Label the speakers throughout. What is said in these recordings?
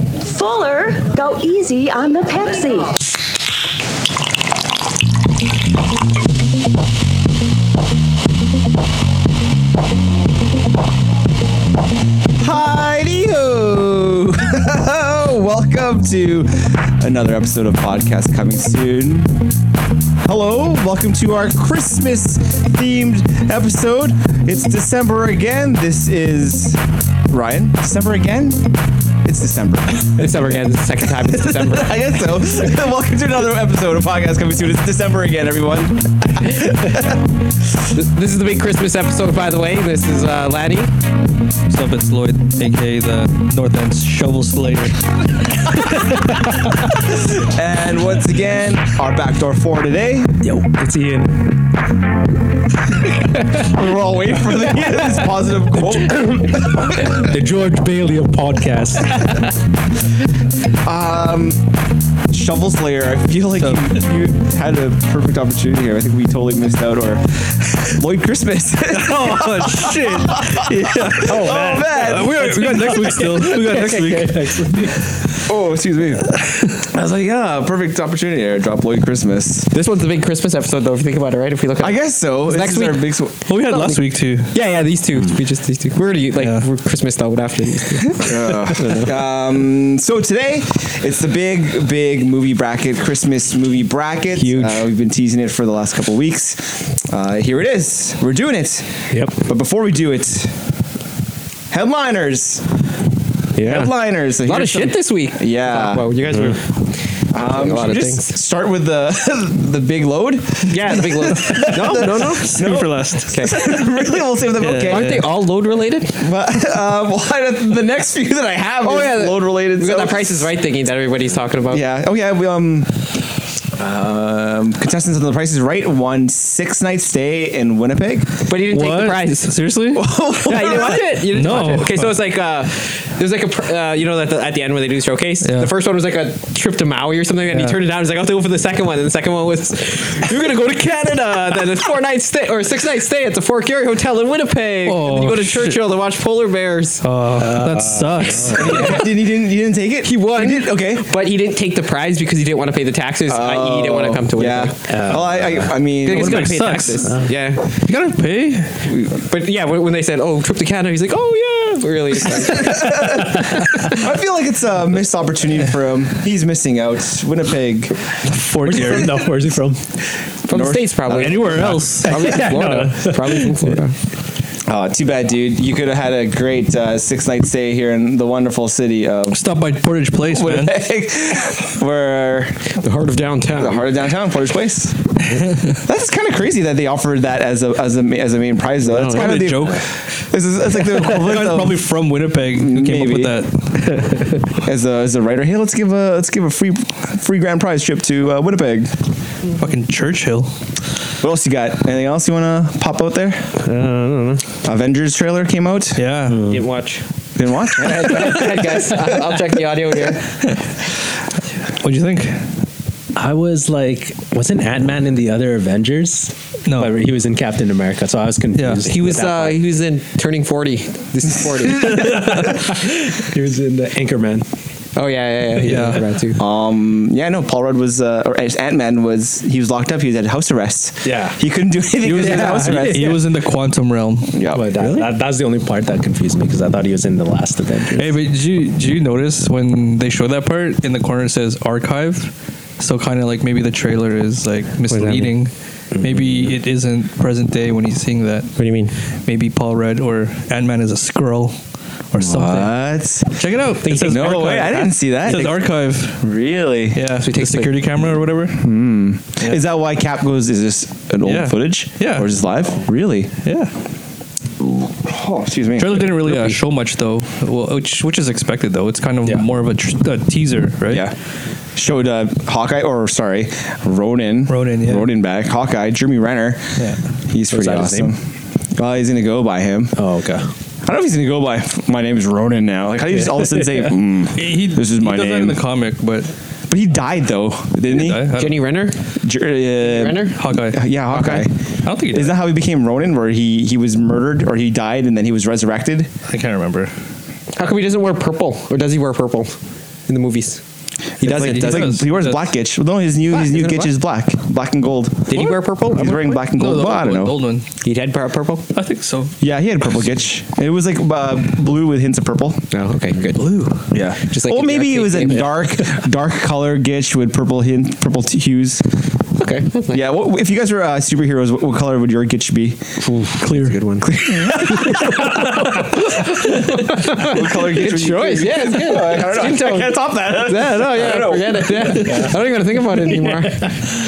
Speaker 1: Fuller, go easy on the Pepsi.
Speaker 2: Heidi ho! Welcome to another episode of podcast coming soon. Hello, welcome to our Christmas themed episode. It's December again. This is Ryan. December again? It's December.
Speaker 3: December again. It's the second time it's December.
Speaker 2: I guess so. welcome to another episode of podcast coming soon. It's December again, everyone.
Speaker 3: This, this is the big Christmas episode, by the way. This is uh, Lanny.
Speaker 4: What's up, it's Lloyd, aka the North End Shovel Slayer.
Speaker 2: And once again, our backdoor four today.
Speaker 4: Yo, it's Ian.
Speaker 2: We're all waiting for the, this positive quote.
Speaker 4: The George Bailey of podcast.
Speaker 2: Shovel Slayer, I feel like you, you had a perfect opportunity here. I think we totally missed out. Or Lloyd Christmas.
Speaker 4: oh, shit.
Speaker 2: oh man.
Speaker 4: we, got, we got next week still. We got next week.
Speaker 2: Oh, excuse me. I was like, yeah, perfect opportunity here. Drop Lloyd Christmas.
Speaker 3: This one's the big Christmas episode, though, if you think about it, right? If we look at
Speaker 2: I guess so. This
Speaker 3: Next
Speaker 2: is our
Speaker 3: week.
Speaker 2: big sw-
Speaker 4: Well, we had last week, too.
Speaker 3: Yeah, yeah, these two. We just these two. We're already like
Speaker 4: Yeah.
Speaker 3: we're Christmas though, but after these two.
Speaker 2: um, so today, it's the big, big movie bracket, Christmas movie bracket.
Speaker 4: Huge.
Speaker 2: Uh, we've been teasing it for the last couple weeks. Uh, here it is. We're doing it.
Speaker 4: Yep.
Speaker 2: But before we do it, headliners. Headliners.
Speaker 3: A lot of shit this week.
Speaker 2: Yeah.
Speaker 3: Well, you guys were
Speaker 2: Um,
Speaker 3: a lot
Speaker 2: should
Speaker 3: of
Speaker 2: we just Start with the the big load.
Speaker 3: Yeah, the big load.
Speaker 2: No, no, no.
Speaker 4: Screw for last.
Speaker 2: really, we'll save them. Okay.
Speaker 3: Aren't they all load related?
Speaker 2: But, um, well, I don't- the next few that I have
Speaker 3: Oh,
Speaker 2: is
Speaker 3: yeah, the-
Speaker 2: load related.
Speaker 3: We got that Price is Right thingy that everybody's talking about.
Speaker 2: Yeah. Oh yeah. We um. Um, contestants on the Price is Right won six night stay in Winnipeg.
Speaker 3: But he didn't take the prize.
Speaker 4: Seriously?
Speaker 3: Yeah, you didn't watch it. You didn't
Speaker 4: No.
Speaker 3: watch it. Okay, so it's like uh, there's like a pr- uh, you know at the, at the end where they do the showcase.
Speaker 4: Yeah.
Speaker 3: The first one was like a trip to Maui or something, and he
Speaker 4: Yeah.
Speaker 3: turned it down. He's like, I'll have to go for the second one. And the second one was, you're gonna go to Canada. then a four night stay or a six night stay at the Fort Garry Hotel in Winnipeg. and then you
Speaker 4: Oh,
Speaker 3: go to
Speaker 4: shit.
Speaker 3: Churchill to watch polar bears.
Speaker 4: Oh, that sucks.
Speaker 2: didn't he? Didn't you didn't take it?
Speaker 3: He won.
Speaker 2: did. Okay.
Speaker 3: But he didn't take the prize because he didn't want to pay the taxes. i.e. he didn't want to
Speaker 4: Oh,
Speaker 3: come to
Speaker 2: Yeah.
Speaker 3: Winnipeg.
Speaker 2: well, I, I, I mean,
Speaker 3: He's
Speaker 4: Winnipeg
Speaker 3: gotta pay
Speaker 4: sucks. Uh.
Speaker 3: taxes. yeah,
Speaker 4: You gotta pay?
Speaker 3: but yeah, when when they said, "Oh, trip to Canada," he's like, "Oh yeah, really?"
Speaker 2: I feel like it's a missed opportunity for him. He's missing out. Winnipeg.
Speaker 5: Fort Garry. no, where's he from?
Speaker 3: from the states, probably.
Speaker 5: Anywhere else.
Speaker 3: Probably from
Speaker 5: Yeah, no.
Speaker 3: Florida. Probably from Florida.
Speaker 2: Oh, too bad, dude. You could have had a great uh, six night stay here in the wonderful city of
Speaker 4: Stop by Portage Place, man.
Speaker 2: Winnipeg, where
Speaker 3: The heart of downtown.
Speaker 2: the heart of downtown, Portage Place. That's kind of crazy that they offered that as a as a ma- as a main prize though. That's
Speaker 4: No,
Speaker 2: kind of
Speaker 4: what a
Speaker 2: the
Speaker 4: joke.
Speaker 2: This is that's like the
Speaker 4: That
Speaker 2: equivalent
Speaker 4: guy's
Speaker 2: of,
Speaker 4: probably from Winnipeg who came
Speaker 2: Maybe.
Speaker 4: up with that.
Speaker 2: as a as a writer. Hey, let's give a let's give a free free grand prize trip to uh, Winnipeg.
Speaker 4: Fucking Churchill.
Speaker 2: What else you got? Anything else you want to pop out there? Avengers trailer came out.
Speaker 4: Yeah.
Speaker 5: Mm.
Speaker 3: Didn't watch.
Speaker 2: Didn't watch. it.
Speaker 3: guys, I'll I'll check the audio here.
Speaker 4: What'd you think?
Speaker 5: I was like, wasn't Ant Man in the other Avengers?
Speaker 4: No.
Speaker 5: But he was in Captain America, so I was confused.
Speaker 4: Yeah,
Speaker 3: He
Speaker 5: with
Speaker 3: was
Speaker 5: that
Speaker 3: uh, he was in turning forty. This is forty.
Speaker 5: part. he was in the Anchorman.
Speaker 3: oh yeah, yeah, yeah.
Speaker 4: Yeah.
Speaker 3: Around too.
Speaker 2: Um, yeah, no. Paul Rudd was, uh, or Ant Man was. He was locked up. He was at house arrest.
Speaker 5: Yeah.
Speaker 2: he couldn't do anything. He was at
Speaker 5: yeah,
Speaker 2: house
Speaker 5: he
Speaker 2: arrest.
Speaker 4: He was in the quantum realm.
Speaker 2: Yeah,
Speaker 5: But that, that, that was the only part that confused me because I thought he was in the last Avengers.
Speaker 4: Hey, but did you, did you notice when they show that part in the corner it says archive? So kind of like maybe the trailer is like misleading.
Speaker 2: Mm-hmm.
Speaker 4: Maybe it isn't present day when he's seeing that.
Speaker 5: What do you mean?
Speaker 4: Maybe Paul Rudd or Ant Man is a squirrel or something.
Speaker 2: what?
Speaker 4: Check it out. It says
Speaker 2: No way! I didn't see
Speaker 4: It
Speaker 2: that.
Speaker 4: says archive.
Speaker 2: really?
Speaker 4: Yeah,
Speaker 3: So he
Speaker 4: the
Speaker 3: takes, like-
Speaker 4: security camera or whatever.
Speaker 2: Hmm. Is that why Cap goes? Is this an old
Speaker 4: Yeah.
Speaker 2: footage?
Speaker 4: Yeah.
Speaker 2: Or is this live? Really?
Speaker 4: Yeah,
Speaker 2: Oh, excuse me.
Speaker 4: trailer didn't really uh, show much though, well, which which is expected though. It's kind of
Speaker 5: Yeah.
Speaker 4: more of a, tr- a teaser, right?
Speaker 2: Yeah. Showed uh, Hawkeye, or sorry, Ronan.
Speaker 4: Ronan, yeah.
Speaker 2: Ronan back. Hawkeye, Jeremy Renner.
Speaker 4: Yeah.
Speaker 2: He's pretty
Speaker 5: that his
Speaker 2: awesome.
Speaker 5: name?
Speaker 2: Well, he's gonna go by him.
Speaker 5: Oh, okay.
Speaker 2: I don't know if he's gonna go by. My name is Ronan now. Like, how do you just all of a sudden say? Mm,
Speaker 4: He,
Speaker 2: This is
Speaker 4: he
Speaker 2: my
Speaker 4: does that
Speaker 2: name.
Speaker 4: in the comic, but
Speaker 2: But he died though, didn't he?
Speaker 4: I, I,
Speaker 3: Uh, Jenny Renner.
Speaker 2: Jer- uh,
Speaker 3: Renner.
Speaker 4: Hawkeye.
Speaker 2: Yeah, Hawkeye.
Speaker 4: I don't think he
Speaker 2: Is
Speaker 4: did.
Speaker 2: that how he became Ronan, where he he was murdered or he died and then he was resurrected?
Speaker 4: I can't remember.
Speaker 3: How come he doesn't wear purple, or does he wear purple? in the movies.
Speaker 2: He doesn't.
Speaker 4: like-
Speaker 2: doesn't.
Speaker 4: he
Speaker 2: He,
Speaker 4: does.
Speaker 2: wears
Speaker 4: Does.
Speaker 2: black Gitch. No, his new
Speaker 3: Black,
Speaker 2: his new
Speaker 3: isn't it
Speaker 2: Gitch is black, black and gold.
Speaker 3: Did he wear purple?
Speaker 2: He's wearing black and
Speaker 4: No,
Speaker 2: gold.
Speaker 4: the
Speaker 2: Well,
Speaker 4: old
Speaker 2: I don't
Speaker 4: one,
Speaker 2: know.
Speaker 4: the old one.
Speaker 3: He had pu- purple.
Speaker 4: I think so.
Speaker 2: Yeah, he had purple Gitch. It was like uh, blue with hints of purple.
Speaker 3: Oh, okay, good. Blue.
Speaker 2: Yeah,
Speaker 3: Just like
Speaker 2: or
Speaker 3: in
Speaker 2: maybe
Speaker 3: the
Speaker 2: it was a
Speaker 3: arcade game.
Speaker 2: dark, dark color Gitch with purple hint, purple t- hues.
Speaker 3: Okay. that's nice.
Speaker 2: Yeah, what, if you guys were uh, superheroes, what, what color would your Gitch be?
Speaker 3: That's a good one.
Speaker 2: What color Gitch?
Speaker 3: Good choice. Yeah, it's good. I don't know.
Speaker 2: Can't top that.
Speaker 3: Yeah, no, yeah, forget it. Yeah. I don't even wanna think about it anymore.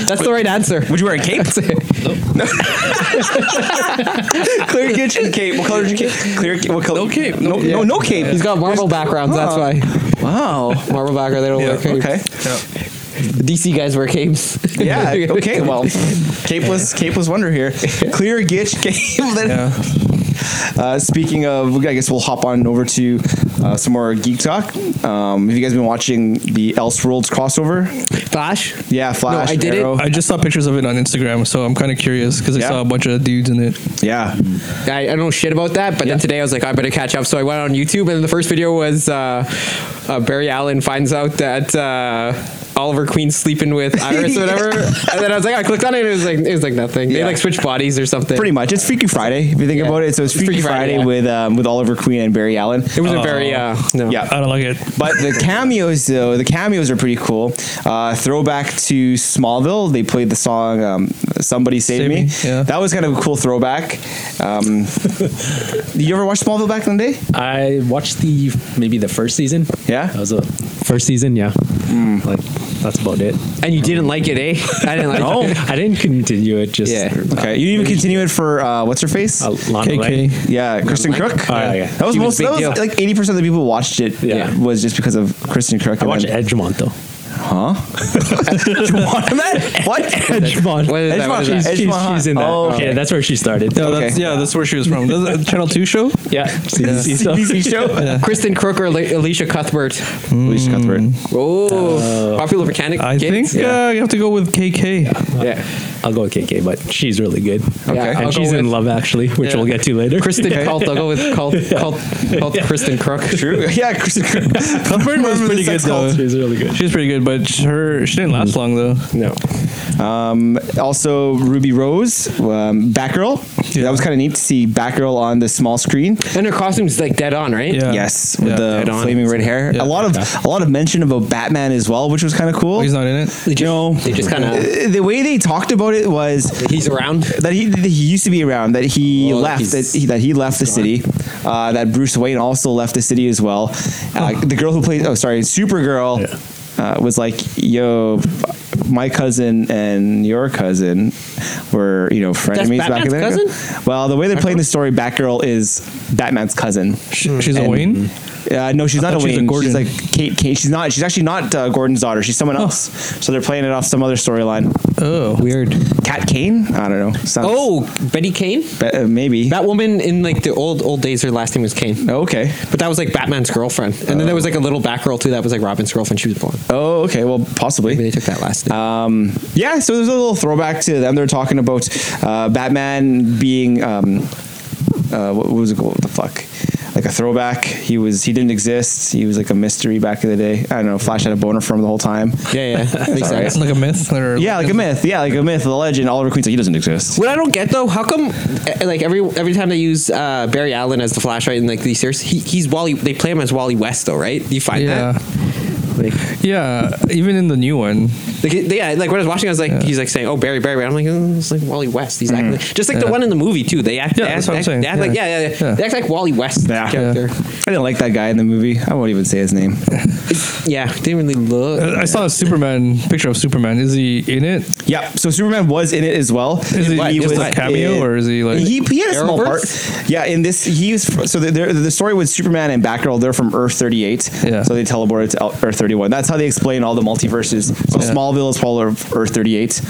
Speaker 3: That's the right answer.
Speaker 2: Would you wear a cape?
Speaker 3: That's it.
Speaker 2: Clear Gitch and cape. What color is your cape? Clear. What color? No cape. No,
Speaker 3: Yeah.
Speaker 2: no, no cape.
Speaker 3: He's got Marvel backgrounds. That's why
Speaker 2: Wow.
Speaker 3: Marvel background. They don't wear capes.
Speaker 2: Okay.
Speaker 3: The DC guys wear capes.
Speaker 2: Yeah. Okay. Well, cape was cape was wonder here. Clear Gitch cape. Then-
Speaker 4: Yeah.
Speaker 2: Uh, speaking of, I guess we'll hop on over to uh, some more geek talk. Um, have you guys been watching the Elseworlds crossover?
Speaker 3: Flash.
Speaker 2: Yeah, Flash.
Speaker 3: I did it.
Speaker 2: Arrow.
Speaker 4: I just saw pictures of it on Instagram, so I'm kind of curious because I
Speaker 2: Yeah.
Speaker 4: saw a bunch of dudes in it.
Speaker 2: Yeah,
Speaker 3: I, I don't know shit about that, but then today I was like, I better catch up. So I went on YouTube, and then the first video was uh, uh, Barry Allen finds out that uh, Oliver Queen's sleeping with Iris or whatever. And then I was like, I clicked on it, and it was like, it was like nothing. They
Speaker 2: Yeah.
Speaker 3: like switch bodies or something.
Speaker 2: pretty much. It's Freaky Friday if you think
Speaker 3: Yeah.
Speaker 2: about it. So it's Freaky, Friday,
Speaker 3: yeah.
Speaker 2: with um, with Oliver Queen and Barry Allen.
Speaker 3: It was a very uh, no.
Speaker 2: Yeah.
Speaker 4: I don't like it.
Speaker 2: But the cameos, though, the cameos are pretty cool. Uh, throwback to Smallville, they played the song um, "Somebody Save,
Speaker 4: Save
Speaker 2: Me."
Speaker 4: Me, yeah.
Speaker 2: That was kind of a cool throwback. Um, you ever watch Smallville back in the day?
Speaker 5: I watched the maybe the first season.
Speaker 2: Yeah?
Speaker 5: that was the first season. Yeah, like that's about it.
Speaker 3: And you didn't like it, eh? I didn't like
Speaker 5: No,
Speaker 3: it.
Speaker 5: I didn't continue it. Just
Speaker 3: Yeah.
Speaker 2: Okay, you even continue it for uh, what's her face?
Speaker 5: uh, Lana Lang.
Speaker 4: KK.
Speaker 2: yeah, Kristen Crook.
Speaker 5: Oh, yeah.
Speaker 2: That was
Speaker 3: She was
Speaker 2: most.
Speaker 3: a big
Speaker 2: that
Speaker 3: deal.
Speaker 2: was like eighty percent of the people who watched it.
Speaker 5: Yeah.
Speaker 2: was just because of Kristen Crook.
Speaker 5: I
Speaker 2: and
Speaker 5: watched
Speaker 2: then-
Speaker 5: Edgemont though.
Speaker 2: Huh? Edgemont? What?
Speaker 5: Edgemont.
Speaker 3: What is that? What is
Speaker 5: She's,
Speaker 3: that?
Speaker 5: she's,
Speaker 2: Edgemont.
Speaker 5: she's in that.
Speaker 2: Oh,
Speaker 5: Yeah, that's where she started.
Speaker 4: No,
Speaker 2: Okay.
Speaker 4: that's, yeah, that's where she was from. That's a Channel Two show.
Speaker 5: Yeah, CBC stuff.
Speaker 2: CBC show.
Speaker 3: Kristen Crook or Ali- Alicia Cuthbert?
Speaker 2: Alicia Cuthbert.
Speaker 3: Oh, popular mechanic.
Speaker 4: I
Speaker 3: kids?
Speaker 4: think uh, you have to go with KK.
Speaker 3: Yeah.
Speaker 5: I'll go with KK, but she's really good.
Speaker 3: Yeah,
Speaker 5: and
Speaker 3: I'll
Speaker 5: she's
Speaker 3: go
Speaker 5: in
Speaker 3: with-
Speaker 5: Love Actually, which
Speaker 4: Yeah.
Speaker 5: we'll get to later.
Speaker 3: Kristen Cult. I'll go with Cult. Cult. Cult. Kristen Crook.
Speaker 2: True. Yeah, Kristen Crook.
Speaker 4: Cuthbert was
Speaker 2: Remember the
Speaker 4: pretty good
Speaker 2: sex
Speaker 4: though.
Speaker 2: cult.
Speaker 5: She's really good.
Speaker 4: She's pretty good, but sh- her she didn't last long though.
Speaker 5: No,
Speaker 2: Um, also, Ruby Rose, um, Batgirl.
Speaker 4: Yeah.
Speaker 2: That was kind of neat to see Batgirl on the small screen.
Speaker 3: And her costume's like dead on, right?
Speaker 4: Yeah.
Speaker 2: Yes, with
Speaker 4: Yeah.
Speaker 2: the
Speaker 3: Dead on.
Speaker 2: flaming red hair.
Speaker 4: Yeah.
Speaker 2: A lot of a lot of mention about Batman as well, which was kind of cool.
Speaker 4: He's not in it.
Speaker 3: They just,
Speaker 2: No.
Speaker 3: They just kind of.
Speaker 2: Uh, the way they talked about it was
Speaker 3: He's around.
Speaker 2: that he, that he used to be around that he
Speaker 4: Oh,
Speaker 3: Well,
Speaker 2: left
Speaker 3: he's
Speaker 2: that he, that he left the city uh, that Bruce Wayne also left the city as well uh, the girl who played oh sorry Supergirl uh, was like yo my cousin and your cousin were you know frenemies back in the
Speaker 3: Batman's
Speaker 2: day well the way they're playing the story Batgirl is Batman's cousin
Speaker 4: She, she's a
Speaker 2: And-
Speaker 4: Wayne.
Speaker 2: uh, no, she's not a
Speaker 4: thought she was a
Speaker 2: Wayne. She's,
Speaker 4: Gordon.
Speaker 2: like Kate, Kate. She's not. She's actually not uh, Gordon's daughter. She's someone else. So they're playing it off some other storyline.
Speaker 4: Oh,
Speaker 3: Weird.
Speaker 2: Cat Kane. I don't know. Sounds,
Speaker 3: Oh, Betty Kane.
Speaker 2: Be- uh, maybe.
Speaker 3: That woman in like the old old days, her last name was Kane,
Speaker 2: okay.
Speaker 3: but that was like Batman's girlfriend. And then there was like a little Batgirl too. That was like Robin's girlfriend. She was blonde.
Speaker 2: Oh, okay. Well, possibly.
Speaker 3: Maybe they took that last name.
Speaker 2: Um, yeah, so there's a little throwback to them. They're talking about uh, Batman being um, uh, what, what was it called? What the fuck? Like a throwback. He was he didn't exist. He was like a mystery back in the day. I don't know. Flash had a boner for him the whole time.
Speaker 3: yeah, yeah, makes
Speaker 2: alright.
Speaker 3: sense.
Speaker 4: like a myth or
Speaker 2: Yeah, like a myth. Yeah, like a myth, a legend. Oliver Queen's like he doesn't exist.
Speaker 3: What I don't get though, how come eh, like every every time they use uh, Barry Allen as the Flash, right? In like these series, he, he's Wally. They play him as Wally West though, right? You find
Speaker 4: Yeah,
Speaker 3: that?
Speaker 4: yeah. Even in the new one,
Speaker 3: Like, it- yeah, like when I was watching, I was like, he's like saying, "Oh, Barry, Barry." I'm like, oh, it's like Wally West. He's acting just like the
Speaker 4: Mm-hmm. Yeah.
Speaker 3: one in the movie too. They act,
Speaker 4: Yeah,
Speaker 3: they act,
Speaker 4: that's what I'm
Speaker 3: they act-
Speaker 4: saying.
Speaker 3: they act like
Speaker 4: Yeah.
Speaker 3: yeah, yeah, yeah,
Speaker 4: Yeah.
Speaker 3: They act like Wally West
Speaker 2: Yeah.
Speaker 3: character.
Speaker 2: I didn't like that guy in the movie. I won't even say his name.
Speaker 3: Yeah, didn't really look.
Speaker 4: Uh, I I saw a Superman picture of Superman. Is he in it?
Speaker 2: Yeah, so Superman was in it as well.
Speaker 4: Is he
Speaker 2: But
Speaker 4: just
Speaker 2: was
Speaker 4: a cameo,
Speaker 2: in-
Speaker 4: or is he like-
Speaker 2: he, he had a small
Speaker 3: Arrowverse?
Speaker 2: part? Yeah, in this he was fr- so the, the, the story with Superman and Batgirl. They're from Earth thirty eight.
Speaker 4: Yeah.
Speaker 2: So they teleported to El- Earth thirty one. That's how they explain all the multiverses. So
Speaker 4: Yeah.
Speaker 2: Smallville is part of Earth thirty eight.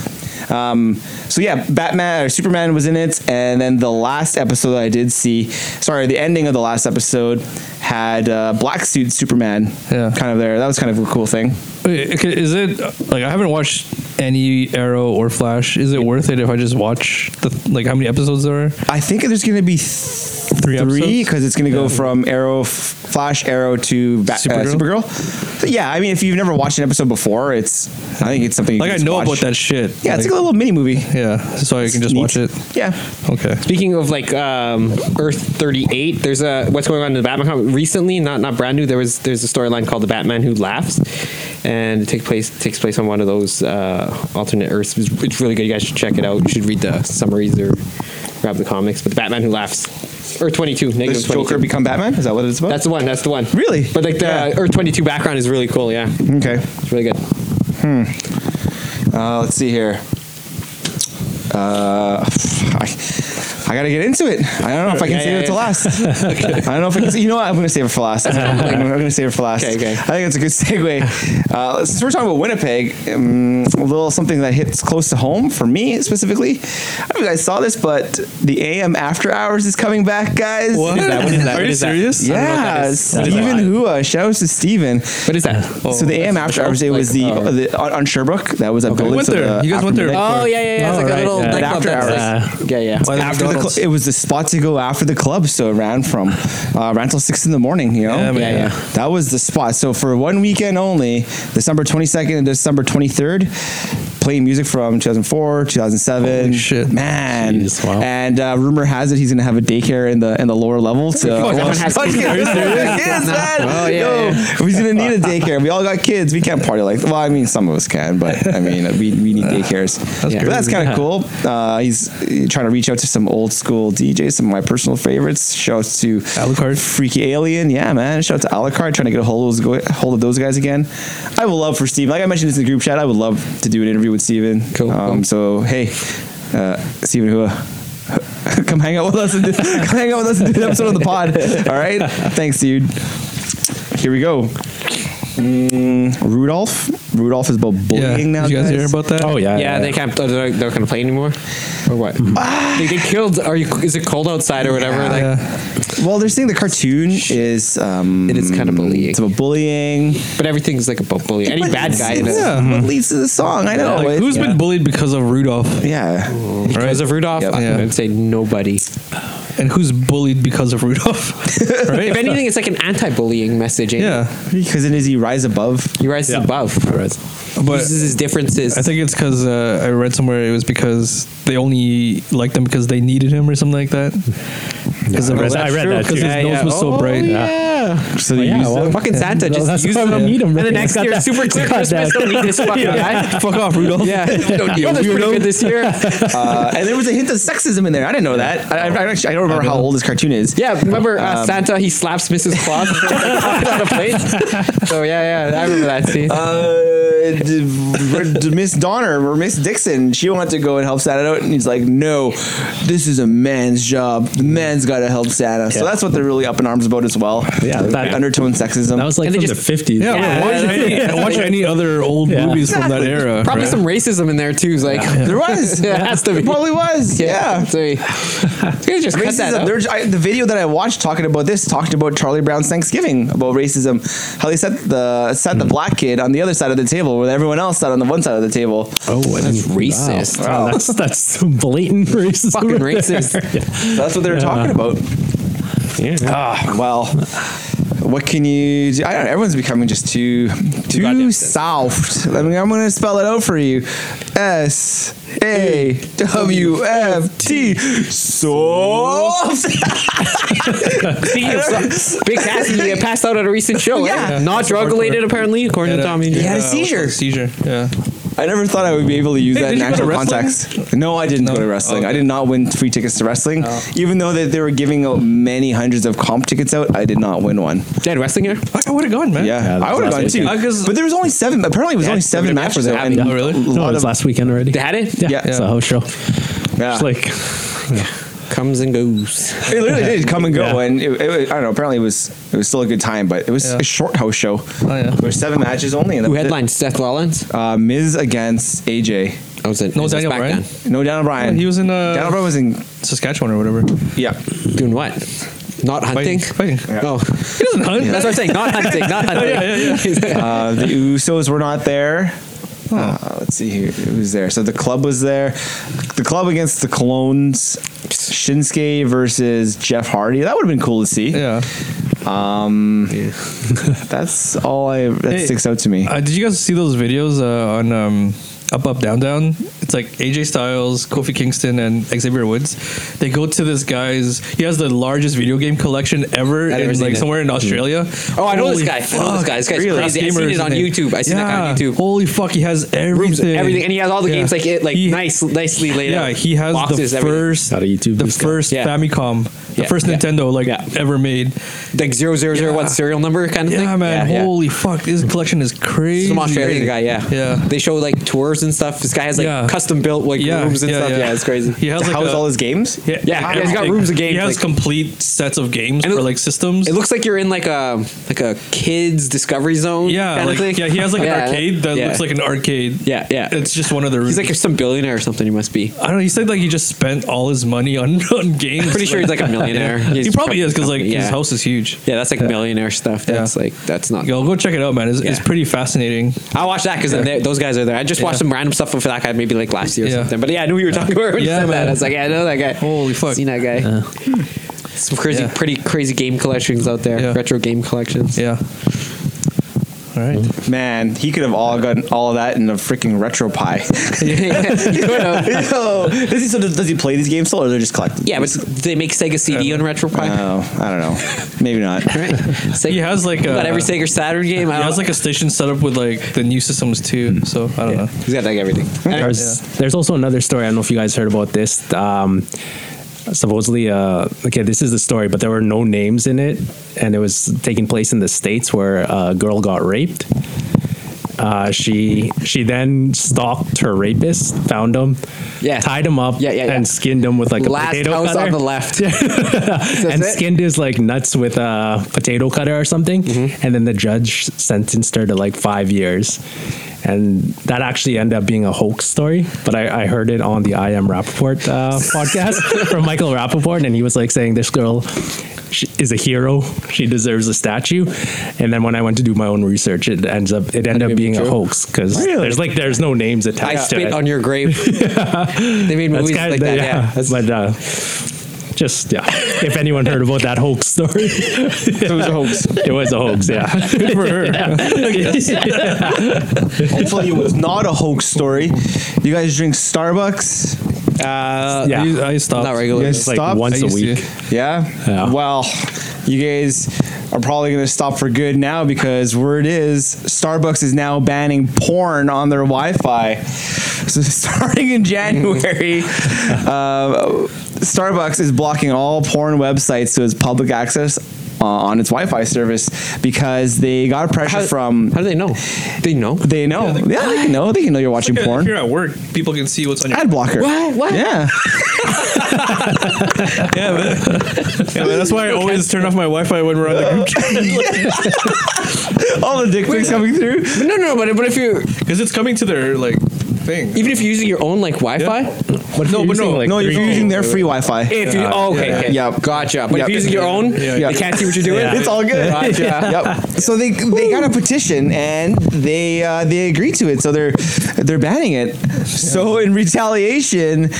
Speaker 2: Um, so yeah, Batman or Superman was in it, and then the last episode I did see, sorry, the ending of the last episode had uh, black suit Superman
Speaker 4: Yeah.
Speaker 2: kind of there. That was kind of a cool thing.
Speaker 4: Wait, okay, Is it like I haven't watched any Arrow or Flash, is it worth it if I just watch the like how many episodes there are?
Speaker 2: I think there's going to be th- three
Speaker 4: Three episodes?
Speaker 2: because it's going to go from Arrow, F- Flash Arrow to Ba- Supergirl.
Speaker 4: Supergirl?
Speaker 2: Uh, Supergirl. But yeah, I mean, if you've never watched an episode before, it's I think it's something you
Speaker 4: Like
Speaker 2: can
Speaker 4: I
Speaker 2: just
Speaker 4: know
Speaker 2: watch.
Speaker 4: about that shit.
Speaker 2: Yeah, it's like a little mini movie.
Speaker 4: yeah, so I can just
Speaker 2: Neat.
Speaker 4: watch it.
Speaker 2: Yeah,
Speaker 4: Okay.
Speaker 3: Speaking of like um, Earth 38, there's a what's going on in the Batman comic recently, not not brand new. There was there's a storyline called the Batman Who Laughs, and it takes place takes place on one of those uh, alternate Earths. It's, it's really good. You guys should check it out. You should read the summaries or grab the comics. But the Batman Who Laughs, Earth 22, negative
Speaker 2: does Joker
Speaker 3: 22.
Speaker 2: become Batman? Is that what it's about?
Speaker 3: that's the one. That's the one.
Speaker 2: Really?
Speaker 3: But like the
Speaker 2: Yeah.
Speaker 3: Earth 22 background is really cool. Yeah,
Speaker 2: okay.
Speaker 3: it's really good.
Speaker 2: Uh, let's see here. Uh, I, I gotta get into it. I don't know if I can
Speaker 3: Yeah,
Speaker 2: save
Speaker 3: yeah,
Speaker 2: it to
Speaker 3: yeah.
Speaker 2: last. I don't know if I can. You know what? I'm gonna save it for last. I'm gonna save it for last.
Speaker 3: Okay, okay.
Speaker 2: I think it's a good segue. Uh, since we're talking about Winnipeg, um, a little something that hits close to home for me specifically. I don't know if you guys saw this, but the AM After Hours is coming back, guys.
Speaker 3: What is that? What is that?
Speaker 4: Are
Speaker 3: What
Speaker 4: you
Speaker 3: is that?
Speaker 4: serious?
Speaker 2: Yeah,
Speaker 5: That's a
Speaker 2: Stephen Hua. Shout out to Steven.
Speaker 3: What is that?
Speaker 2: so the AM After Hours Day was the, uh,
Speaker 3: oh,
Speaker 2: the on, on Sherbrooke. That was at
Speaker 4: We went
Speaker 2: Billings. of
Speaker 4: there.
Speaker 2: the
Speaker 4: You guys went there.
Speaker 2: afternoon.
Speaker 3: Oh, yeah, yeah, yeah. It's
Speaker 5: Oh,
Speaker 3: like a
Speaker 5: right,
Speaker 3: little
Speaker 5: yeah.
Speaker 3: nightclub.
Speaker 2: After
Speaker 3: that's
Speaker 5: hours.
Speaker 3: like- yeah, yeah.
Speaker 4: By the
Speaker 2: after the
Speaker 4: McDonald's.
Speaker 2: cl- it was the spot to go after the club, so it ran from uh, ran till six in the morning. You know,
Speaker 4: Yeah, man.
Speaker 3: Yeah, yeah.
Speaker 2: that was the spot. So for one weekend only, December twenty second and December twenty third, playing music from two thousand four, two thousand seven.
Speaker 4: Holy shit.
Speaker 2: man!
Speaker 5: Jeez, wow.
Speaker 2: And uh, rumor has it he's gonna have a daycare in the in the lower level. So
Speaker 3: Fuck, everyone has kids. Are you serious?
Speaker 2: Yes, man.
Speaker 3: Oh, yeah,
Speaker 2: Yo,
Speaker 3: yeah.
Speaker 2: Who's gonna need a daycare? We all got kids. We can't party like. Well, I mean, some of us can, but I mean, we, we need daycares. That's,
Speaker 3: Yeah.
Speaker 2: but that's
Speaker 5: crazy.
Speaker 2: kind of cool. Uh, he's uh, trying to reach out to some old school DJs, some of my personal favorites. Shouts to
Speaker 4: Alucard.
Speaker 2: Freaky Alien. Yeah, man. Shout out to Alucard, trying to get a hold of those, go- hold of those guys again. I would love for Steven. Like I mentioned this in the group chat, I would love to do an interview with Steven.
Speaker 3: Cool,
Speaker 2: Um,
Speaker 3: cool.
Speaker 2: So hey, uh, Steven Hua. Come hang out with us and do, come hang out with us and do an episode of the pod. All right, thanks, dude. Here we go. Mm, Rudolph. Rudolph is about
Speaker 4: Yeah.
Speaker 2: bullying now.
Speaker 4: Did you guys hear about that?
Speaker 5: Oh yeah.
Speaker 3: Yeah, they can't. They're they're not gonna play anymore, or what? they get killed. Are you? Is it cold outside or whatever? Like,
Speaker 4: Yeah.
Speaker 2: Well, they're saying the cartoon is. Um,
Speaker 3: It is kind of bullying.
Speaker 2: It's about bullying.
Speaker 3: but everything's like a bu- bully. Any
Speaker 2: But
Speaker 3: bad
Speaker 2: it's-
Speaker 3: guy
Speaker 2: it's-
Speaker 3: is
Speaker 2: Yeah, what leads to the song. I know.
Speaker 4: Like,
Speaker 2: it-
Speaker 4: who's been bullied because of Rudolph?
Speaker 2: yeah.
Speaker 3: because
Speaker 4: Right.
Speaker 3: of Rudolph.
Speaker 2: Yep.
Speaker 3: I
Speaker 4: Yeah.
Speaker 3: would say nobody.
Speaker 4: And who's bullied because of Rudolph? right?
Speaker 3: If anything, it's like an anti-bullying message. ain't it?
Speaker 4: yeah.
Speaker 2: Because it is he rise above.
Speaker 3: he rises
Speaker 5: Yeah.
Speaker 3: above.
Speaker 4: But
Speaker 3: uses his differences.
Speaker 4: I think it's because uh, I read somewhere it was because they only liked him because they needed him or something like that. Because
Speaker 5: I read that- I read that
Speaker 4: Because
Speaker 5: too.
Speaker 4: his
Speaker 3: Yeah,
Speaker 4: nose
Speaker 3: yeah.
Speaker 4: was so
Speaker 3: Oh,
Speaker 4: bright.
Speaker 3: Yeah.
Speaker 2: So
Speaker 5: Well,
Speaker 2: they
Speaker 5: Oh, yeah,
Speaker 2: use
Speaker 5: well,
Speaker 2: them.
Speaker 3: uh, Fucking Santa
Speaker 5: Well,
Speaker 3: just
Speaker 5: that's
Speaker 3: use
Speaker 5: why we
Speaker 3: them.
Speaker 5: don't need 'em,
Speaker 3: And the
Speaker 5: right?
Speaker 3: next
Speaker 5: Got
Speaker 3: year,
Speaker 5: that-
Speaker 3: super clear
Speaker 5: got
Speaker 3: Christmas.
Speaker 5: that.
Speaker 3: Don't need this fucking guy.
Speaker 4: Fuck off, Rudolph.
Speaker 3: Yeah, don't need
Speaker 2: You
Speaker 3: him. Weather's pretty
Speaker 2: weirdo.
Speaker 3: good this year.
Speaker 2: Uh, and there was a hint of sexism in there. I didn't know that. I, I, I actually, I don't remember how old this cartoon is.
Speaker 3: Yeah, remember uh,
Speaker 2: Um,
Speaker 3: Santa? He slaps Mrs. Claus on a plate. So yeah, yeah, I remember that scene.
Speaker 2: Uh, d- d- Miss Donner or Miss Dixon, she wanted to go and help Santa out, and he's like, "No, this is a man's job. The man's got to help Santa." So
Speaker 5: Yeah.
Speaker 2: that's what they're really up in arms about as well.
Speaker 5: Yeah,
Speaker 2: that
Speaker 5: that-
Speaker 2: undertone sexism.
Speaker 5: That was like
Speaker 3: And they
Speaker 5: from
Speaker 3: just-
Speaker 5: the fifties.
Speaker 4: Yeah,
Speaker 3: Yeah,
Speaker 4: watch,
Speaker 3: that's
Speaker 4: any, watch any other old
Speaker 5: Yeah.
Speaker 4: movies from that era.
Speaker 3: Probably
Speaker 4: right?
Speaker 3: some racism in there too. It's Like
Speaker 2: there was.
Speaker 3: Yeah, it has to be.
Speaker 2: There probably was. Yeah.
Speaker 3: So you could just cut that
Speaker 2: Racism.
Speaker 3: out.
Speaker 2: There's, I, the video that I watched talking about this talked about Charlie Brown's Thanksgiving about racism, how they set the set the black kid on the other side of the table, with everyone else sat on the one side of the table.
Speaker 5: Oh,
Speaker 3: That's racist.
Speaker 5: Wow. that's that's so blatant racist.
Speaker 3: Fucking
Speaker 5: right there.
Speaker 3: racist.
Speaker 2: That's what they were talking about.
Speaker 5: Yeah.
Speaker 2: Ah, well, what can you do? I don't know. Everyone's becoming just too too
Speaker 3: goddamn
Speaker 2: soft. I mean, I'm going to spell it out for you. S A W F T. Soft.
Speaker 3: Speaking of some- Big Cassidy uh, passed out at a recent show.
Speaker 2: Yeah.
Speaker 3: right? not drug related apparently, according
Speaker 4: Yeah,
Speaker 3: to Tommy.
Speaker 2: He had a
Speaker 4: uh,
Speaker 2: seizure.
Speaker 4: Seizure. Yeah.
Speaker 2: I never thought I would be able to use
Speaker 4: Hey,
Speaker 2: that in
Speaker 4: did you go
Speaker 2: actual
Speaker 4: to wrestling?
Speaker 2: context. No, I didn't go to
Speaker 4: No?
Speaker 2: wrestling. I
Speaker 4: Okay. Oh.
Speaker 2: did not win free tickets to wrestling. Even though that they were giving out many hundreds of comp tickets out, I did not win one.
Speaker 3: Dead wrestling here.
Speaker 4: Fuck, I would have gone, man.
Speaker 2: Yeah,
Speaker 5: Yeah,
Speaker 2: I would have
Speaker 5: that's
Speaker 2: gone
Speaker 5: awesome.
Speaker 2: too.
Speaker 4: Yeah, Uh, 'cause-
Speaker 2: But there was only seven. Apparently, it was only seven
Speaker 3: WWE
Speaker 2: matches.
Speaker 3: was
Speaker 2: and
Speaker 3: having-
Speaker 5: Oh,
Speaker 4: really?
Speaker 2: A
Speaker 5: No,
Speaker 2: lot
Speaker 5: it was
Speaker 2: of-
Speaker 5: last weekend already.
Speaker 3: They had it.
Speaker 5: Yeah,
Speaker 2: Yeah.
Speaker 5: it's
Speaker 4: Yeah.
Speaker 5: a whole show.
Speaker 2: yeah.
Speaker 5: It's like
Speaker 3: Comes and goes.
Speaker 2: It literally did come and go,
Speaker 5: Yeah.
Speaker 2: and it, it, I don't know. Apparently, it was it was still a good time, but it was
Speaker 4: Yeah.
Speaker 2: a short house show.
Speaker 4: Oh, yeah.
Speaker 2: There were seven matches only, and that
Speaker 3: Who
Speaker 2: was it.
Speaker 3: headlines? Seth Rollins.
Speaker 2: Uh, Miz against AJ.
Speaker 3: I was in. I
Speaker 4: No,
Speaker 3: was
Speaker 4: Daniel
Speaker 3: back
Speaker 4: Bryan.
Speaker 2: No, Daniel Bryan.
Speaker 4: He was in, uh,
Speaker 2: Daniel Bryan was in.
Speaker 4: Saskatchewan or whatever.
Speaker 2: Yeah,
Speaker 3: then. Doing what? Not hunting.
Speaker 4: Fighting. Fighting.
Speaker 3: Oh,
Speaker 4: He doesn't hunt.
Speaker 3: that's what I'm saying. Not hunting. Not hunting.
Speaker 2: uh, the Usos were not there. Uh, let's see here who's there. So the club was there. The club against the clones. Shinsuke versus Jeff Hardy. That would have been cool to see.
Speaker 4: Yeah.
Speaker 2: That's all I that
Speaker 4: Hey,
Speaker 2: sticks out to me.
Speaker 4: Uh, did you guys see those videos uh, on um, Up Up Down Down? It's like AJ Styles, Kofi Kingston, and Xavier Woods. They go to this guy's. He has the largest video game collection ever
Speaker 3: I've never
Speaker 4: in
Speaker 3: seen
Speaker 4: like
Speaker 3: it.
Speaker 4: somewhere in Australia.
Speaker 3: Oh, I know this
Speaker 4: Holy
Speaker 3: guy. I know this
Speaker 4: fuck,
Speaker 3: guy. This guy's crazy. I
Speaker 4: Gamer
Speaker 3: seen
Speaker 4: is
Speaker 3: it on
Speaker 4: his name.
Speaker 3: YouTube. I seen that guy on YouTube.
Speaker 4: Holy fuck, he has
Speaker 3: Rooms,
Speaker 4: everything.
Speaker 3: everything, and he has all the
Speaker 4: Yeah.
Speaker 3: games like it, like
Speaker 4: He-
Speaker 3: nice, nicely laid
Speaker 4: yeah,
Speaker 3: out.
Speaker 4: he has
Speaker 3: boxes,
Speaker 4: the
Speaker 3: everything.
Speaker 4: first,
Speaker 5: Not a YouTube,
Speaker 4: the
Speaker 5: this guy.
Speaker 4: first
Speaker 3: Yeah.
Speaker 4: Famicom, the
Speaker 3: Yeah,
Speaker 4: first
Speaker 3: yeah.
Speaker 4: Nintendo like
Speaker 3: Yeah.
Speaker 4: ever made.
Speaker 3: like zero zero zero one
Speaker 4: Yeah.
Speaker 3: serial number kind of thing.
Speaker 4: Yeah, man.
Speaker 3: Yeah, yeah.
Speaker 4: Holy fuck, this collection is crazy.
Speaker 3: Some Australian guy, yeah,
Speaker 4: Yeah.
Speaker 3: They show like tours and stuff. This guy has like
Speaker 4: Yeah.
Speaker 3: custom built like
Speaker 4: Yeah,
Speaker 3: rooms and
Speaker 4: yeah,
Speaker 3: stuff. Yeah.
Speaker 4: yeah.
Speaker 3: it's crazy.
Speaker 4: He has like
Speaker 2: How was
Speaker 4: a-
Speaker 2: all his games?
Speaker 3: Yeah, he's got
Speaker 4: everything.
Speaker 3: rooms of games,
Speaker 4: He has
Speaker 3: like-
Speaker 4: complete sets of games
Speaker 3: And it-
Speaker 4: for like systems.
Speaker 3: It looks like you're in like a like a kids discovery zone.
Speaker 4: yeah,
Speaker 3: kind
Speaker 4: like,
Speaker 3: of thing.
Speaker 4: yeah. He has like an
Speaker 3: Yeah,
Speaker 4: arcade that
Speaker 3: yeah.
Speaker 4: looks like an arcade.
Speaker 3: Yeah, yeah.
Speaker 4: It's just one of the rooms.
Speaker 3: He's like some billionaire or something. He must be.
Speaker 4: I don't know. He said like he just spent all his money on, on games.
Speaker 3: Pretty sure he's like a millionaire. He's
Speaker 4: he probably is because like
Speaker 3: yeah.
Speaker 4: his house is huge.
Speaker 3: Yeah, that's like millionaire stuff. That's like that's not.
Speaker 4: Yo, go check it out, man. It's, it's
Speaker 3: Yeah.
Speaker 4: pretty fascinating.
Speaker 3: I watched that because those guys are there. I just watched
Speaker 4: Yeah.
Speaker 3: some random stuff for that guy maybe like last year or
Speaker 4: Yeah.
Speaker 3: something. But yeah, I knew you were talking about. when you
Speaker 4: Yeah,
Speaker 3: said that.
Speaker 4: man.
Speaker 3: I was like, yeah, I know that guy.
Speaker 4: Holy fuck.
Speaker 3: seen that guy. Some crazy,
Speaker 4: Yeah.
Speaker 3: pretty crazy game collections out there.
Speaker 4: Yeah.
Speaker 3: Retro game collections.
Speaker 4: Yeah. All right.
Speaker 2: Man, he could have all gotten all of that in a freaking retro pie.
Speaker 3: You know.
Speaker 2: Yo, does he so does, does he play these games still, or they're just collected?
Speaker 3: yeah, but they make Sega CD on RetroPie.
Speaker 2: Oh, I don't know. Maybe not.
Speaker 3: right? Sega,
Speaker 4: He has like a.
Speaker 3: got every Sega Saturn game. I
Speaker 4: He
Speaker 3: don't
Speaker 4: has like a station set up with like the new systems too. So I don't know.
Speaker 3: He's got like everything.
Speaker 5: There's, there's also another story. I don't know if you guys heard about this. Um, supposedly, uh, okay, this is the story, but there were no names in it, and it was taking place in the states where a girl got raped. Uh, she she then stalked her rapist, found him,
Speaker 3: Yes.
Speaker 5: tied him up,
Speaker 3: Yeah, yeah, yeah.
Speaker 5: and skinned him with like a
Speaker 3: Last
Speaker 5: potato
Speaker 3: house
Speaker 5: cutter.
Speaker 3: on the left.
Speaker 5: and
Speaker 3: it?
Speaker 5: skinned his like nuts with a potato cutter or something
Speaker 3: Mm-hmm.
Speaker 5: and then the judge sentenced her to like five years and that actually ended up being a hoax story but i, I heard it on the i am rappaport uh, podcast from michael rappaport and he was like saying this girl she is a hero she deserves a statue and then when i went to do my own research it ends up it ended up being a
Speaker 3: true?
Speaker 5: hoax because there's like there's no names
Speaker 3: I
Speaker 5: attached to
Speaker 3: spit
Speaker 5: it
Speaker 3: on your grave. They made
Speaker 5: That's
Speaker 3: movies
Speaker 5: kinda-
Speaker 3: like that. Yeah. That's-
Speaker 5: but uh just yeah if anyone heard about that hoax story
Speaker 2: It was a hoax.
Speaker 5: It was a hoax, yeah. For her.
Speaker 2: Hopefully, it was not a hoax story. You guys drink Starbucks?
Speaker 4: Uh,
Speaker 5: Yeah.
Speaker 4: I, I stopped.
Speaker 3: not regular.
Speaker 2: You guys
Speaker 5: It's like
Speaker 2: stop?
Speaker 5: once
Speaker 4: I
Speaker 5: a
Speaker 4: used to.
Speaker 5: week.
Speaker 2: Yeah?
Speaker 5: Yeah.
Speaker 2: Well, you guys are probably going to stop for good now because word is Starbucks is now banning porn on their Wi Fi. So, starting in January, uh, Starbucks is blocking all porn websites to its public access uh, on its Wi Fi service because they got pressure
Speaker 3: how,
Speaker 2: from.
Speaker 3: how do they know? They know.
Speaker 2: they know. Yeah, they, can know. They can know you're watching
Speaker 4: Yeah, If
Speaker 2: porn.
Speaker 4: you're at work, people can see what's on your.
Speaker 2: Ad blocker.
Speaker 3: What? What?
Speaker 2: Yeah.
Speaker 4: Yeah, man. Yeah, man, that's why I always turn off my Wi-Fi when we're on the group chat
Speaker 2: All the dick pics coming through.
Speaker 3: But no, no, but but if you
Speaker 4: because it's coming to their like thing.
Speaker 3: even if you're using your own like Wi-Fi,
Speaker 5: But
Speaker 4: No, but no,
Speaker 2: Oh, no, if you're using their free Wi Fi.
Speaker 3: if you oh, okay, okay,
Speaker 2: Yeah.
Speaker 3: gotcha. But
Speaker 2: Yeah.
Speaker 3: if you're using your own,
Speaker 4: Yeah.
Speaker 3: they can't see what you're doing.
Speaker 2: It's all good.
Speaker 3: Gotcha.
Speaker 2: Yep. So they they got a petition and they uh, they agreed to it. So they're they're banning it. So in retaliation,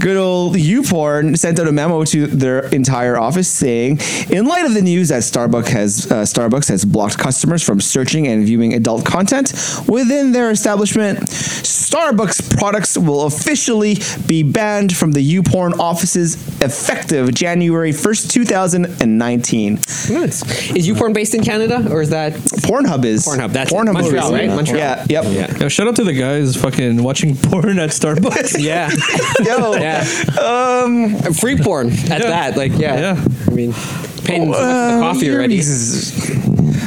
Speaker 2: good old YouPorn sent out a memo to their entire office saying, in light of the news that Starbucks has uh, Starbucks has blocked customers from searching and viewing adult content within their establishment, Starbucks products will officially be banned from the YouPorn offices effective January 1st, 2019.
Speaker 3: Nice. Is YouPorn based in Canada or is that?
Speaker 2: Pornhub is
Speaker 3: Pornhub, that's it.
Speaker 2: Pornhub
Speaker 3: Montreal,
Speaker 2: is,
Speaker 3: right? Montreal.
Speaker 2: Yeah. Yep.
Speaker 4: Yo, shout out to the guys fucking watching porn at Starbucks.
Speaker 3: Yeah,
Speaker 2: Yo.
Speaker 3: yeah. Um, free porn at that. Like, yeah. Oh,
Speaker 4: Yeah.
Speaker 3: I mean, paying so much for the
Speaker 2: Um,
Speaker 3: coffee
Speaker 2: your
Speaker 3: already.
Speaker 2: niece is-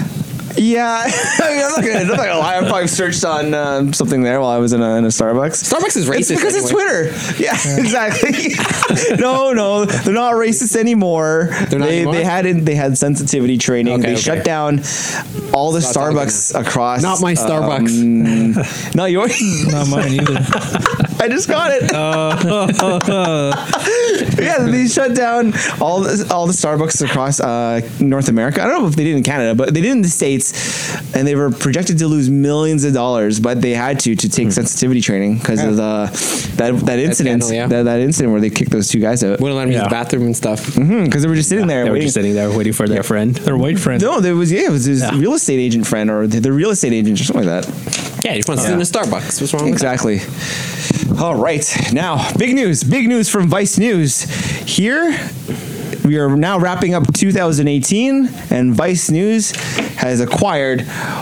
Speaker 2: Yeah, I mean, I'm not gonna, I'm not gonna lie. I probably searched on um, something there while I was in a, in a Starbucks.
Speaker 3: Starbucks is racist.
Speaker 2: It's because it's
Speaker 3: anyway.
Speaker 2: Twitter. Yeah, exactly. no, no, they're not racist anymore.
Speaker 3: They're not
Speaker 2: they
Speaker 3: anymore?
Speaker 2: they had in, they had sensitivity training.
Speaker 3: Okay,
Speaker 2: they
Speaker 3: okay.
Speaker 2: shut down all the
Speaker 3: Stop talking
Speaker 2: Starbucks across.
Speaker 3: Not my Starbucks.
Speaker 2: Starbucks. Not yours.
Speaker 4: Not mine either.
Speaker 5: Uh.
Speaker 2: I just got it. yeah, they shut down all the, all the Starbucks across uh, North America. I don't know if they did in Canada, but they did in the states, and they were projected to lose millions of dollars, but they had to to
Speaker 5: Hmm.
Speaker 2: take sensitivity training because of the that that incident
Speaker 3: scandal,
Speaker 2: that,
Speaker 3: yeah.
Speaker 2: that incident where they kicked those two guys out because
Speaker 3: Wouldn't let him use
Speaker 5: Yeah.
Speaker 3: the bathroom and stuff.
Speaker 2: they were just sitting there.
Speaker 5: They were
Speaker 2: waiting.
Speaker 5: just sitting there waiting for their friend.
Speaker 4: Their white friend.
Speaker 2: no, there was yeah, it was his
Speaker 5: Yeah.
Speaker 2: real estate agent friend or the, the real estate agent or something like that.
Speaker 3: Yeah, he just wants to sit in a Starbucks. What's wrong with that?
Speaker 2: Exactly. All right. Now, big news. Big news from Vice News. Here, we are now wrapping up 2018, and Vice News has acquired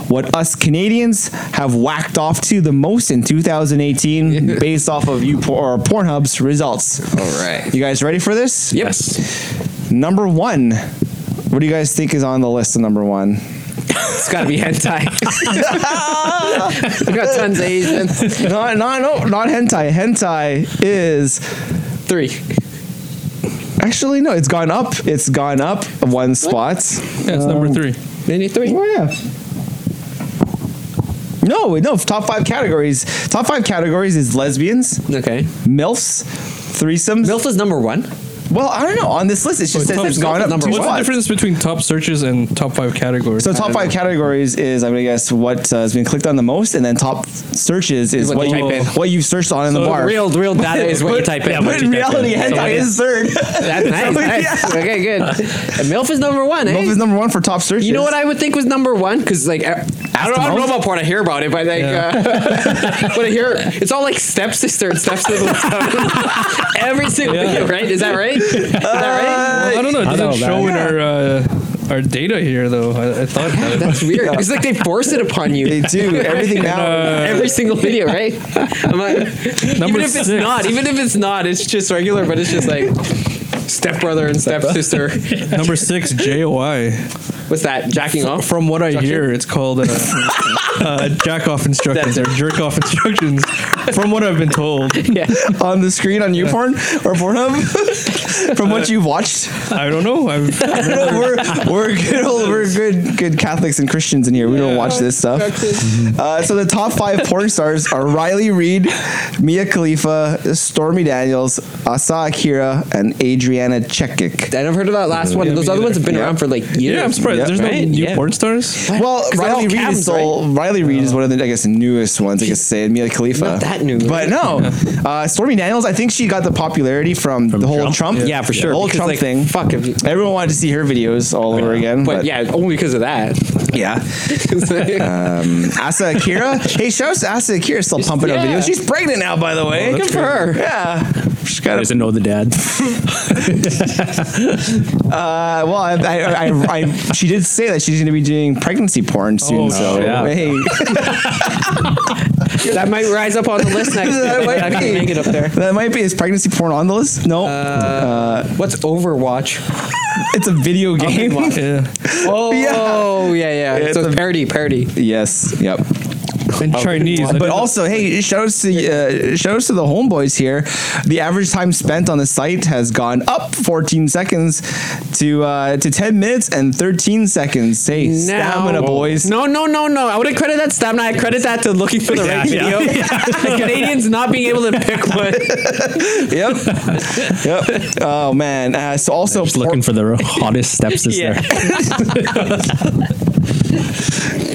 Speaker 2: what us Canadians have whacked off to the most in 2018 based off of you or Pornhub's results.
Speaker 3: All right.
Speaker 2: You guys ready for this?
Speaker 3: Yep.
Speaker 5: Yes.
Speaker 2: Number one. What do you guys think is on the list of number one?
Speaker 3: It's got to be hentai. I got tons of Asians.
Speaker 2: not, not, no, not hentai. Hentai is
Speaker 3: Three.
Speaker 2: Actually, no, it's gone up. It's gone up one spot.
Speaker 4: Yeah, it's number three.
Speaker 3: Maybe three.
Speaker 2: Oh, yeah. No, no, top five categories. Top five categories is lesbians,
Speaker 3: Okay.
Speaker 2: MILFs, threesomes.
Speaker 3: MILF is number one.
Speaker 2: Well, I don't know. On this list, it just says
Speaker 4: top-
Speaker 2: it's gone up
Speaker 3: number
Speaker 2: two
Speaker 4: What's
Speaker 3: one.
Speaker 4: the
Speaker 2: spots.
Speaker 4: difference between top searches and top five categories?
Speaker 2: So top five categories is, I'm gonna guess, what uh, has been clicked on the most, and then top searches is
Speaker 3: What
Speaker 2: what,
Speaker 3: they type
Speaker 2: you,
Speaker 3: in.
Speaker 2: what you've searched on in the bar.
Speaker 3: Real, real data is what you type in.
Speaker 2: but in reality, hentai is third.
Speaker 3: That's nice.
Speaker 2: So,
Speaker 3: nice.
Speaker 2: yeah.
Speaker 3: Okay, good. And MILF is number one. Eh?
Speaker 2: MILF is number one for top searches.
Speaker 3: you know what I would think was number one? Because like, I, I, don't, I don't know about porn. I hear about it, but like, uh, but I hear it's all like stepsister and stepsister. stuff. Every single video, right? Is that right? Is
Speaker 2: Uh,
Speaker 3: that right?
Speaker 4: I don't know. It
Speaker 5: I don't
Speaker 4: doesn't
Speaker 5: know,
Speaker 4: show
Speaker 5: man.
Speaker 4: in our uh, our data here though. I, I thought about it.
Speaker 3: That's weird. It's like they force it upon you.
Speaker 2: They do everything now.
Speaker 3: uh, Every single video, right? I'm like, even
Speaker 4: Number
Speaker 3: if it's
Speaker 4: six.
Speaker 3: not, even if it's not, it's just regular, but it's just like stepbrother and stepsister.
Speaker 4: number six, JOI.
Speaker 3: What's that? Jacking off?
Speaker 4: From what I hear, it's called uh, uh, jack off instructions or jerk off instructions. From what I've been told,
Speaker 3: Yeah.
Speaker 2: on the screen on YouPorn or Pornhub from what you've watched.
Speaker 4: I don't know. I've,
Speaker 2: we're, we're good old, we're good good Catholics and Christians in here. We don't watch this stuff. Uh, so the top five porn stars are Riley Reed, Mia Khalifa, Stormy Daniels, Asa Akira, and Adriana Chekik.
Speaker 3: I never heard of that last one.
Speaker 4: Yeah,
Speaker 3: Those
Speaker 4: me
Speaker 3: other ones have been
Speaker 2: Yeah.
Speaker 3: around for like years.
Speaker 4: yeah, I'm surprised.
Speaker 2: Yeah,
Speaker 4: There's
Speaker 3: right?
Speaker 4: no new
Speaker 3: Yeah.
Speaker 4: porn stars.
Speaker 2: Well,
Speaker 3: 'Cause they're all
Speaker 2: Riley Reed
Speaker 3: cams,
Speaker 2: is still, Riley Reed is one of the I guess newest ones. I guess to say and Mia Khalifa,
Speaker 3: Not that new,
Speaker 2: but
Speaker 3: right?
Speaker 2: no. Uh, Stormy Daniels, I think she got the popularity from, the whole Trump,
Speaker 3: Yeah, for sure.
Speaker 2: the whole
Speaker 3: because,
Speaker 2: Trump
Speaker 3: like,
Speaker 2: thing.
Speaker 3: Fuck. If you,
Speaker 2: Everyone wanted to see her videos all over again.
Speaker 3: but yeah, only because of that.
Speaker 2: yeah. Um, Asa Akira. hey, shouts to Asa Akira still pumping out
Speaker 3: yeah.
Speaker 2: videos. She's pregnant now, by the way.
Speaker 3: Good for her.
Speaker 2: Yeah. She's got a,
Speaker 5: Doesn't know the dad.
Speaker 2: uh, well, I, I, I, I, she did say that she's going to be doing pregnancy porn soon.
Speaker 4: Oh,
Speaker 2: so,
Speaker 5: yeah.
Speaker 2: hey,
Speaker 3: that might rise up on the list next.
Speaker 2: that
Speaker 3: week. I
Speaker 2: might
Speaker 3: can
Speaker 2: be.
Speaker 3: make it up there.
Speaker 2: That might be. Is pregnancy porn on the list? No.
Speaker 3: Uh, What's Overwatch?
Speaker 2: it's a video game.
Speaker 4: Yeah,
Speaker 3: Oh, yeah, yeah.
Speaker 2: It's
Speaker 3: so
Speaker 2: a-
Speaker 3: it's parody, parody.
Speaker 2: yes. Yep.
Speaker 4: and Chinese.
Speaker 2: But also, hey, shoutouts to uh, shoutouts to the homeboys here. The average time spent on the site has gone up 14 seconds to uh, to 10 minutes and 13 seconds. Hey, stamina, boys.
Speaker 3: No, no, no, no. I wouldn't credit that stamina. I credit that to looking for the
Speaker 5: Yeah,
Speaker 3: right video. The Canadians not being able to pick one.
Speaker 2: Yep. yep. Oh man. Uh, so also
Speaker 5: Just looking for the hottest stepsister.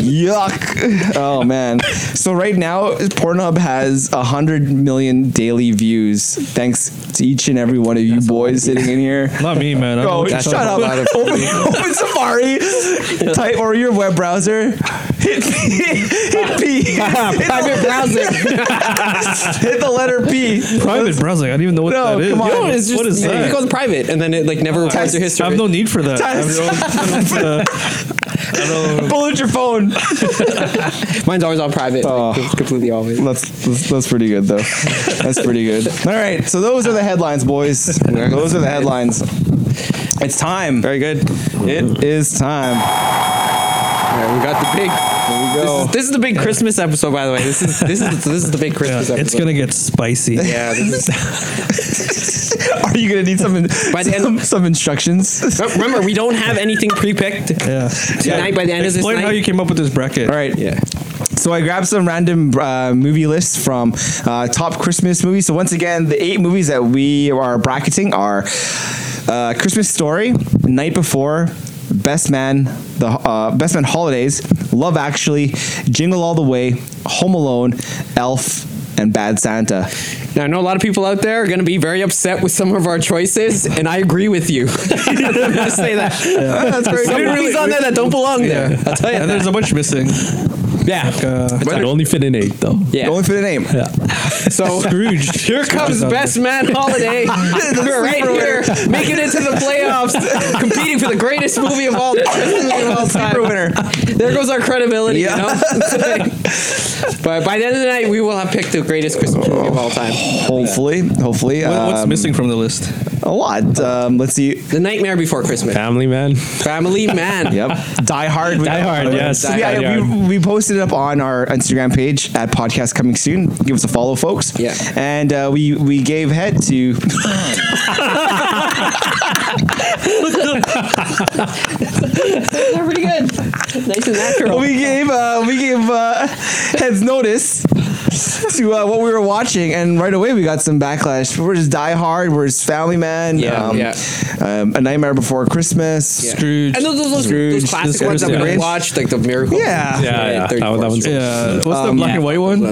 Speaker 3: Yeah.
Speaker 2: Yuck. Oh man. So right now, Pornhub has a hundred million daily views, thanks to each and every one of you boys sitting in here.
Speaker 4: not me, man. I'm
Speaker 2: Bro,
Speaker 4: not-
Speaker 2: shut up. Open, open Safari, type or your web browser. Hit P. Hit P.
Speaker 3: Private browsing.
Speaker 2: Hit the letter P.
Speaker 4: Private browsing. I don't even know what
Speaker 2: No,
Speaker 4: that is.
Speaker 2: come on.
Speaker 4: Yo,
Speaker 3: It's just,
Speaker 4: what is
Speaker 3: It
Speaker 4: that?
Speaker 3: goes private, and then it like never records your
Speaker 4: I
Speaker 3: history.
Speaker 4: have no need for that. I have no-
Speaker 2: Bullet your phone.
Speaker 3: Mine's always on private. like, it's completely always.
Speaker 2: That's, that's that's pretty good though. That's pretty good. All right, so those are the headlines, boys. Those are the headlines. It's time. Very good. It is time.
Speaker 3: Alright, we got the big.
Speaker 2: Here we
Speaker 3: This
Speaker 2: go.
Speaker 3: is, this is the big Christmas episode, by the way. This is this is this is the big Christmas
Speaker 4: Yeah,
Speaker 3: episode.
Speaker 4: it's gonna get spicy.
Speaker 3: Yeah, this is,
Speaker 2: Are you gonna need some in,
Speaker 3: By the end-
Speaker 2: some, some instructions?
Speaker 3: But Oh, remember, we don't have anything pre-picked
Speaker 4: Yeah.
Speaker 3: tonight. By the end of this
Speaker 4: Explain
Speaker 3: night,
Speaker 4: how you came up with this bracket.
Speaker 2: All right.
Speaker 3: yeah,
Speaker 2: So I grabbed some random uh, movie lists from uh, top Christmas movies. So once again, the eight movies that we are bracketing are uh, Christmas Story, Night Before, Best Man, the uh, Best Man Holidays, Love Actually, Jingle All the Way, Home Alone, Elf, and Bad Santa.
Speaker 3: Now I know a lot of people out there are going to be very upset with some of our choices, and I agree with you. Just say that.
Speaker 2: That's very
Speaker 3: Some
Speaker 2: good.
Speaker 3: movies on there that don't belong there. I'll tell you.
Speaker 4: And there's a bunch missing.
Speaker 3: Yeah.
Speaker 4: Uh,
Speaker 5: I'd only fit in eight though.
Speaker 3: Yeah.
Speaker 2: Going for the name.
Speaker 3: So Scrooge. Here comes Best Man Holiday. We're right here, making it to the playoffs, competing for the greatest movie of all, Christmas movie of all time.
Speaker 2: Super winner.
Speaker 3: There goes our credibility,
Speaker 2: Yeah.
Speaker 3: you know. but by the end of the night, we will have picked the greatest Christmas movie of all time.
Speaker 2: Hopefully, hopefully.
Speaker 4: what- what's
Speaker 2: um,
Speaker 4: missing from the list?
Speaker 2: A lot. Um, let's see.
Speaker 3: The Nightmare Before Christmas.
Speaker 5: Family man.
Speaker 3: Family Man.
Speaker 2: Yep. Die Hard.
Speaker 5: Die Hard, yes.
Speaker 2: Yeah,
Speaker 5: Die Hard.
Speaker 2: yeah, we, we posted it up on our Instagram page at podcast coming soon. Give us a follow, folks.
Speaker 3: Yeah.
Speaker 2: And uh, we we gave head to
Speaker 3: They're pretty good. Nice and natural.
Speaker 2: we gave uh, we gave uh, heads notice to uh, what we were watching, and right away we got some backlash. We're just Die Hard. We're just Family Man.
Speaker 3: Yeah,
Speaker 2: Um,
Speaker 3: yeah.
Speaker 2: Um, a Nightmare Before Christmas.
Speaker 3: Yeah.
Speaker 4: Scrooge.
Speaker 3: And those, those, those,
Speaker 2: Scrooge,
Speaker 3: those classic
Speaker 2: Scrooge,
Speaker 3: ones that we
Speaker 2: yeah.
Speaker 3: don't watch, like the Miracle.
Speaker 2: Yeah.
Speaker 5: Yeah, yeah. Oh,
Speaker 3: Thirty Um,
Speaker 5: That one- that
Speaker 3: Fourth
Speaker 5: one's-
Speaker 3: Street.
Speaker 4: Yeah, what's the black and white one?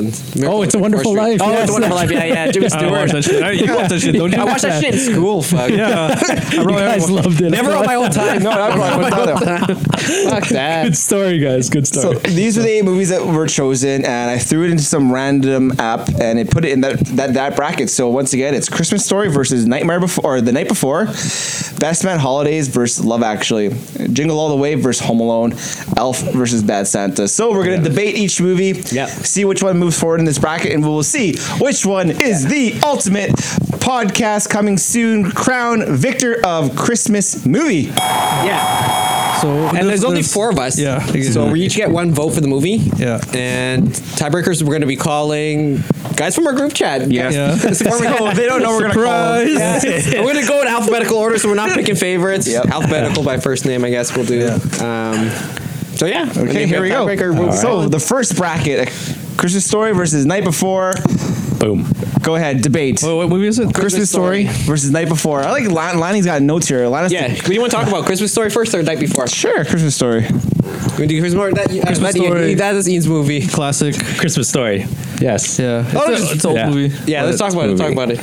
Speaker 5: Oh, It's a Wonderful Life.
Speaker 3: Oh, it's
Speaker 5: Yes.
Speaker 3: a Wonderful Life. Yeah, yeah. Jimmy
Speaker 4: I watch that
Speaker 3: Stewart.
Speaker 4: shit. I, you watch that shit, don't you?
Speaker 3: I watched that shit in school. Fuck.
Speaker 4: Yeah, I
Speaker 5: You
Speaker 4: probably haven't
Speaker 5: guys
Speaker 4: watched-
Speaker 5: loved it.
Speaker 3: Never on my own time.
Speaker 2: No, that one was not that one.
Speaker 3: Fuck
Speaker 5: Good
Speaker 3: that.
Speaker 5: story, guys. Good
Speaker 2: So
Speaker 5: story.
Speaker 2: these were the eight movies that were chosen, and I threw it into some random app, and it put it in that that, that bracket. So once again, it's Christmas Story versus Nightmare Before, or The Night Before, Best Man Holidays versus Love Actually, Jingle All the Way versus Home Alone, Elf versus Bad Santa. So we're gonna debate each movie,
Speaker 5: Yeah.
Speaker 2: see which one moves forward in this bracket, and we will see which one is the ultimate podcast coming soon. Crown victor of Christmas movie.
Speaker 3: Yeah.
Speaker 4: So
Speaker 3: And there's only four of us.
Speaker 4: Yeah,
Speaker 3: So we each get one vote for the movie.
Speaker 4: Yeah.
Speaker 3: And tiebreakers, we're going to be calling guys from our group chat.
Speaker 2: Yeah.
Speaker 4: Yeah.
Speaker 2: So Oh, they don't know we're gonna call. them.
Speaker 4: Surprise!
Speaker 3: oh, we're gonna go in alphabetical order, so we're not picking favorites.
Speaker 2: Yep.
Speaker 3: Alphabetical by first name, I guess we'll do. Um, so yeah.
Speaker 2: Okay, here we go.
Speaker 3: Tiebreaker, we'll-
Speaker 2: So the first bracket, Christmas Story versus Night Before.
Speaker 5: Boom.
Speaker 2: Go ahead, debate.
Speaker 4: Wait, what movie is it?
Speaker 2: Christmas Story versus Night Before. I like Lan- Lanny's got notes here. Lanny's
Speaker 3: Yeah. What do you want to talk about? Christmas story first or night before?
Speaker 2: sure, Christmas Story.
Speaker 3: We do Christmas story. That, uh,
Speaker 4: Christmas
Speaker 3: that-
Speaker 4: Story.
Speaker 3: That is Ian's movie.
Speaker 4: Classic.
Speaker 5: Christmas story. Yes.
Speaker 4: Yeah, it's,
Speaker 3: Oh,
Speaker 4: a-
Speaker 3: just-
Speaker 4: it's an old
Speaker 5: yeah.
Speaker 4: movie.
Speaker 3: Yeah, let's talk about it. Talk about it.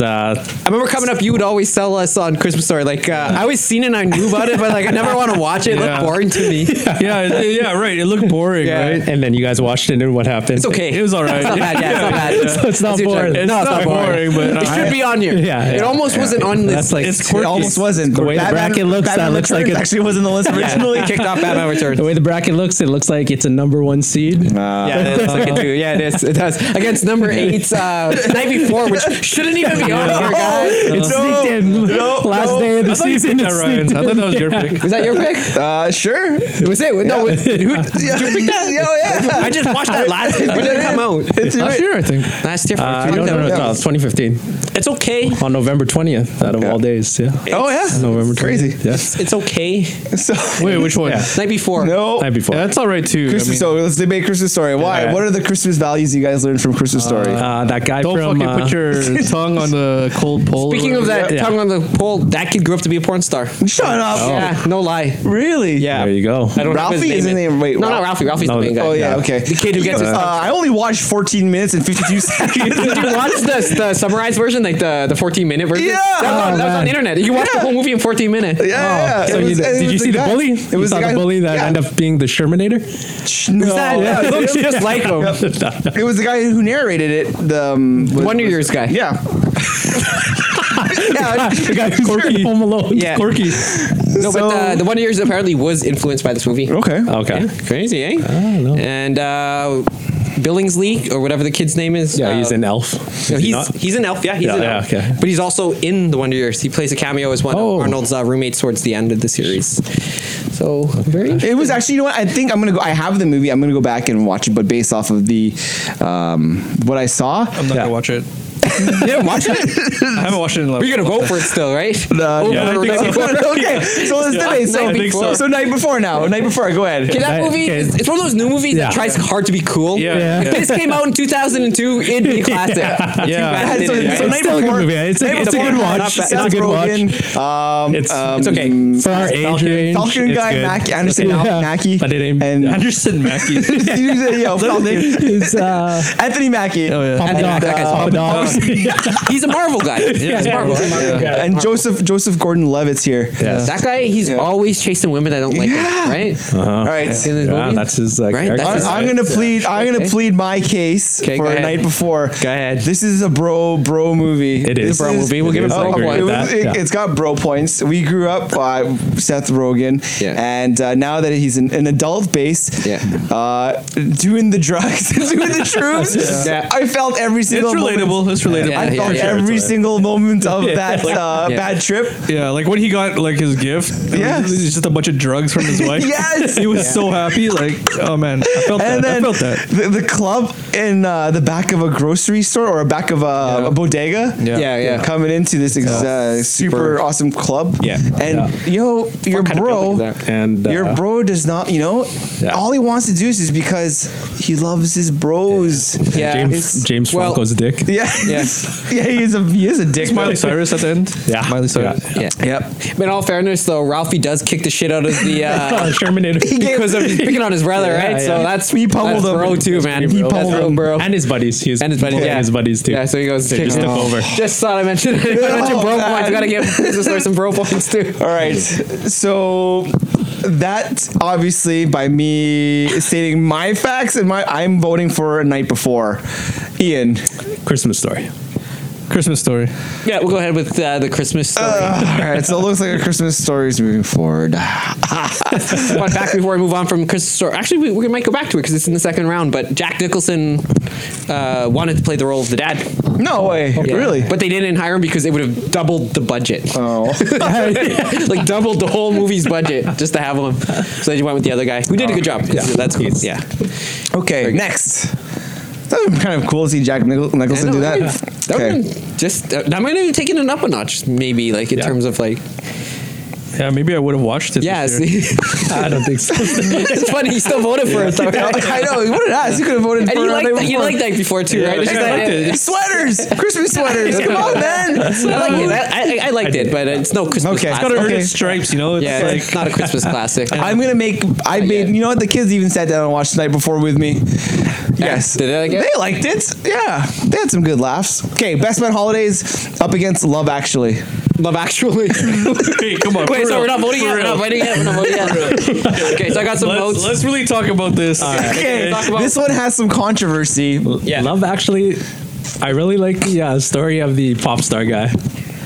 Speaker 5: uh
Speaker 3: I remember coming up, you would always sell us on Christmas story. Like uh, I always seen it, and I knew about it, but like I never want to watch it. It
Speaker 4: Yeah.
Speaker 3: looked boring to me.
Speaker 4: yeah, it- yeah, right. It looked boring,
Speaker 3: Yeah.
Speaker 4: right?
Speaker 5: and then you guys watched it and what happened?
Speaker 3: It's okay.
Speaker 4: It was all right.
Speaker 3: It's not bad. Yeah, it's not bad.
Speaker 5: So it's not
Speaker 3: That's your job.
Speaker 5: boring.
Speaker 3: It's
Speaker 5: No, it's
Speaker 3: not
Speaker 5: not
Speaker 3: boring.
Speaker 5: boring, but uh,
Speaker 3: It should be on here.
Speaker 5: Yeah,
Speaker 3: It
Speaker 5: yeah.
Speaker 3: almost wasn't on this.
Speaker 5: That's like
Speaker 4: It's
Speaker 2: It
Speaker 4: quirky.
Speaker 2: almost wasn't.
Speaker 5: The way the bracket looks, that looks like
Speaker 2: Returns
Speaker 5: it-
Speaker 2: actually wasn't on the list originally.
Speaker 3: kicked off Batman Returns.
Speaker 5: the way the bracket looks, it looks like it's a number one seed.
Speaker 3: Yeah, it looks like it do. Yeah, it is. It does. Against number eight, uh, night before, which shouldn't even be on here, guys.
Speaker 5: it sneaked in last day of the
Speaker 4: I thought you
Speaker 5: season.
Speaker 4: picked
Speaker 5: it
Speaker 4: that, Ryan.
Speaker 5: sneaked
Speaker 4: I thought
Speaker 5: in.
Speaker 4: that was your pick.
Speaker 3: Was that your pick?
Speaker 2: Uh, sure.
Speaker 3: It was it. No, it- who,
Speaker 2: Yeah,
Speaker 3: did you pick that?
Speaker 2: yeah, yeah.
Speaker 3: I just watched that last year. When did it come out?
Speaker 2: It's
Speaker 4: Last
Speaker 2: right.
Speaker 4: year, I think.
Speaker 3: Last year.
Speaker 5: Uh, no, no, no, no, it's 2015
Speaker 3: It's okay.
Speaker 5: on November 20th out of all days. Yeah,
Speaker 2: Oh yeah,
Speaker 5: November 20th.
Speaker 2: Crazy.
Speaker 5: Yes,
Speaker 3: It's okay.
Speaker 2: So
Speaker 4: Wait, which one?
Speaker 5: Yeah.
Speaker 3: Night before.
Speaker 2: no.
Speaker 5: night before.
Speaker 4: Yeah, that's all right too. I
Speaker 2: Christmas.
Speaker 4: mean,
Speaker 2: so let's debate Christmas Story. Why?
Speaker 5: Yeah.
Speaker 2: What are the Christmas values you guys learned from Christmas Story?
Speaker 5: Uh, that guy
Speaker 4: don't
Speaker 5: from
Speaker 4: fucking
Speaker 5: uh,
Speaker 4: put your tongue on the cold pole.
Speaker 3: Speaking of that,
Speaker 5: Yeah.
Speaker 3: tongue on the pole, that kid grew up to be a porn star.
Speaker 2: Shut up.
Speaker 5: oh.
Speaker 3: Yeah, no lie.
Speaker 2: Really?
Speaker 3: Yeah.
Speaker 5: There you go.
Speaker 3: I don't know
Speaker 2: Ralphie?
Speaker 3: his name
Speaker 2: Isn't
Speaker 3: is.
Speaker 2: his name- wait,
Speaker 3: no,
Speaker 2: Ralph-
Speaker 3: no, Ralphie. Ralphie's
Speaker 5: No,
Speaker 3: the main guy.
Speaker 2: Oh yeah. Okay.
Speaker 3: The kid who gets his
Speaker 2: Uh, I only watched 14 minutes and 52 seconds.
Speaker 3: Did you watch the, the summarized version, like the, the 14 minute version?
Speaker 2: Yeah.
Speaker 3: That was, on,
Speaker 5: Oh,
Speaker 3: that was on
Speaker 5: man.
Speaker 3: the internet. You can watch the whole movie in 14 minutes.
Speaker 2: Yeah.
Speaker 5: Oh, So
Speaker 2: it
Speaker 5: you-
Speaker 2: was- it
Speaker 5: did
Speaker 2: was
Speaker 5: you see the
Speaker 2: guy-
Speaker 5: bully?
Speaker 2: It
Speaker 5: you
Speaker 2: was
Speaker 5: saw
Speaker 2: guy-
Speaker 5: the bully that
Speaker 2: yeah.
Speaker 5: ended up being the Shermanator.
Speaker 2: No.
Speaker 3: that-
Speaker 2: yeah,
Speaker 3: looks just like him.
Speaker 2: It was the guy who narrated it. The um, was-
Speaker 3: Wonder
Speaker 2: was-
Speaker 3: Years guy.
Speaker 2: Yeah. yeah.
Speaker 5: the guy who's
Speaker 4: Corky.
Speaker 5: Home Alone.
Speaker 3: Yeah.
Speaker 5: Corky.
Speaker 3: No, but uh,
Speaker 2: So-
Speaker 3: the, the Wonder Years apparently was influenced by this movie.
Speaker 2: Okay.
Speaker 5: Okay.
Speaker 3: Yeah, crazy, eh?
Speaker 5: know.
Speaker 3: And uh, Billingsley, or whatever the kid's name is.
Speaker 5: Yeah, he's
Speaker 3: uh,
Speaker 5: an elf.
Speaker 3: No,
Speaker 5: Is he
Speaker 3: he's
Speaker 5: not?
Speaker 3: he's an elf. Yeah, he's
Speaker 5: Yeah,
Speaker 3: an
Speaker 5: yeah,
Speaker 3: elf.
Speaker 5: okay.
Speaker 3: But he's also in the Wonder Years. He plays a cameo as one
Speaker 5: Oh.
Speaker 3: of Arnold's uh, roommates towards the end of the series. So very.
Speaker 2: It was actually, you know what? I think I'm gonna go. I have the movie. I'm gonna go back and watch it, but based off of the um, what I saw,
Speaker 4: I'm not
Speaker 5: Yeah.
Speaker 4: gonna watch it.
Speaker 3: yeah, watch it.
Speaker 4: I haven't watched it in like.
Speaker 3: We're gonna vote for it still, right?
Speaker 2: Uh,
Speaker 3: Over
Speaker 2: yeah, I
Speaker 3: or
Speaker 2: think
Speaker 3: night
Speaker 2: so.
Speaker 3: before.
Speaker 2: okay, so let's
Speaker 3: Yeah,
Speaker 2: debate. So,
Speaker 3: night
Speaker 2: so,
Speaker 3: before.
Speaker 2: night before now. Night before. Go ahead.
Speaker 3: Okay, that
Speaker 5: I-
Speaker 3: movie,
Speaker 5: okay.
Speaker 3: it's one of those new movies
Speaker 5: Yeah.
Speaker 3: that tries hard to be cool.
Speaker 4: Yeah.
Speaker 5: Yeah.
Speaker 3: If this came out in 2002, it'd be classic. Yeah.
Speaker 4: Yeah.
Speaker 2: So,
Speaker 3: It's
Speaker 2: so night
Speaker 5: still a good
Speaker 2: before,
Speaker 5: movie. It's a-
Speaker 2: night
Speaker 5: it's a
Speaker 2: before,
Speaker 5: good
Speaker 2: not
Speaker 5: watch.
Speaker 2: bad.
Speaker 5: It's a
Speaker 2: Seth
Speaker 5: good watch.
Speaker 2: Rogan, Um,
Speaker 5: It's-
Speaker 2: um,
Speaker 3: It's okay.
Speaker 5: For our age range,
Speaker 2: Falcon
Speaker 5: it's
Speaker 2: guy,
Speaker 5: good.
Speaker 2: Mac Anderson,
Speaker 5: Yeah.
Speaker 2: Mackey,
Speaker 5: But it ain't-
Speaker 2: and
Speaker 4: Anderson Mackie.
Speaker 2: yeah, Falcon-
Speaker 5: It's uh,
Speaker 2: Anthony Mackie.
Speaker 4: Oh yeah.
Speaker 5: Papa Doc.
Speaker 2: that guy's
Speaker 5: Papa Doc.
Speaker 3: He's a Marvel guy. He's Marvel.
Speaker 2: And Joseph Joseph Gordon Levitt's here.
Speaker 5: Yeah.
Speaker 3: That guy, he's
Speaker 2: Yeah.
Speaker 3: always chasing women that don't like
Speaker 2: Yeah.
Speaker 3: him, right? Uh-huh.
Speaker 2: All right.
Speaker 3: In this
Speaker 5: Oh, Yeah,
Speaker 3: movie?
Speaker 5: that's his uh,
Speaker 3: Right?
Speaker 5: character.
Speaker 3: That's
Speaker 2: I'm,
Speaker 3: his-
Speaker 2: I'm gonna plead. I'm gonna
Speaker 3: Okay.
Speaker 2: plead my case
Speaker 3: Okay,
Speaker 2: for
Speaker 3: go
Speaker 2: a
Speaker 3: ahead.
Speaker 2: night before. Go
Speaker 5: ahead.
Speaker 2: This is a bro bro movie.
Speaker 5: It is
Speaker 2: This
Speaker 5: a bro movie. We'll give it
Speaker 2: Oh,
Speaker 5: a
Speaker 2: oh,
Speaker 5: agree
Speaker 2: it
Speaker 5: with
Speaker 2: was-
Speaker 5: that.
Speaker 2: it-
Speaker 5: Yeah.
Speaker 2: It's got bro points. We grew up uh, Seth Rogen,
Speaker 3: Yeah.
Speaker 2: and uh, now that he's an, an adult base,
Speaker 3: Yeah.
Speaker 2: uh, doing the drugs, doing the shrooms.
Speaker 3: Yeah.
Speaker 2: I felt every
Speaker 4: It's
Speaker 2: single. Moment,
Speaker 4: relatable. It's relatable.
Speaker 3: Yeah.
Speaker 2: I felt
Speaker 3: sure,
Speaker 2: every
Speaker 5: it's
Speaker 2: single moment of that uh,
Speaker 3: Yeah.
Speaker 2: bad trip.
Speaker 4: Yeah, like when he got like his gift,
Speaker 2: Yes.
Speaker 4: it was just a bunch of drugs from his wife.
Speaker 2: Yes.
Speaker 4: he was so happy. Like, oh man, I felt
Speaker 2: And
Speaker 4: that. I
Speaker 2: then
Speaker 4: felt that.
Speaker 2: the, the club in uh, the back of a grocery store or back of a, a bodega.
Speaker 4: Yeah.
Speaker 3: Yeah, yeah.
Speaker 2: Coming into this ex- uh, super, awesome club.
Speaker 5: Yeah.
Speaker 2: And yo, your
Speaker 3: kind of
Speaker 2: bro,
Speaker 3: building is that?
Speaker 5: And,
Speaker 2: your
Speaker 5: uh,
Speaker 2: bro does not. You know,
Speaker 5: Yeah.
Speaker 2: all he wants to do is just because he loves his bros.
Speaker 3: Yeah.
Speaker 5: James
Speaker 2: It's-
Speaker 5: James
Speaker 3: well-
Speaker 5: Franco's dick.
Speaker 2: Yeah. Yeah. yeah. He is a he is a dick.
Speaker 4: Miley Cyrus at the end.
Speaker 5: Yeah.
Speaker 4: Miley Cyrus.
Speaker 3: Yeah.
Speaker 2: Yep.
Speaker 3: But in all fairness, though, Ralphie does kick the shit out of the uh,
Speaker 5: Shermanator.
Speaker 3: because of he's picking on his brother,
Speaker 5: Oh, Yeah,
Speaker 3: right?
Speaker 5: yeah.
Speaker 3: So that's
Speaker 2: He pummeled
Speaker 3: that's
Speaker 2: him.
Speaker 3: bro too, man.
Speaker 2: He
Speaker 3: That's
Speaker 2: pummeled him.
Speaker 3: bro.
Speaker 5: And his buddies. He's
Speaker 3: And his buddies, yeah.
Speaker 5: his buddies too.
Speaker 3: Yeah, so he goes.
Speaker 5: They just
Speaker 3: kick
Speaker 5: took
Speaker 3: him.
Speaker 5: over.
Speaker 3: Just thought I mentioned I mentioned bro
Speaker 2: Oh,
Speaker 3: points.
Speaker 2: man.
Speaker 3: Gotta give Christmas story some bro points too.
Speaker 2: All right. So that obviously by me stating my facts and my I'm voting for a night before. Ian.
Speaker 5: Christmas story.
Speaker 4: Christmas story.
Speaker 3: Yeah, we'll go ahead with uh, the Christmas story.
Speaker 2: all right. So it looks like a Christmas story is moving forward.
Speaker 3: Fun fact before I move on from Christmas story. Actually, we, we might go back to it because it's in the second round. But Jack Nicholson uh, wanted to play the role of the dad.
Speaker 2: No way.
Speaker 3: Yeah.
Speaker 2: Really?
Speaker 3: But they didn't hire him because it would have doubled the budget.
Speaker 2: Oh.
Speaker 3: like doubled the whole movie's budget just to have him. So they went with the other guy who did a good job. Yeah. that's cool. Yeah.
Speaker 2: Okay.
Speaker 3: Very good.
Speaker 2: Next. That would be kind of cool to see Jack Nichol- Nicholson do that.
Speaker 3: That
Speaker 2: Okay.
Speaker 3: would've been just uh, that might have taken it up a notch, maybe like in
Speaker 5: Yeah.
Speaker 3: terms of like
Speaker 4: Yeah, maybe I would have watched it.
Speaker 3: yeah.
Speaker 4: this year.
Speaker 3: See,
Speaker 5: I don't think so.
Speaker 3: it's funny he still voted for it though. right?
Speaker 2: I know. What an ass. You could have voted
Speaker 3: And
Speaker 2: for
Speaker 3: you
Speaker 2: a night
Speaker 3: liked that, you
Speaker 2: before.
Speaker 3: liked that before too, right? It's
Speaker 4: I
Speaker 3: just that-
Speaker 4: liked it.
Speaker 2: Sweaters, Christmas sweaters. Come on, man.
Speaker 3: I liked it. I, I, I liked it, but it's no Christmas.
Speaker 2: Okay. It's
Speaker 3: classic.
Speaker 4: Gotta earn
Speaker 2: Okay.
Speaker 4: its stripes, you know. It's
Speaker 3: Yeah,
Speaker 4: like
Speaker 3: it's not a Christmas classic.
Speaker 2: I'm gonna make. I made. You know what? The kids even sat down and watched the night before with me. Yes,
Speaker 3: did they like it?
Speaker 2: They liked it. Yeah, they had some good laughs. Okay, Best Man Holidays up against Love Actually.
Speaker 3: Love Actually.
Speaker 4: hey, come on.
Speaker 3: Wait,
Speaker 4: for
Speaker 3: so
Speaker 4: real,
Speaker 3: we're not voting
Speaker 4: for
Speaker 3: yet. We're not
Speaker 4: real.
Speaker 3: voting yet. We're not voting yet. Okay, so I got some
Speaker 4: Let's,
Speaker 3: votes.
Speaker 4: let's really talk about this.
Speaker 2: Okay,
Speaker 3: Talk about-
Speaker 2: this one has some controversy.
Speaker 3: Yeah.
Speaker 5: Love actually. I really like the uh, story of the pop star guy.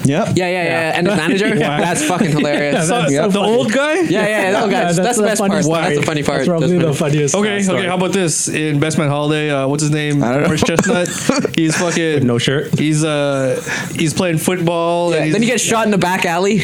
Speaker 2: Yep.
Speaker 3: Yeah, yeah, yeah. And his manager? That's fucking hilarious.
Speaker 5: Yeah,
Speaker 4: So-
Speaker 5: that's
Speaker 4: so the old guy.
Speaker 3: yeah, yeah, yeah. Oh,
Speaker 5: Yeah,
Speaker 3: guys, that's, the best
Speaker 5: funny
Speaker 3: part.
Speaker 5: story.
Speaker 3: That's the funny part.
Speaker 5: That's probably the funniest. uh,
Speaker 4: Okay,
Speaker 5: story.
Speaker 4: okay. How about this? In Best Man Holiday, uh, what's his name?
Speaker 2: I don't know.
Speaker 4: Morris Chestnut. He's fucking
Speaker 5: no shirt.
Speaker 4: He's uh he's playing football. and he's,
Speaker 3: Then you get shot in the back alley.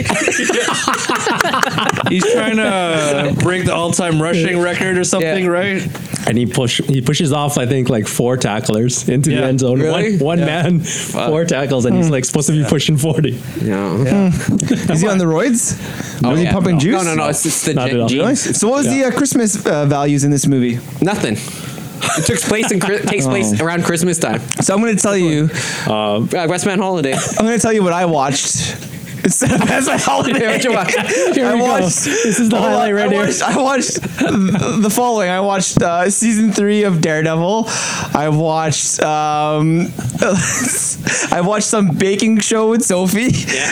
Speaker 4: he's trying to break the all-time rushing record or something,
Speaker 3: Yeah.
Speaker 4: right?
Speaker 5: and he push he pushes off I think like four tacklers into
Speaker 4: Yeah.
Speaker 5: the end zone.
Speaker 3: Really?
Speaker 5: One, one man, four tackles, and he's like supposed to be pushing forty.
Speaker 3: No.
Speaker 2: Is he on the roids? Was he
Speaker 3: Oh, yeah,
Speaker 2: pumping
Speaker 3: no.
Speaker 2: juice?
Speaker 3: No, no, no. It's, it's the
Speaker 5: Not
Speaker 3: gen-
Speaker 5: at all.
Speaker 3: genes.
Speaker 2: Really? So what was the uh, Christmas uh, values in this movie?
Speaker 3: Nothing. It took place in, Chri- takes place
Speaker 2: Oh.
Speaker 3: around Christmas time.
Speaker 2: So I'm gonna tell you.
Speaker 3: Uh, Westman Holiday.
Speaker 2: I'm gonna tell you what I watched. Instead of Best Man
Speaker 3: Yeah,
Speaker 2: Holiday.
Speaker 3: what you want?
Speaker 2: I
Speaker 5: we go.
Speaker 2: watched.
Speaker 5: This is the
Speaker 2: I wa-
Speaker 5: highlight right
Speaker 2: I
Speaker 5: here.
Speaker 2: watched, I watched the following. I watched uh, season three of Daredevil. I watched. Um, I watched some baking show with Sophie.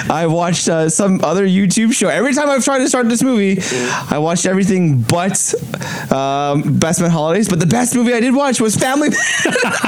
Speaker 2: I watched uh, some other YouTube show. Every time I've tried to start this movie,
Speaker 3: Mm.
Speaker 2: I watched everything but um, Best Man Holidays. But the best movie I did watch was Family.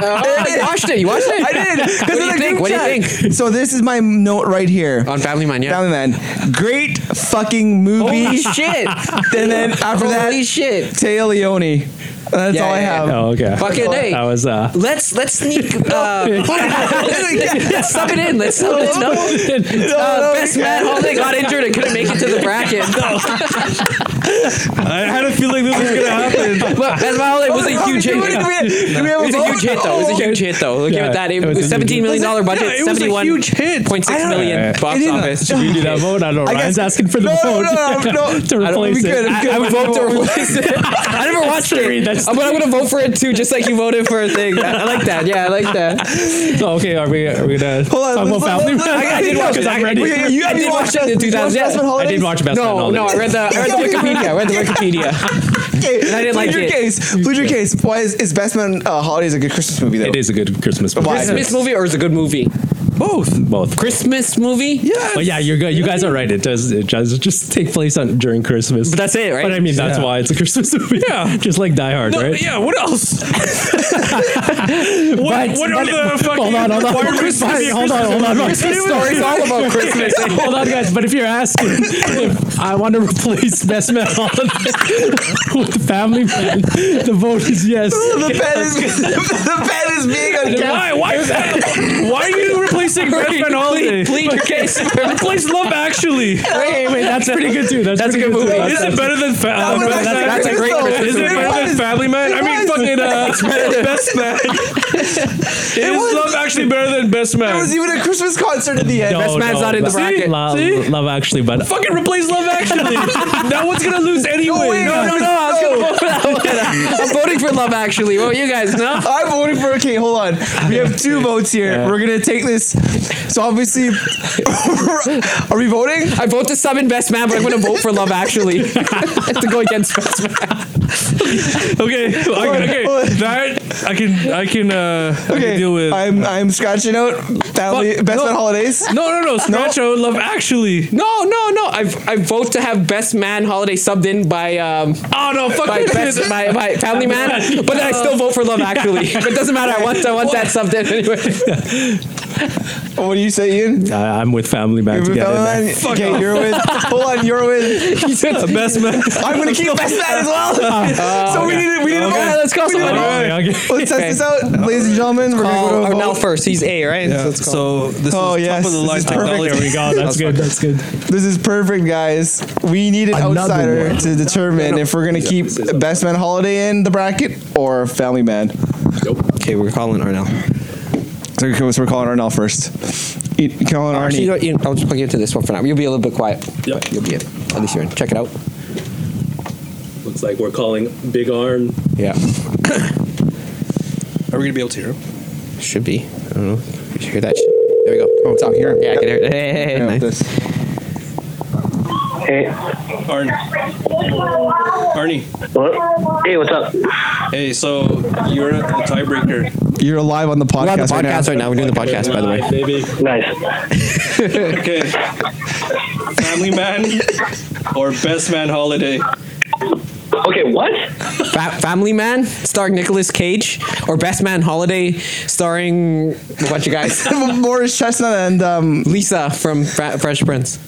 Speaker 3: Oh, you watched it. You watched it.
Speaker 2: I did. 'cause
Speaker 3: What do
Speaker 2: of
Speaker 3: you
Speaker 2: the
Speaker 3: think?
Speaker 2: group
Speaker 3: What do you
Speaker 2: chat.
Speaker 3: think?
Speaker 2: So this is my note right here.
Speaker 3: On Family Man, yeah.
Speaker 2: Family Man, great fucking movie.
Speaker 3: Holy shit.
Speaker 2: And then after that,
Speaker 3: Holy shit.
Speaker 2: Taya Leone. That's
Speaker 3: Yeah,
Speaker 2: all I
Speaker 3: yeah,
Speaker 2: have. Uh,
Speaker 5: Oh, okay.
Speaker 3: Fucking A.
Speaker 5: That was uh.
Speaker 3: Let's let's sneak. Uh, let's sub it in. Let's sub it in. No.
Speaker 5: it's
Speaker 3: Uh,
Speaker 2: no,
Speaker 3: best
Speaker 2: we
Speaker 3: man
Speaker 2: can't.
Speaker 3: Holiday got injured and couldn't make it to the bracket.
Speaker 2: I had a feeling this was gonna happen.
Speaker 3: Well, that's my holiday. It
Speaker 2: Oh
Speaker 3: was a huge hit. It was a huge hit, though. It was a huge hit, though. Looking
Speaker 5: Yeah,
Speaker 3: at that, it,
Speaker 5: it was
Speaker 3: was
Speaker 5: a
Speaker 3: seventeen
Speaker 5: huge-
Speaker 3: million dollar budget.
Speaker 2: Yeah, it was a
Speaker 3: Seventy-one
Speaker 2: huge hit.
Speaker 3: point six
Speaker 2: I don't-
Speaker 3: million
Speaker 2: Yeah.
Speaker 3: box
Speaker 2: It didn't-
Speaker 3: office.
Speaker 2: Should
Speaker 5: You do that vote? I don't know.
Speaker 2: I
Speaker 5: Ryan's
Speaker 2: guess-
Speaker 5: asking for the
Speaker 2: No,
Speaker 5: vote.
Speaker 2: no, no, no. I
Speaker 5: to
Speaker 2: don't-
Speaker 5: replace
Speaker 2: we good,
Speaker 5: it.
Speaker 2: we
Speaker 5: I-
Speaker 2: good.
Speaker 5: I would vote to replace
Speaker 3: I never watched
Speaker 5: Sorry,
Speaker 3: it.
Speaker 5: that's-
Speaker 3: Uh, I'm gonna, I'm gonna vote for it too, just like you voted for a thing. I, I like that. Yeah, I like that.
Speaker 5: it. Okay, are we, are we going to
Speaker 2: Hold on,
Speaker 5: talk
Speaker 2: let's-
Speaker 5: about Family
Speaker 2: let's- let's-
Speaker 5: Man?
Speaker 3: I, I did watch it.
Speaker 5: Because I'm ready.
Speaker 2: Okay, okay, you-
Speaker 3: I
Speaker 2: you
Speaker 3: did
Speaker 2: watched
Speaker 3: watch it in
Speaker 2: Best- you watched
Speaker 3: 2000.
Speaker 2: Best Man
Speaker 5: I
Speaker 2: Holidays?
Speaker 5: did watch Best
Speaker 3: No,
Speaker 5: Man Holidays.
Speaker 3: no, I read the I read the Wikipedia. I read the Wikipedia.
Speaker 2: Okay,
Speaker 3: I didn't
Speaker 2: plead
Speaker 3: like
Speaker 2: your
Speaker 3: it.
Speaker 2: case. Plead your case. Why is, is Best Man uh, Holidays a good Christmas movie though?
Speaker 5: It is a good Christmas movie.
Speaker 2: Why?
Speaker 3: Christmas movie or is it a good movie?
Speaker 5: Both. Both.
Speaker 3: Christmas movie?
Speaker 2: Yes.
Speaker 5: But yeah, you're good. You guys are right. It does. It does just take place on during Christmas.
Speaker 3: But that's it, right?
Speaker 5: But I mean, that's
Speaker 4: Yeah.
Speaker 5: why it's a Christmas movie.
Speaker 4: Yeah.
Speaker 5: just like Die Hard, right?
Speaker 4: Yeah. What else?
Speaker 5: But- but- Hold on, hold on, hold on, hold on, hold on.
Speaker 3: Christmas story is all about Christmas.
Speaker 5: Hold on, guys. But if you're asking, if I want to replace Best Man Holiday with Family Man, the vote is yes.
Speaker 2: the pen is the pen is being uncapped.
Speaker 4: Why? Why? why are you replacing Best Man Holiday?
Speaker 3: Plead, plead your case.
Speaker 4: Replace Love Actually.
Speaker 5: Wait, wait, that's pretty good too. That's,
Speaker 3: That's a
Speaker 5: pretty
Speaker 3: good movie.
Speaker 5: Too.
Speaker 4: Is it better than fa- uh,
Speaker 2: no,
Speaker 4: Best
Speaker 2: that's-
Speaker 4: Man?
Speaker 2: that's a great Christmas
Speaker 4: Is it
Speaker 2: movie.
Speaker 4: better than Family Man? I mean, fucking uh, Best Man.
Speaker 2: was.
Speaker 4: Is Love Actually better than Best
Speaker 2: There was
Speaker 4: Man?
Speaker 2: even a Christmas concert at the end.
Speaker 3: Best Man's not in the
Speaker 5: but-
Speaker 3: bracket.
Speaker 5: Lo-
Speaker 4: See?
Speaker 5: Love Actually, but
Speaker 4: Fucking replace Love Actually. That one's gonna lose anyway.
Speaker 2: wait,
Speaker 4: No, no,
Speaker 3: No, I was gonna vote for that one. I'm voting for Love Actually. Well, you guys know.
Speaker 2: I'm voting for. Okay, hold on. We have two votes here. We're gonna take this. So obviously, are we voting?
Speaker 3: I vote to summon Best Man, but I'm going to vote for Love Actually to go against Best Man.
Speaker 4: Okay, okay, okay.
Speaker 2: hold on.
Speaker 4: That I can, I can, uh, I
Speaker 2: Okay,
Speaker 4: can deal with.
Speaker 2: I'm I'm scratching out family
Speaker 4: Fuck,
Speaker 2: best
Speaker 4: no.
Speaker 2: on holidays.
Speaker 4: no, no, no. Scratch out Love Actually.
Speaker 3: No, no, no. I I vote to have Best Man holiday subbed in by um
Speaker 4: Oh no, fuck
Speaker 3: by
Speaker 4: that
Speaker 3: Best
Speaker 4: shit.
Speaker 3: by, by Family Man, but then I still vote for Love Actually. But it doesn't matter. I want I want that subbed in anyway.
Speaker 2: What do you say, Ian?
Speaker 5: uh, I'm with Family Man
Speaker 2: You're with
Speaker 5: together.
Speaker 2: family
Speaker 5: man.
Speaker 2: man? Okay, you're with. Hold on, you're with.
Speaker 4: Best man.
Speaker 2: I'm gonna keep best man as well. so we need to- we need to
Speaker 3: Okay,
Speaker 2: vote.
Speaker 3: let's call
Speaker 2: We need to
Speaker 3: someone.
Speaker 2: vote.
Speaker 5: Okay, okay.
Speaker 2: Let's test this out, ladies and gentlemen. We're gonna
Speaker 3: Call
Speaker 2: go to a
Speaker 3: Arnell
Speaker 2: vote.
Speaker 3: first. He's A, right? So it's called-
Speaker 4: So this
Speaker 2: Oh,
Speaker 4: is
Speaker 2: yes,
Speaker 4: top of the
Speaker 2: this
Speaker 4: line
Speaker 2: is perfect.
Speaker 4: technology.
Speaker 5: There we go. That's good. That's good.
Speaker 2: This is perfect, guys. We need an
Speaker 5: Another
Speaker 2: outsider
Speaker 5: one.
Speaker 2: to determine if we're gonna keep best man holiday in the bracket or family man.
Speaker 6: Okay, we're calling Arnell.
Speaker 2: So we're so we're calling Arnell first. E- Calling
Speaker 6: Actually, you
Speaker 2: Arnie.
Speaker 6: know, what, Ian, I'll just plug you into this one for now. You'll be a little bit quiet. Yep. You'll be it. At least you're in. Check it out.
Speaker 5: Looks like we're calling Big Arm.
Speaker 6: Yeah.
Speaker 4: Are we gonna be able to hear?
Speaker 6: Should be. I don't know. You should hear that. Shit. There we go. Oh, it's on here. Yeah, I can hear it. Hey, hey, hey,
Speaker 2: Yeah,
Speaker 6: nice.
Speaker 2: this.
Speaker 4: Arnie, Arnie.
Speaker 7: What? Hey, what's up?
Speaker 4: Hey, so you're a tiebreaker.
Speaker 2: You're live on the podcast,
Speaker 6: We're on the
Speaker 2: right now.
Speaker 6: podcast right now. We're doing the podcast, by the way.
Speaker 5: baby.
Speaker 7: Nice.
Speaker 4: Okay. Family man or best man holiday?
Speaker 7: Okay, what?
Speaker 3: Fa- Family Man starring Nicolas Cage or Best Man Holiday starring a bunch of guys.
Speaker 2: Morris Chestnut and um,
Speaker 3: Lisa from Fra- Fresh Prince.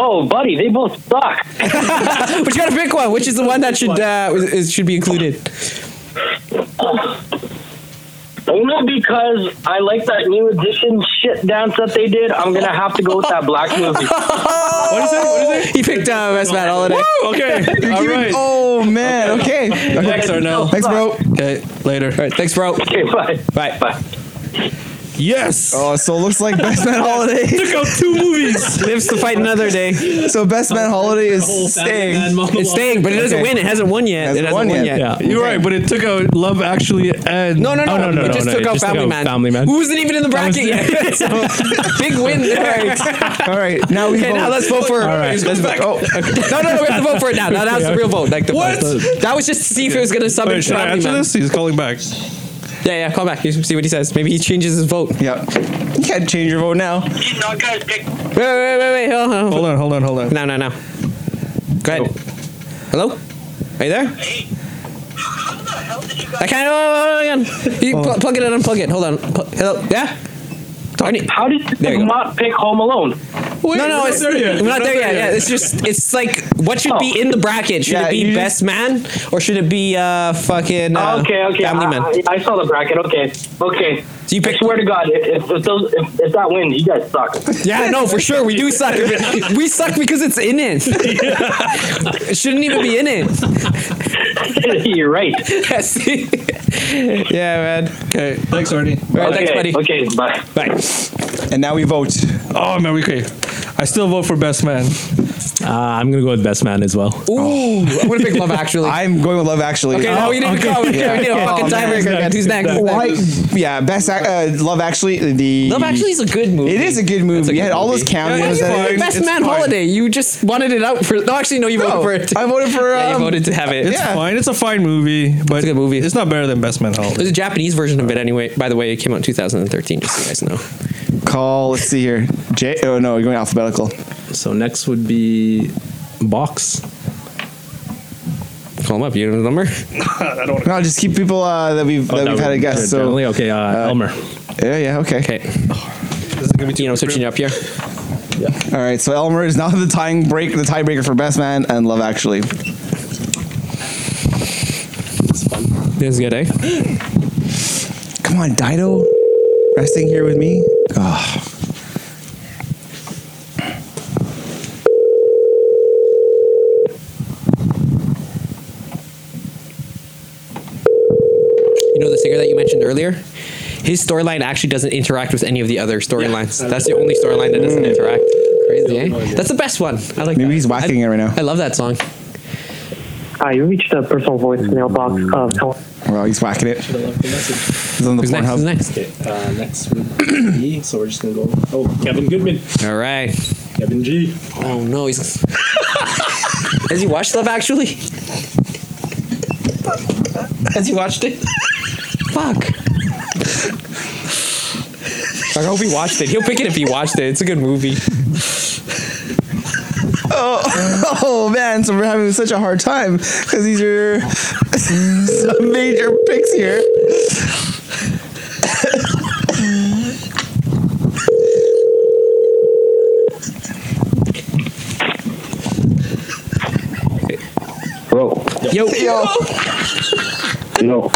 Speaker 7: Oh, buddy, they both suck.
Speaker 3: But you gotta pick one. Which is the one that should uh, is, is- should be included?
Speaker 7: Only because I like that new edition shit dance that they did. I'm gonna have to go with that black movie.
Speaker 4: What is it? What is it?
Speaker 3: He picked uh, Best Man Holiday.
Speaker 4: Woo! Okay. All right.
Speaker 2: oh man, okay.
Speaker 4: Thanks, Arnell.
Speaker 2: Thanks, bro.
Speaker 4: Okay. Later.
Speaker 3: All right, thanks, bro.
Speaker 7: Okay, bye.
Speaker 3: Bye.
Speaker 7: Bye.
Speaker 4: Yes.
Speaker 2: Oh, so it looks like Best Man Holiday.
Speaker 4: Took out two movies.
Speaker 3: Lives to fight another day.
Speaker 2: So Best Man Holiday is staying.
Speaker 3: It's staying, but it doesn't
Speaker 2: Okay.
Speaker 3: win. It hasn't won yet.
Speaker 2: Hasn't
Speaker 3: it hasn't
Speaker 2: won
Speaker 3: won,
Speaker 2: yet.
Speaker 3: yet.
Speaker 5: Yeah.
Speaker 4: You're right, but it took out Love Actually and
Speaker 3: No, no, no,
Speaker 5: Oh, no, no,
Speaker 3: It
Speaker 5: no,
Speaker 3: just
Speaker 5: no,
Speaker 3: took
Speaker 5: it
Speaker 3: out
Speaker 5: just took
Speaker 3: Family
Speaker 5: out
Speaker 3: Man.
Speaker 5: Family Man.
Speaker 3: Who wasn't even in the bracket yet? So, big win there.
Speaker 2: All right, now we
Speaker 3: Okay, now
Speaker 2: vote.
Speaker 3: let's vote for.
Speaker 5: right.
Speaker 3: let's vote- oh, okay. No, no, no, we have to vote for it now. Now that's the real vote. Like the
Speaker 4: What?
Speaker 3: That was just to see if it was gonna summon
Speaker 4: Wait, should I
Speaker 3: Family
Speaker 4: answer
Speaker 3: Man.
Speaker 4: this? He's calling back.
Speaker 3: Yeah, yeah. Call back. You see what he says. Maybe he changes his vote. Wait,
Speaker 2: Yeah, you can't change your vote now.
Speaker 3: wait, wait, wait. Hold on.
Speaker 4: Hold on, hold on, hold on.
Speaker 3: No, no, no. Go ahead. Hello? Are you there? I can't. Oh, hang on. You pl- plug it and unplug it. Hold on. Pl- Hello? Yeah? Arnie.
Speaker 7: How did
Speaker 3: There you
Speaker 7: you
Speaker 3: go.
Speaker 7: not pick Home Alone?
Speaker 3: no, no, it's, we're not there yet. Yeah, it's just it's like what should
Speaker 7: Oh.
Speaker 3: be in the bracket? Should
Speaker 2: Yeah,
Speaker 3: it
Speaker 2: you
Speaker 3: be
Speaker 2: just-
Speaker 3: best man or should it be uh fucking uh,
Speaker 7: Oh, okay, okay.
Speaker 3: family
Speaker 7: I,
Speaker 3: man?
Speaker 7: I, I saw the bracket. Okay, okay.
Speaker 3: So you
Speaker 7: I
Speaker 3: picked-
Speaker 7: swear to God, if, if, if, those, if, if that wins, you guys suck.
Speaker 3: Yeah, no, for sure we do suck. if it- we suck because it's in it. it shouldn't even be in it.
Speaker 7: You're right.
Speaker 3: Yeah, see? yeah, man.
Speaker 4: Okay, thanks, Arnie.
Speaker 3: All right,
Speaker 7: okay,
Speaker 3: thanks, buddy.
Speaker 7: okay, bye.
Speaker 3: Bye.
Speaker 2: And now we vote.
Speaker 4: Oh man, okay. I still vote for best man.
Speaker 5: Uh, I'm gonna go with best man as well.
Speaker 3: Ooh, I'm gonna pick Love Actually.
Speaker 2: I'm going with Love Actually.
Speaker 3: okay, now we need to go. We need a fucking tiebreaker. man. Who's next? Who's
Speaker 2: Why?
Speaker 3: next?
Speaker 2: Yeah, best act, uh, Love Actually. The
Speaker 3: Love Actually is a good movie.
Speaker 2: It is a good movie.
Speaker 3: It's a
Speaker 2: you had
Speaker 3: good
Speaker 2: all those
Speaker 3: movie.
Speaker 2: cameos.
Speaker 3: Best
Speaker 2: in it. It's
Speaker 3: Man
Speaker 2: fine.
Speaker 3: Holiday. You just wanted it out for. No, actually, no. You voted
Speaker 2: No,
Speaker 3: for it.
Speaker 2: I voted for. Um,
Speaker 3: Yeah, you voted to have it.
Speaker 4: It's
Speaker 2: Yeah.
Speaker 4: fine. It's a fine movie, but
Speaker 3: a good movie.
Speaker 4: It's not better than best man Holiday.
Speaker 3: There's a Japanese version of it anyway. By the way, it came out in 2013. Just so you guys know.
Speaker 2: Call. Let's see here. J. Oh no, you're going alphabetical.
Speaker 5: So next would be box.
Speaker 3: Call him up. You know the number.
Speaker 2: No, just keep people uh, that we've
Speaker 3: Oh,
Speaker 2: that we've had a guess. So
Speaker 5: Definitely. okay, uh, Elmer.
Speaker 2: yeah, yeah, okay.
Speaker 3: Okay. You know, switching up here.
Speaker 2: All right. So Elmer is now the tying break, the tiebreaker for Best Man and Love Actually.
Speaker 3: This is good, eh?
Speaker 2: Come on, Dido, resting here with me. Ah.
Speaker 3: You know the singer that you mentioned earlier. His storyline actually doesn't interact with any of the other storylines. That's the only storyline that
Speaker 2: Mm.
Speaker 3: doesn't interact. Crazy, eh? That's the best one. I like.
Speaker 2: Maybe
Speaker 3: that.
Speaker 2: he's whacking
Speaker 3: I,
Speaker 2: it right now.
Speaker 3: I love that song.
Speaker 8: Hi, you reached the personal voicemail box of Elmer.
Speaker 2: Well, he's whacking it. He's on the
Speaker 3: Who's next? Who's
Speaker 2: Pornhub.
Speaker 3: next?
Speaker 5: Uh, next would be. So we're just gonna go. Oh, Kevin Goodman.
Speaker 3: All right.
Speaker 5: Kevin G.
Speaker 3: Oh no, he's. Has he watched Love Actually? Has he watched it? Fuck. I hope he watched it. He'll pick it if he watched it. It's a good movie.
Speaker 2: Oh man, so we're having such a hard time because these are some major picks here.
Speaker 7: Bro,
Speaker 3: Yo,
Speaker 2: Yo,
Speaker 7: no.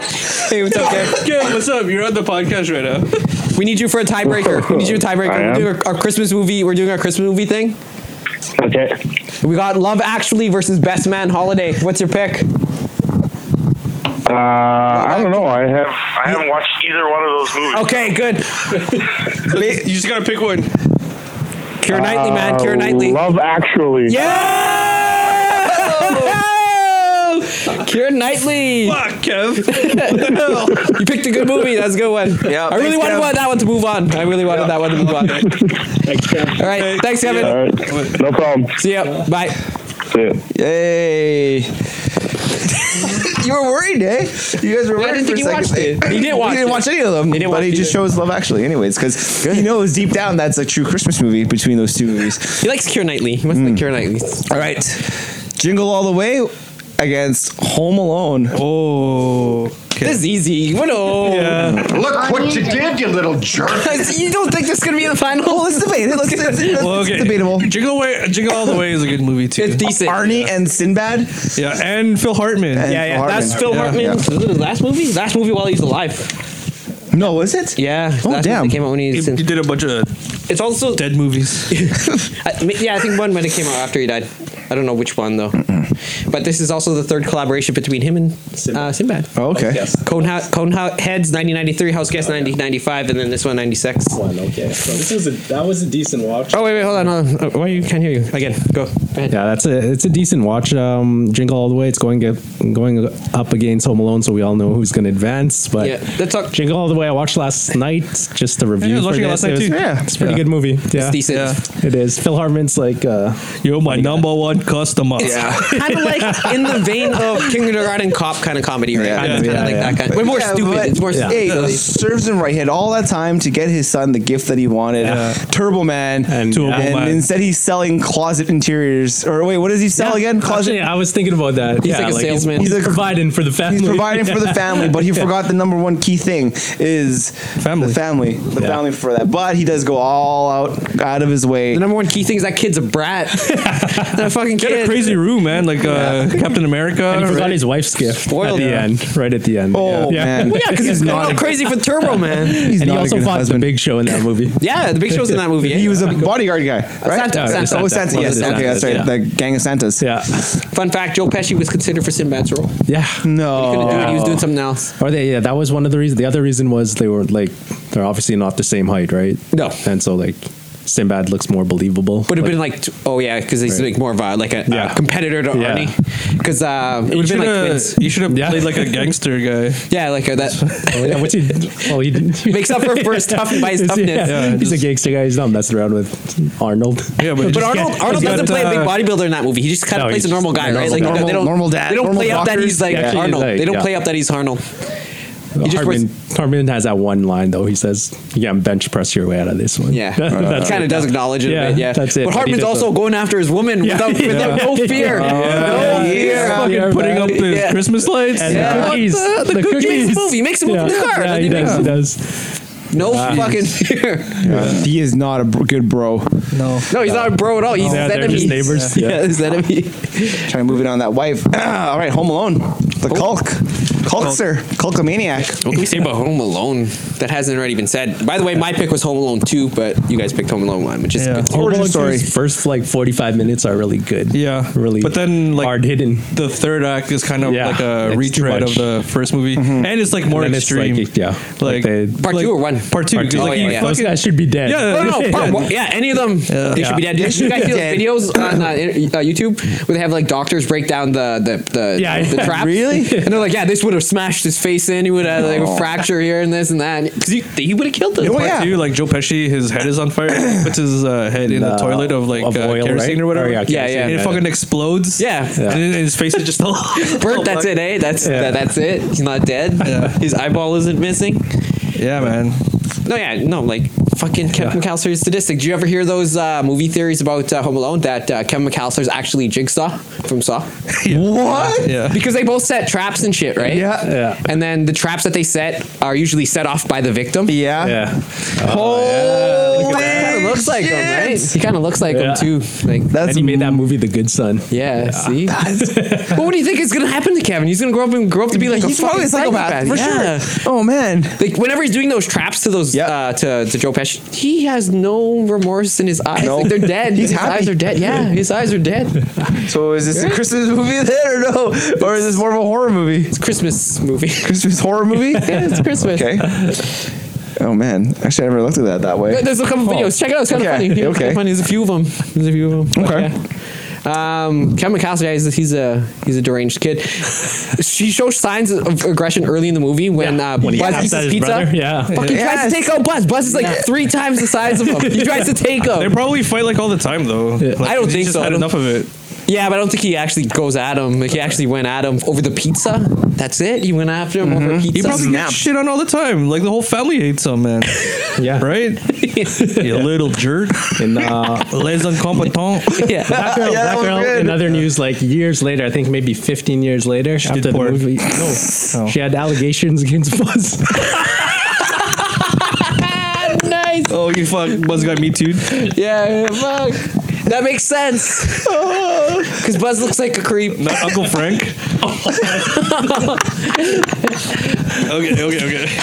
Speaker 3: hey, it's okay.
Speaker 4: Good. What's up? You're on the podcast right now.
Speaker 3: We need you for a tiebreaker. We need you a
Speaker 7: I
Speaker 3: tiebreaker. We're
Speaker 7: am.
Speaker 3: doing our, our Christmas movie. We're doing our Christmas movie thing.
Speaker 7: Okay.
Speaker 3: We got Love Actually versus Best Man Holiday. What's your pick?
Speaker 7: Uh, I don't know. I have I haven't watched either one of those movies.
Speaker 3: Okay, good.
Speaker 4: you just gotta pick one.
Speaker 3: Keira Knightley, man. Keira
Speaker 7: Uh,
Speaker 3: Knightley.
Speaker 7: Love Actually.
Speaker 3: Yeah! Kieran Knightley.
Speaker 4: Fuck, Kev.
Speaker 3: You picked a good movie. That's a good one. Yeah. I really
Speaker 2: thanks,
Speaker 3: wanted
Speaker 2: Kev.
Speaker 3: that one to move on. I really wanted that one to move on. All right. Thanks, Kevin.
Speaker 7: All right. No problem.
Speaker 3: See ya. Bye.
Speaker 7: See ya.
Speaker 2: yay! you were worried, eh? You guys were worried.
Speaker 3: I
Speaker 2: for
Speaker 3: didn't think
Speaker 2: a
Speaker 3: he
Speaker 2: second
Speaker 3: watched
Speaker 2: there.
Speaker 3: it. He didn't watch
Speaker 2: He didn't
Speaker 3: it.
Speaker 2: watch any of them.
Speaker 3: He didn't
Speaker 2: but
Speaker 3: watch
Speaker 2: he just
Speaker 3: either.
Speaker 2: chose Love Actually, anyways, because he knows deep down that's a true Christmas movie between those two movies.
Speaker 3: He likes Kieran Knightley. He must like Kieran Knightley.
Speaker 2: All right, Jingle All the Way against Home Alone.
Speaker 4: Oh.
Speaker 3: This is easy. What? Oh.
Speaker 9: Look what you did, you little jerk.
Speaker 3: You don't think this is going to be the final?
Speaker 2: Let's debate it. Let's, let's, let's,
Speaker 4: Well, okay.
Speaker 2: It's debatable.
Speaker 4: Jingle Way, Jingle All the Way is a good movie too.
Speaker 3: It's decent.
Speaker 2: Arnie and Sinbad.
Speaker 4: yeah, and Phil Hartman.
Speaker 2: And
Speaker 3: yeah, yeah.
Speaker 2: Hartman.
Speaker 3: That's Phil
Speaker 2: Yeah,
Speaker 3: Hartman's last movie? Last movie while he's alive.
Speaker 2: yeah. No, is it?
Speaker 3: Yeah.
Speaker 2: Oh,
Speaker 3: last
Speaker 2: damn.
Speaker 3: Movie that came out when he
Speaker 4: He,
Speaker 3: was
Speaker 4: he
Speaker 3: in.
Speaker 4: did a bunch of
Speaker 3: It's also.
Speaker 4: dead movies.
Speaker 3: I, m- yeah, I think one might have came out after he died. I don't know which one though. But this is also the third collaboration between him and uh, Sinbad.
Speaker 2: Oh, okay.
Speaker 3: Cone, ha- Cone ha- Heads 1993, House Guest
Speaker 2: Oh,
Speaker 3: 1995, and then this one 96.
Speaker 5: One. Okay. So this was a that was a decent watch.
Speaker 3: Oh wait, wait, hold on. Hold on. Oh, why you can't hear you again? Oh, Go. Go ahead.
Speaker 5: Yeah, that's a it's a decent watch. Um, Jingle All the Way. It's going get, going up against Home Alone, so we all know who's going to advance. But
Speaker 3: Yeah, let's talk-
Speaker 5: Jingle All the Way. I watched last night just to review.
Speaker 4: I was
Speaker 5: for
Speaker 4: watching it last
Speaker 5: this.
Speaker 4: night
Speaker 5: was-
Speaker 4: too.
Speaker 2: Yeah.
Speaker 5: it's a pretty good movie. Yeah,
Speaker 3: It's decent.
Speaker 5: it is. Phil Hartman's like uh,
Speaker 4: You're my number one customer.
Speaker 3: Yeah. kind of like in the vein of kindergarten cop kind of comedy, right?
Speaker 2: Yeah.
Speaker 3: Kind of,
Speaker 5: Yeah,
Speaker 3: like
Speaker 5: yeah.
Speaker 3: that kind. But more
Speaker 2: Yeah,
Speaker 3: stupid.
Speaker 2: but-
Speaker 3: it's more
Speaker 5: Yeah.
Speaker 2: Hey,
Speaker 3: stupid.
Speaker 2: it serves him right. He had all that time to get his son the gift that he wanted,
Speaker 5: Yeah.
Speaker 2: Turbo Man,
Speaker 5: And- Turbo
Speaker 2: and
Speaker 5: Man.
Speaker 2: instead he's selling closet interiors. Or wait, what does he sell again? Closet.
Speaker 5: Actually, I was thinking about that.
Speaker 3: He's
Speaker 5: yeah,
Speaker 3: like a salesman.
Speaker 5: He's,
Speaker 2: He's a-
Speaker 5: providing for the family.
Speaker 2: He's providing for the family, but he forgot the number one key thing is
Speaker 4: Family.
Speaker 2: The family, the
Speaker 5: Yeah.
Speaker 2: family for that. But he does go all out, out of his way.
Speaker 3: The number one key thing is that kid's a brat. that fucking
Speaker 4: Get a
Speaker 3: kid.
Speaker 4: crazy room, man. Like uh, Captain America.
Speaker 5: and he forgot
Speaker 4: right?
Speaker 5: his wife's gift
Speaker 3: Spoiled.
Speaker 5: at the
Speaker 3: Yeah.
Speaker 5: end, right at the end.
Speaker 2: Oh,
Speaker 5: yeah.
Speaker 2: man.
Speaker 5: Well, yeah, because he's
Speaker 3: Going
Speaker 5: not.
Speaker 3: out crazy for Turbo Man.
Speaker 2: He's
Speaker 5: and
Speaker 2: not
Speaker 5: he
Speaker 2: a
Speaker 5: also
Speaker 2: good
Speaker 5: fought
Speaker 2: husband.
Speaker 5: the big show in that movie.
Speaker 3: Yeah, the big show's in that movie.
Speaker 2: He
Speaker 3: eh?
Speaker 2: was a bodyguard guy, right?
Speaker 3: Santa, Santa.
Speaker 2: Oh, Santa.
Speaker 5: Santa.
Speaker 2: Yes.
Speaker 5: One of the
Speaker 2: Okay, that's
Speaker 5: Santas,
Speaker 2: right. The
Speaker 5: yeah.
Speaker 2: gang of Santas.
Speaker 5: Yeah,
Speaker 3: Fun fact: Joe Pesci was considered for Sinbad's role.
Speaker 5: yeah.
Speaker 3: Couldn't do
Speaker 2: No. Oh,
Speaker 3: it. He was
Speaker 5: Oh.
Speaker 3: doing something else.
Speaker 5: Or they, yeah, that was one of the reasons. The other reason was they were like, they're obviously not the same height, right?
Speaker 3: No.
Speaker 5: And so, like, Sinbad looks more believable.
Speaker 3: Would have been like, t- oh yeah, because he's
Speaker 5: Right.
Speaker 3: like more of a like a, a
Speaker 5: Yeah.
Speaker 3: competitor to
Speaker 5: Yeah.
Speaker 3: Arnie. Because uh, it
Speaker 4: You
Speaker 3: would have been
Speaker 4: should
Speaker 3: like
Speaker 4: have
Speaker 3: twins.
Speaker 4: you should have
Speaker 5: Yeah.
Speaker 4: played like a gangster guy.
Speaker 3: Yeah, like uh, that.
Speaker 5: Oh, yeah, what's he? Well, he
Speaker 3: Makes up for- for his tough- by his
Speaker 5: Is he-
Speaker 3: toughness.
Speaker 5: yeah,
Speaker 4: Yeah,
Speaker 5: he's
Speaker 4: just-
Speaker 5: a gangster guy. He's not messing around with Arnold.
Speaker 4: Yeah, but,
Speaker 3: But Arnold, Arnold
Speaker 5: he's
Speaker 3: doesn't
Speaker 5: got,
Speaker 3: play a big
Speaker 4: uh,
Speaker 3: bodybuilder in that movie. He just kind of
Speaker 5: No,
Speaker 3: plays a
Speaker 5: he's
Speaker 3: normal
Speaker 5: just
Speaker 3: guy,
Speaker 5: a
Speaker 3: right?
Speaker 5: normal
Speaker 3: Like
Speaker 5: guy.
Speaker 3: they don't,
Speaker 2: Normal dad,
Speaker 3: They don't
Speaker 2: normal
Speaker 3: play up that
Speaker 2: rockers.
Speaker 3: he's like
Speaker 5: Yeah, actually,
Speaker 3: Arnold.
Speaker 5: like,
Speaker 3: they don't
Speaker 5: yeah.
Speaker 3: play up that he's Arnold. He just
Speaker 5: Harmon,
Speaker 3: wears,
Speaker 5: Harmon has that one line though. He says, "You can't bench press your way out of this one."
Speaker 3: yeah, Uh,
Speaker 5: That's
Speaker 3: kind of does acknowledge it.
Speaker 5: Yeah,
Speaker 3: a bit, yeah,
Speaker 5: that's it.
Speaker 3: But
Speaker 5: But he
Speaker 3: Hartman's
Speaker 5: does
Speaker 3: also
Speaker 5: a-
Speaker 3: going after his woman
Speaker 5: Yeah.
Speaker 3: without, without
Speaker 5: Yeah.
Speaker 3: no fear. No fear.
Speaker 2: Yeah.
Speaker 4: fucking
Speaker 5: Yeah,
Speaker 4: putting
Speaker 5: man.
Speaker 4: up his
Speaker 3: Yeah.
Speaker 4: Christmas lights.
Speaker 5: And
Speaker 3: Yeah.
Speaker 5: the
Speaker 3: What
Speaker 5: cookies.
Speaker 3: the- the cookies movie. He makes a movie
Speaker 5: yeah.
Speaker 3: with the car,
Speaker 5: Yeah,
Speaker 3: doesn't
Speaker 5: he
Speaker 3: he?
Speaker 5: does. He does.
Speaker 3: No fucking fear.
Speaker 2: He is not a br- good bro.
Speaker 4: no.
Speaker 3: No, he's not a bro at all. He's
Speaker 5: Yeah,
Speaker 3: his
Speaker 5: they're
Speaker 3: enemy.
Speaker 5: just neighbors.
Speaker 3: Yeah,
Speaker 5: Yeah.
Speaker 3: his enemy.
Speaker 2: Trying to move it on that wife. all right, Home Alone. The Kulk. Kulkster. Kulkamaniac.
Speaker 3: What can we say about Home Alone that hasn't already been said? By the way, my pick was Home Alone 2, but you guys picked Home Alone 1, which is
Speaker 4: Yeah.
Speaker 3: good.
Speaker 5: Home
Speaker 2: Origin
Speaker 5: Alone
Speaker 2: story.
Speaker 5: two's First like forty-five minutes are really good.
Speaker 4: Yeah,
Speaker 5: really.
Speaker 4: But then like
Speaker 5: hard hidden.
Speaker 4: the third act is kind of
Speaker 5: Yeah,
Speaker 4: like a
Speaker 5: it's too
Speaker 4: retread of
Speaker 5: much. Mm-hmm.
Speaker 4: the first movie, and it's like more
Speaker 5: then it's
Speaker 4: extreme.
Speaker 5: like- yeah,
Speaker 4: like,
Speaker 5: like they-
Speaker 3: Part two or one?
Speaker 4: Part two.
Speaker 3: Part two. Oh,
Speaker 4: Like you
Speaker 3: yeah, yeah.
Speaker 5: Those
Speaker 4: fucking-
Speaker 5: guys should be dead.
Speaker 4: Yeah.
Speaker 3: Oh, No, no, no, part one. Yeah, any of them. They should be dead. Did you guys see
Speaker 2: Dead.
Speaker 3: those videos on uh, uh, YouTube where they have like doctors break down the the the,
Speaker 5: Yeah,
Speaker 3: the
Speaker 5: yeah.
Speaker 3: traps?
Speaker 2: Really?
Speaker 3: And they're like, yeah, this would have smashed his face in. He would have like a fracture here and this and that. Because he, he would have killed them.
Speaker 2: Oh,
Speaker 4: Part
Speaker 2: yeah.
Speaker 4: two, like Joe Pesci, his head is on fire. He puts his uh, head in the
Speaker 5: Uh,
Speaker 4: toilet of like
Speaker 5: of
Speaker 4: uh,
Speaker 5: oil,
Speaker 4: kerosene
Speaker 5: right?
Speaker 4: or whatever.
Speaker 5: Oh, yeah,
Speaker 3: Yeah, yeah.
Speaker 4: And it fucking explodes.
Speaker 3: Yeah.
Speaker 4: And, then his face is just all
Speaker 3: Bert, that's it, eh? That's
Speaker 5: Yeah.
Speaker 3: that, that's it. He's not dead.
Speaker 4: Yeah.
Speaker 3: His eyeball isn't missing.
Speaker 4: Yeah, man.
Speaker 3: No, yeah, no, like fucking Kevin McAllister's statistic. Do you ever hear those uh, movie theories about uh, Home Alone that uh, Kevin McAllister's actually Jigsaw from Saw?
Speaker 2: What?
Speaker 4: Yeah.
Speaker 3: Because they both set traps and shit, right?
Speaker 2: Yeah.
Speaker 5: Yeah.
Speaker 3: And then the traps that they set are usually set off by the victim.
Speaker 2: Yeah.
Speaker 5: Yeah.
Speaker 2: Holy
Speaker 3: Kind of looks like him, right? He kind of looks like
Speaker 5: Yeah.
Speaker 3: him too. Like
Speaker 5: And
Speaker 2: That's
Speaker 5: he made that movie, The Good Son.
Speaker 3: Yeah, see. but what do you think is gonna happen to Kevin? He's gonna grow up and grow up to be like
Speaker 2: He's
Speaker 3: a
Speaker 2: probably
Speaker 3: fucking
Speaker 2: a psychopath,
Speaker 3: psychopath,
Speaker 2: for
Speaker 3: yeah.
Speaker 2: sure. Oh man.
Speaker 3: Like whenever he's doing those traps to those
Speaker 2: Yep.
Speaker 3: uh, to to Joe Pesci, he has no remorse in his eyes.
Speaker 2: No.
Speaker 3: Like they're dead.
Speaker 2: He's
Speaker 3: his
Speaker 2: happy.
Speaker 3: eyes are dead. Yeah, his eyes are dead.
Speaker 2: So is this a Christmas movie then, or no? Or is this more of a horror movie?
Speaker 3: It's a Christmas movie.
Speaker 2: Christmas horror movie?
Speaker 3: yeah, it's Christmas.
Speaker 2: Okay. Oh man. Actually, I never looked at that that way.
Speaker 3: There's a couple videos. Check it out. It's kind of
Speaker 2: Okay,
Speaker 3: funny. Yeah, it's
Speaker 2: okay.
Speaker 3: kinda funny. There's a few of them. There's a few of them.
Speaker 2: Okay.
Speaker 3: Um, Kevin McAllister is he's a he's a deranged kid. she shows signs of aggression early in the movie when uh,
Speaker 5: When he
Speaker 3: Buzz
Speaker 5: taps
Speaker 3: eats
Speaker 5: at
Speaker 3: his
Speaker 5: his
Speaker 3: pizza.
Speaker 5: brother. Yeah.
Speaker 3: Fucking tries to
Speaker 2: Yes.
Speaker 3: take out Buzz. Buzz is like three times the size of him. He tries to take
Speaker 4: They
Speaker 3: him.
Speaker 4: probably fight like all the time though. Like,
Speaker 3: I don't
Speaker 4: he's
Speaker 3: think
Speaker 4: just
Speaker 3: so. I
Speaker 4: Had
Speaker 3: don't-
Speaker 4: enough of it.
Speaker 3: Yeah, but I don't think he actually goes at him. Like he actually went at him over the pizza. That's it. He went after him over pizza.
Speaker 4: He probably
Speaker 2: snap.
Speaker 4: gets shit on all the time. Like the whole family hates him, man.
Speaker 5: Yeah.
Speaker 4: right? you little jerk.
Speaker 5: And uh,
Speaker 4: Les incompetents.
Speaker 3: yeah.
Speaker 5: Black Girl,
Speaker 2: Yeah, that
Speaker 5: Black
Speaker 2: was
Speaker 5: Girl
Speaker 2: good.
Speaker 5: in other news, like years later, I think maybe 15 years later
Speaker 4: did
Speaker 5: after the
Speaker 4: porn. Oh.
Speaker 5: movie. No, she had allegations against Buzz.
Speaker 3: nice.
Speaker 4: Oh, you fuck. Buzz got me too.
Speaker 3: Yeah, yeah, fuck. That makes sense. Because Buzz looks like a creep.
Speaker 4: Not Uncle Frank. okay, okay, okay.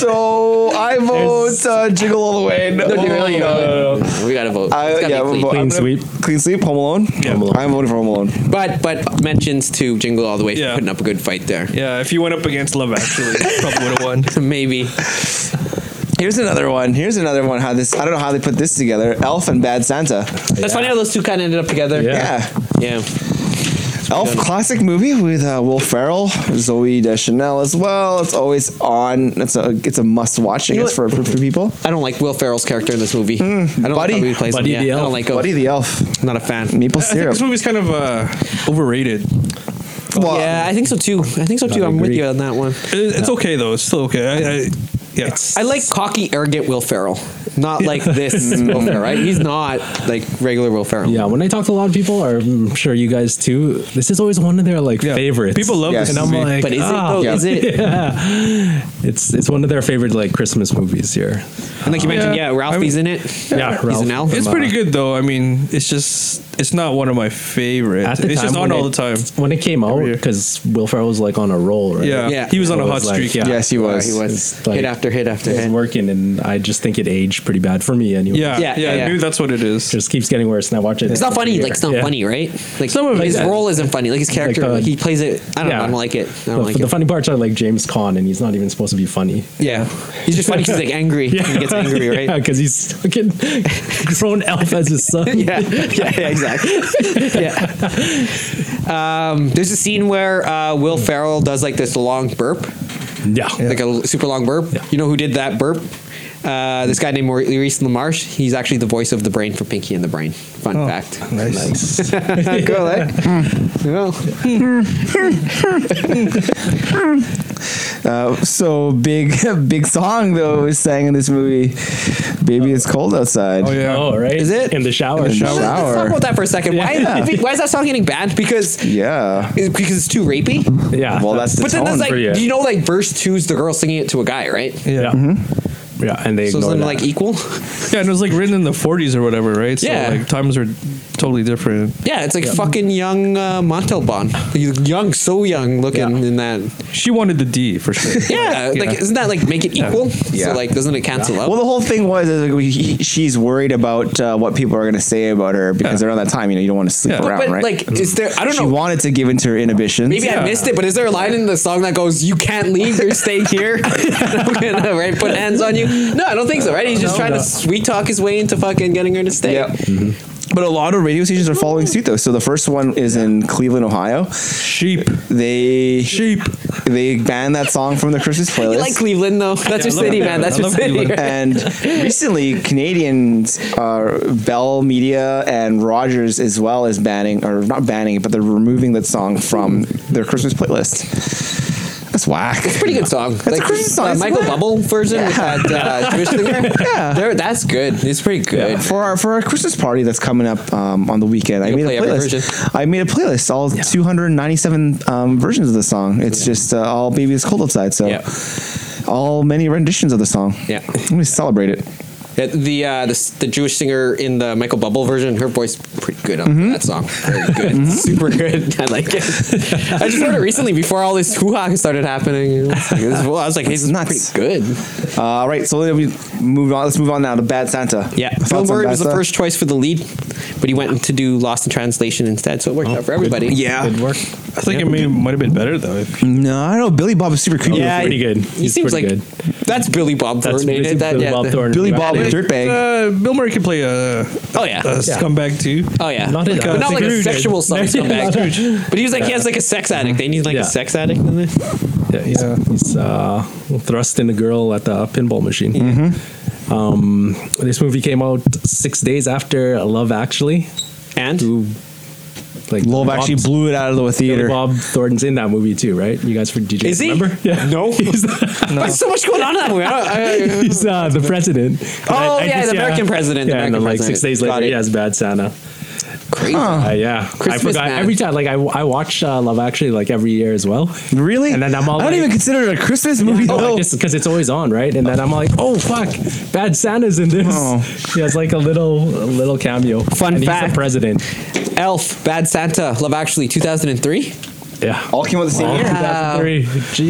Speaker 2: So I vote uh, Jiggle All the Way. No,
Speaker 3: No, really,
Speaker 2: no, no.
Speaker 3: We gotta vote.
Speaker 2: I,
Speaker 3: It's gotta
Speaker 2: yeah,
Speaker 3: be
Speaker 2: I'm
Speaker 3: clean.
Speaker 2: vo- I'm
Speaker 5: Clean
Speaker 2: gonna-
Speaker 5: sweep.
Speaker 2: Clean sweep. Home Alone.
Speaker 4: Home Alone.
Speaker 2: I'm voting for Home Alone.
Speaker 3: But but mentions to Jingle All the Way for
Speaker 4: Yeah.
Speaker 3: putting up a good fight there.
Speaker 4: Yeah, if you went up against Love Actually, you probably would have won.
Speaker 3: Maybe.
Speaker 2: Here's another one. Here's another one. How this? I don't know how they put this together. Elf and Bad Santa.
Speaker 3: That's funny how those two kind of ended up together.
Speaker 5: Yeah.
Speaker 2: Yeah.
Speaker 3: Yeah.
Speaker 2: Elf classic movie with uh, Will Ferrell, Zoe Deschanel as well. It's always on. It's a it's a must watch. I guess for, for for people.
Speaker 3: I don't like Will Ferrell's character in this movie. I don't
Speaker 2: Mm, Buddy.
Speaker 3: like how he plays. him.
Speaker 5: Buddy
Speaker 3: Yeah,
Speaker 5: the
Speaker 3: I don't
Speaker 5: Elf.
Speaker 3: like him.
Speaker 2: Buddy the Elf,
Speaker 3: I'm not a fan.
Speaker 2: maple
Speaker 4: I think
Speaker 2: syrup.
Speaker 4: this movie's kind of uh, overrated.
Speaker 2: Well,
Speaker 3: Yeah, I think so too. I think so too. I'm with you on that one.
Speaker 4: It- It's okay though. It's still okay. I, I, yeah.
Speaker 3: I like cocky, arrogant Will Ferrell, not like this
Speaker 2: Mm.
Speaker 3: Will Ferrell. Right? He's not like regular Will Ferrell.
Speaker 5: Yeah, when I talk to a lot of people, or mm, I'm sure you guys too, this is always one of their like
Speaker 4: Yeah.
Speaker 5: favorites.
Speaker 4: People love
Speaker 2: Yes.
Speaker 4: this
Speaker 5: and I'm
Speaker 4: movie.
Speaker 5: like,
Speaker 3: But is it
Speaker 5: "Ah."
Speaker 3: though?
Speaker 2: Yeah.
Speaker 3: Is it?
Speaker 5: It's it's one of their favorite like Christmas movies here.
Speaker 3: And like you mentioned, yeah,
Speaker 4: Yeah,
Speaker 3: Ralphie's
Speaker 4: I'm-
Speaker 3: in it.
Speaker 5: Yeah,
Speaker 3: he's an
Speaker 5: Ralph.
Speaker 3: elf.
Speaker 4: it's pretty good though. I mean, it's just it's not one of my favorites.
Speaker 5: At the
Speaker 4: It's
Speaker 5: time
Speaker 4: just on
Speaker 5: when
Speaker 4: all
Speaker 5: it-
Speaker 4: the time.
Speaker 5: when it came out
Speaker 4: year.
Speaker 5: because Will Ferrell was like on a roll, right?
Speaker 4: Yeah.
Speaker 3: Yeah.
Speaker 4: he was on
Speaker 5: It
Speaker 4: a hot
Speaker 5: was like-
Speaker 4: streak.
Speaker 5: yeah.
Speaker 2: yes, he was.
Speaker 3: he was
Speaker 5: It's like-
Speaker 3: hit after hit after
Speaker 5: it was
Speaker 3: hit.
Speaker 5: working, and I just think it aged pretty bad for me anyway.
Speaker 4: Yeah,
Speaker 3: Yeah,
Speaker 4: yeah,
Speaker 3: yeah, yeah.
Speaker 4: I knew that's what it is.
Speaker 5: just keeps getting worse, and I watch it.
Speaker 3: It's not funny. Like it's not
Speaker 5: Yeah.
Speaker 3: funny, right? Like
Speaker 5: Some of it
Speaker 3: his
Speaker 5: is.
Speaker 3: role isn't funny. Like his character,
Speaker 5: the-
Speaker 3: like, he plays it. I don't know.
Speaker 5: Yeah.
Speaker 3: I don't like it. I
Speaker 5: The,
Speaker 3: don't like
Speaker 5: the
Speaker 3: it.
Speaker 5: funny parts are like James Caan, and he's not even supposed to be funny.
Speaker 3: yeah, he's just funny. 'cause He's like angry. He gets angry, right?
Speaker 5: Yeah, because he's fucking grown elf as his son.
Speaker 3: yeah, yeah, yeah, exactly. yeah. Um, there's a scene where uh, Will Ferrell does like this long burp,
Speaker 5: yeah.
Speaker 3: like a l- super long burp.
Speaker 5: Yeah.
Speaker 3: You know who did that burp? Uh, this guy named Maurice LaMarche. He's actually the voice of the brain for Pinky and the Brain. Fun
Speaker 5: Oh.
Speaker 3: fact.
Speaker 4: Nice.
Speaker 3: Cool, eh? Well,
Speaker 2: Uh, so big big song though is sang in this movie. Baby, it's cold outside.
Speaker 4: Oh yeah.
Speaker 5: Oh, right.
Speaker 3: Is it?
Speaker 5: in the shower?
Speaker 2: In the shower.
Speaker 3: Let's talk about that for a second. Why, is that, why is that song getting banned? Because
Speaker 2: Yeah.
Speaker 3: because it's too rapey.
Speaker 5: Yeah.
Speaker 2: Well, that's the
Speaker 3: But then
Speaker 2: tone.
Speaker 3: that's like
Speaker 5: pretty, yeah.
Speaker 3: you know, like verse two's the girl singing it to a guy, right?
Speaker 5: yeah. Yeah, and they
Speaker 3: Mm-hmm. So it's
Speaker 5: ignore that.
Speaker 3: like equal.
Speaker 4: Yeah, and it was like written in the 40s or whatever, right? So
Speaker 3: Yeah.
Speaker 4: like times were totally different.
Speaker 3: Yeah, it's like fucking young uh, Montalban. He's young, so young looking
Speaker 5: Yeah.
Speaker 3: in that.
Speaker 4: She wanted the D for sure.
Speaker 3: Yeah, like isn't that like make it equal?
Speaker 2: Yeah.
Speaker 3: So like doesn't it cancel out?
Speaker 2: Well, the whole thing was is like, we- he, she's worried about uh, what people are going to say about her because
Speaker 4: Yeah.
Speaker 2: around that time, you know, you don't want to sleep
Speaker 4: Yeah. But-
Speaker 2: around,
Speaker 3: but
Speaker 2: right?
Speaker 3: like, is there? I don't
Speaker 2: she
Speaker 3: know.
Speaker 2: wanted to give into her inhibitions.
Speaker 3: Maybe I
Speaker 4: Yeah.
Speaker 3: missed it, but is there a line in the song that goes, "You can't leave, you're staying here"? I'm gonna right put hands on you. No, I don't think so. Right? He's just trying to sweet talk his way into fucking getting her to stay.
Speaker 2: Yeah. Mm-hmm. But a lot of radio stations are following suit, though. So the first one is in Cleveland, Ohio.
Speaker 4: Sheep.
Speaker 2: They
Speaker 4: Sheep.
Speaker 2: they banned that song from the Christmas
Speaker 3: You
Speaker 2: playlist.
Speaker 3: like Cleveland though? That's your
Speaker 4: I love
Speaker 3: city, man.
Speaker 4: Cleveland.
Speaker 3: That's
Speaker 4: I
Speaker 3: your
Speaker 4: love
Speaker 3: city.
Speaker 4: Cleveland.
Speaker 3: right?
Speaker 2: and recently, Canadians, uh, Bell Media and Rogers as well is banning, or not banning, but they're removing that song from their Christmas playlist. That's whack.
Speaker 3: Pretty good song.
Speaker 2: a
Speaker 3: That's
Speaker 2: Christmas song,
Speaker 3: Uh,
Speaker 2: isn't
Speaker 3: Michael
Speaker 2: it?
Speaker 3: Bubble version with
Speaker 2: Yeah.
Speaker 3: that uh, Jewish singer. Yeah, that's good. It's pretty good.
Speaker 2: for our for our Christmas party that's coming up um, on the weekend. I
Speaker 3: You'll
Speaker 2: made
Speaker 3: play
Speaker 2: a
Speaker 3: every
Speaker 2: playlist.
Speaker 3: version.
Speaker 2: I made a playlist, all 297 um, versions of the song. It's just uh, all "Baby It's Cold Outside," so
Speaker 3: Yeah.
Speaker 2: all many renditions of the song.
Speaker 3: Yeah.
Speaker 2: let me celebrate it.
Speaker 3: Yeah, the, uh, the s- the Jewish singer in the Michael Bubble version, her voice pretty good on that song. Very good, super good. I like it. I just heard it recently before all this hoo ha started happening. you know, it's like, this- well, I was like, hey, this is
Speaker 2: nuts.
Speaker 3: pretty good.
Speaker 2: Uh, all right, so then we move on. Let's move on now to Bad Santa.
Speaker 3: Yeah,
Speaker 2: Thoughts
Speaker 3: Bill
Speaker 2: on
Speaker 3: Murray
Speaker 2: Bad
Speaker 3: was the
Speaker 2: Santa?
Speaker 3: first choice for the lead, but he went to do Lost in Translation instead, so it worked out for everybody.
Speaker 2: Yeah,
Speaker 5: Good work.
Speaker 4: I think it may, might have been better though. If,
Speaker 2: no, I don't know. Billy Bob is super creepy.
Speaker 5: Yeah, pretty good.
Speaker 3: He seems like that's Billy Bob
Speaker 5: That's
Speaker 3: Thornton. ain't it?
Speaker 5: basically
Speaker 3: That-
Speaker 5: Billy
Speaker 3: yeah,
Speaker 5: Bob
Speaker 3: the-
Speaker 5: Thornton.
Speaker 2: Billy
Speaker 5: who
Speaker 2: Bob
Speaker 5: acted.
Speaker 2: the dirtbag.
Speaker 4: uh, Bill Murray could play a, a
Speaker 3: Oh yeah,
Speaker 4: scumbag too.
Speaker 3: oh yeah.
Speaker 5: Not in
Speaker 3: Like
Speaker 5: that.
Speaker 3: a- but not like a
Speaker 5: Scrooge.
Speaker 3: sexual song. scumbag. But he was like he has like a sex addict. They need like
Speaker 5: Yeah.
Speaker 3: a sex addict in there.
Speaker 5: Yeah, he's, he's uh, thrusting a girl at the pinball machine.
Speaker 3: Mm-hmm.
Speaker 5: Um, this movie came out six days after Love Actually.
Speaker 3: And
Speaker 5: Who, like
Speaker 2: Love
Speaker 5: Bob-
Speaker 2: actually blew it out of the
Speaker 5: Billy
Speaker 2: theater.
Speaker 5: Bob Thornton's in that movie too, right? You guys for DJ?
Speaker 3: Is he?
Speaker 5: Remember? Yeah.
Speaker 3: No.
Speaker 5: He's,
Speaker 3: There's so much going on in that movie. I don't- I- I-
Speaker 5: he's uh, the president.
Speaker 3: Oh, yeah, the American president, the
Speaker 5: Yeah, and then
Speaker 3: American
Speaker 5: like six
Speaker 3: president.
Speaker 5: days
Speaker 3: Got
Speaker 5: later, he
Speaker 3: it.
Speaker 5: has Bad Santa.
Speaker 3: crazy.
Speaker 5: Uh, yeah, I
Speaker 3: Christmas
Speaker 5: forgot
Speaker 3: man.
Speaker 5: every time. Like I, I watch uh, Love Actually like every year as well.
Speaker 2: Really?
Speaker 5: And then I'm all
Speaker 2: I don't
Speaker 5: like-
Speaker 2: even consider it a Christmas movie
Speaker 5: Oh,
Speaker 2: though.
Speaker 5: like this because it's always on, right? And then I'm like, oh fuck, Bad Santa's in this.
Speaker 2: Oh.
Speaker 5: He has like a little, a little cameo.
Speaker 3: Fun
Speaker 5: and He's
Speaker 3: fact.
Speaker 5: the president.
Speaker 3: Elf, Bad Santa, Love Actually, 2003.
Speaker 5: Yeah.
Speaker 2: all came out the same
Speaker 3: Oh,
Speaker 5: All
Speaker 2: year.
Speaker 5: 2003.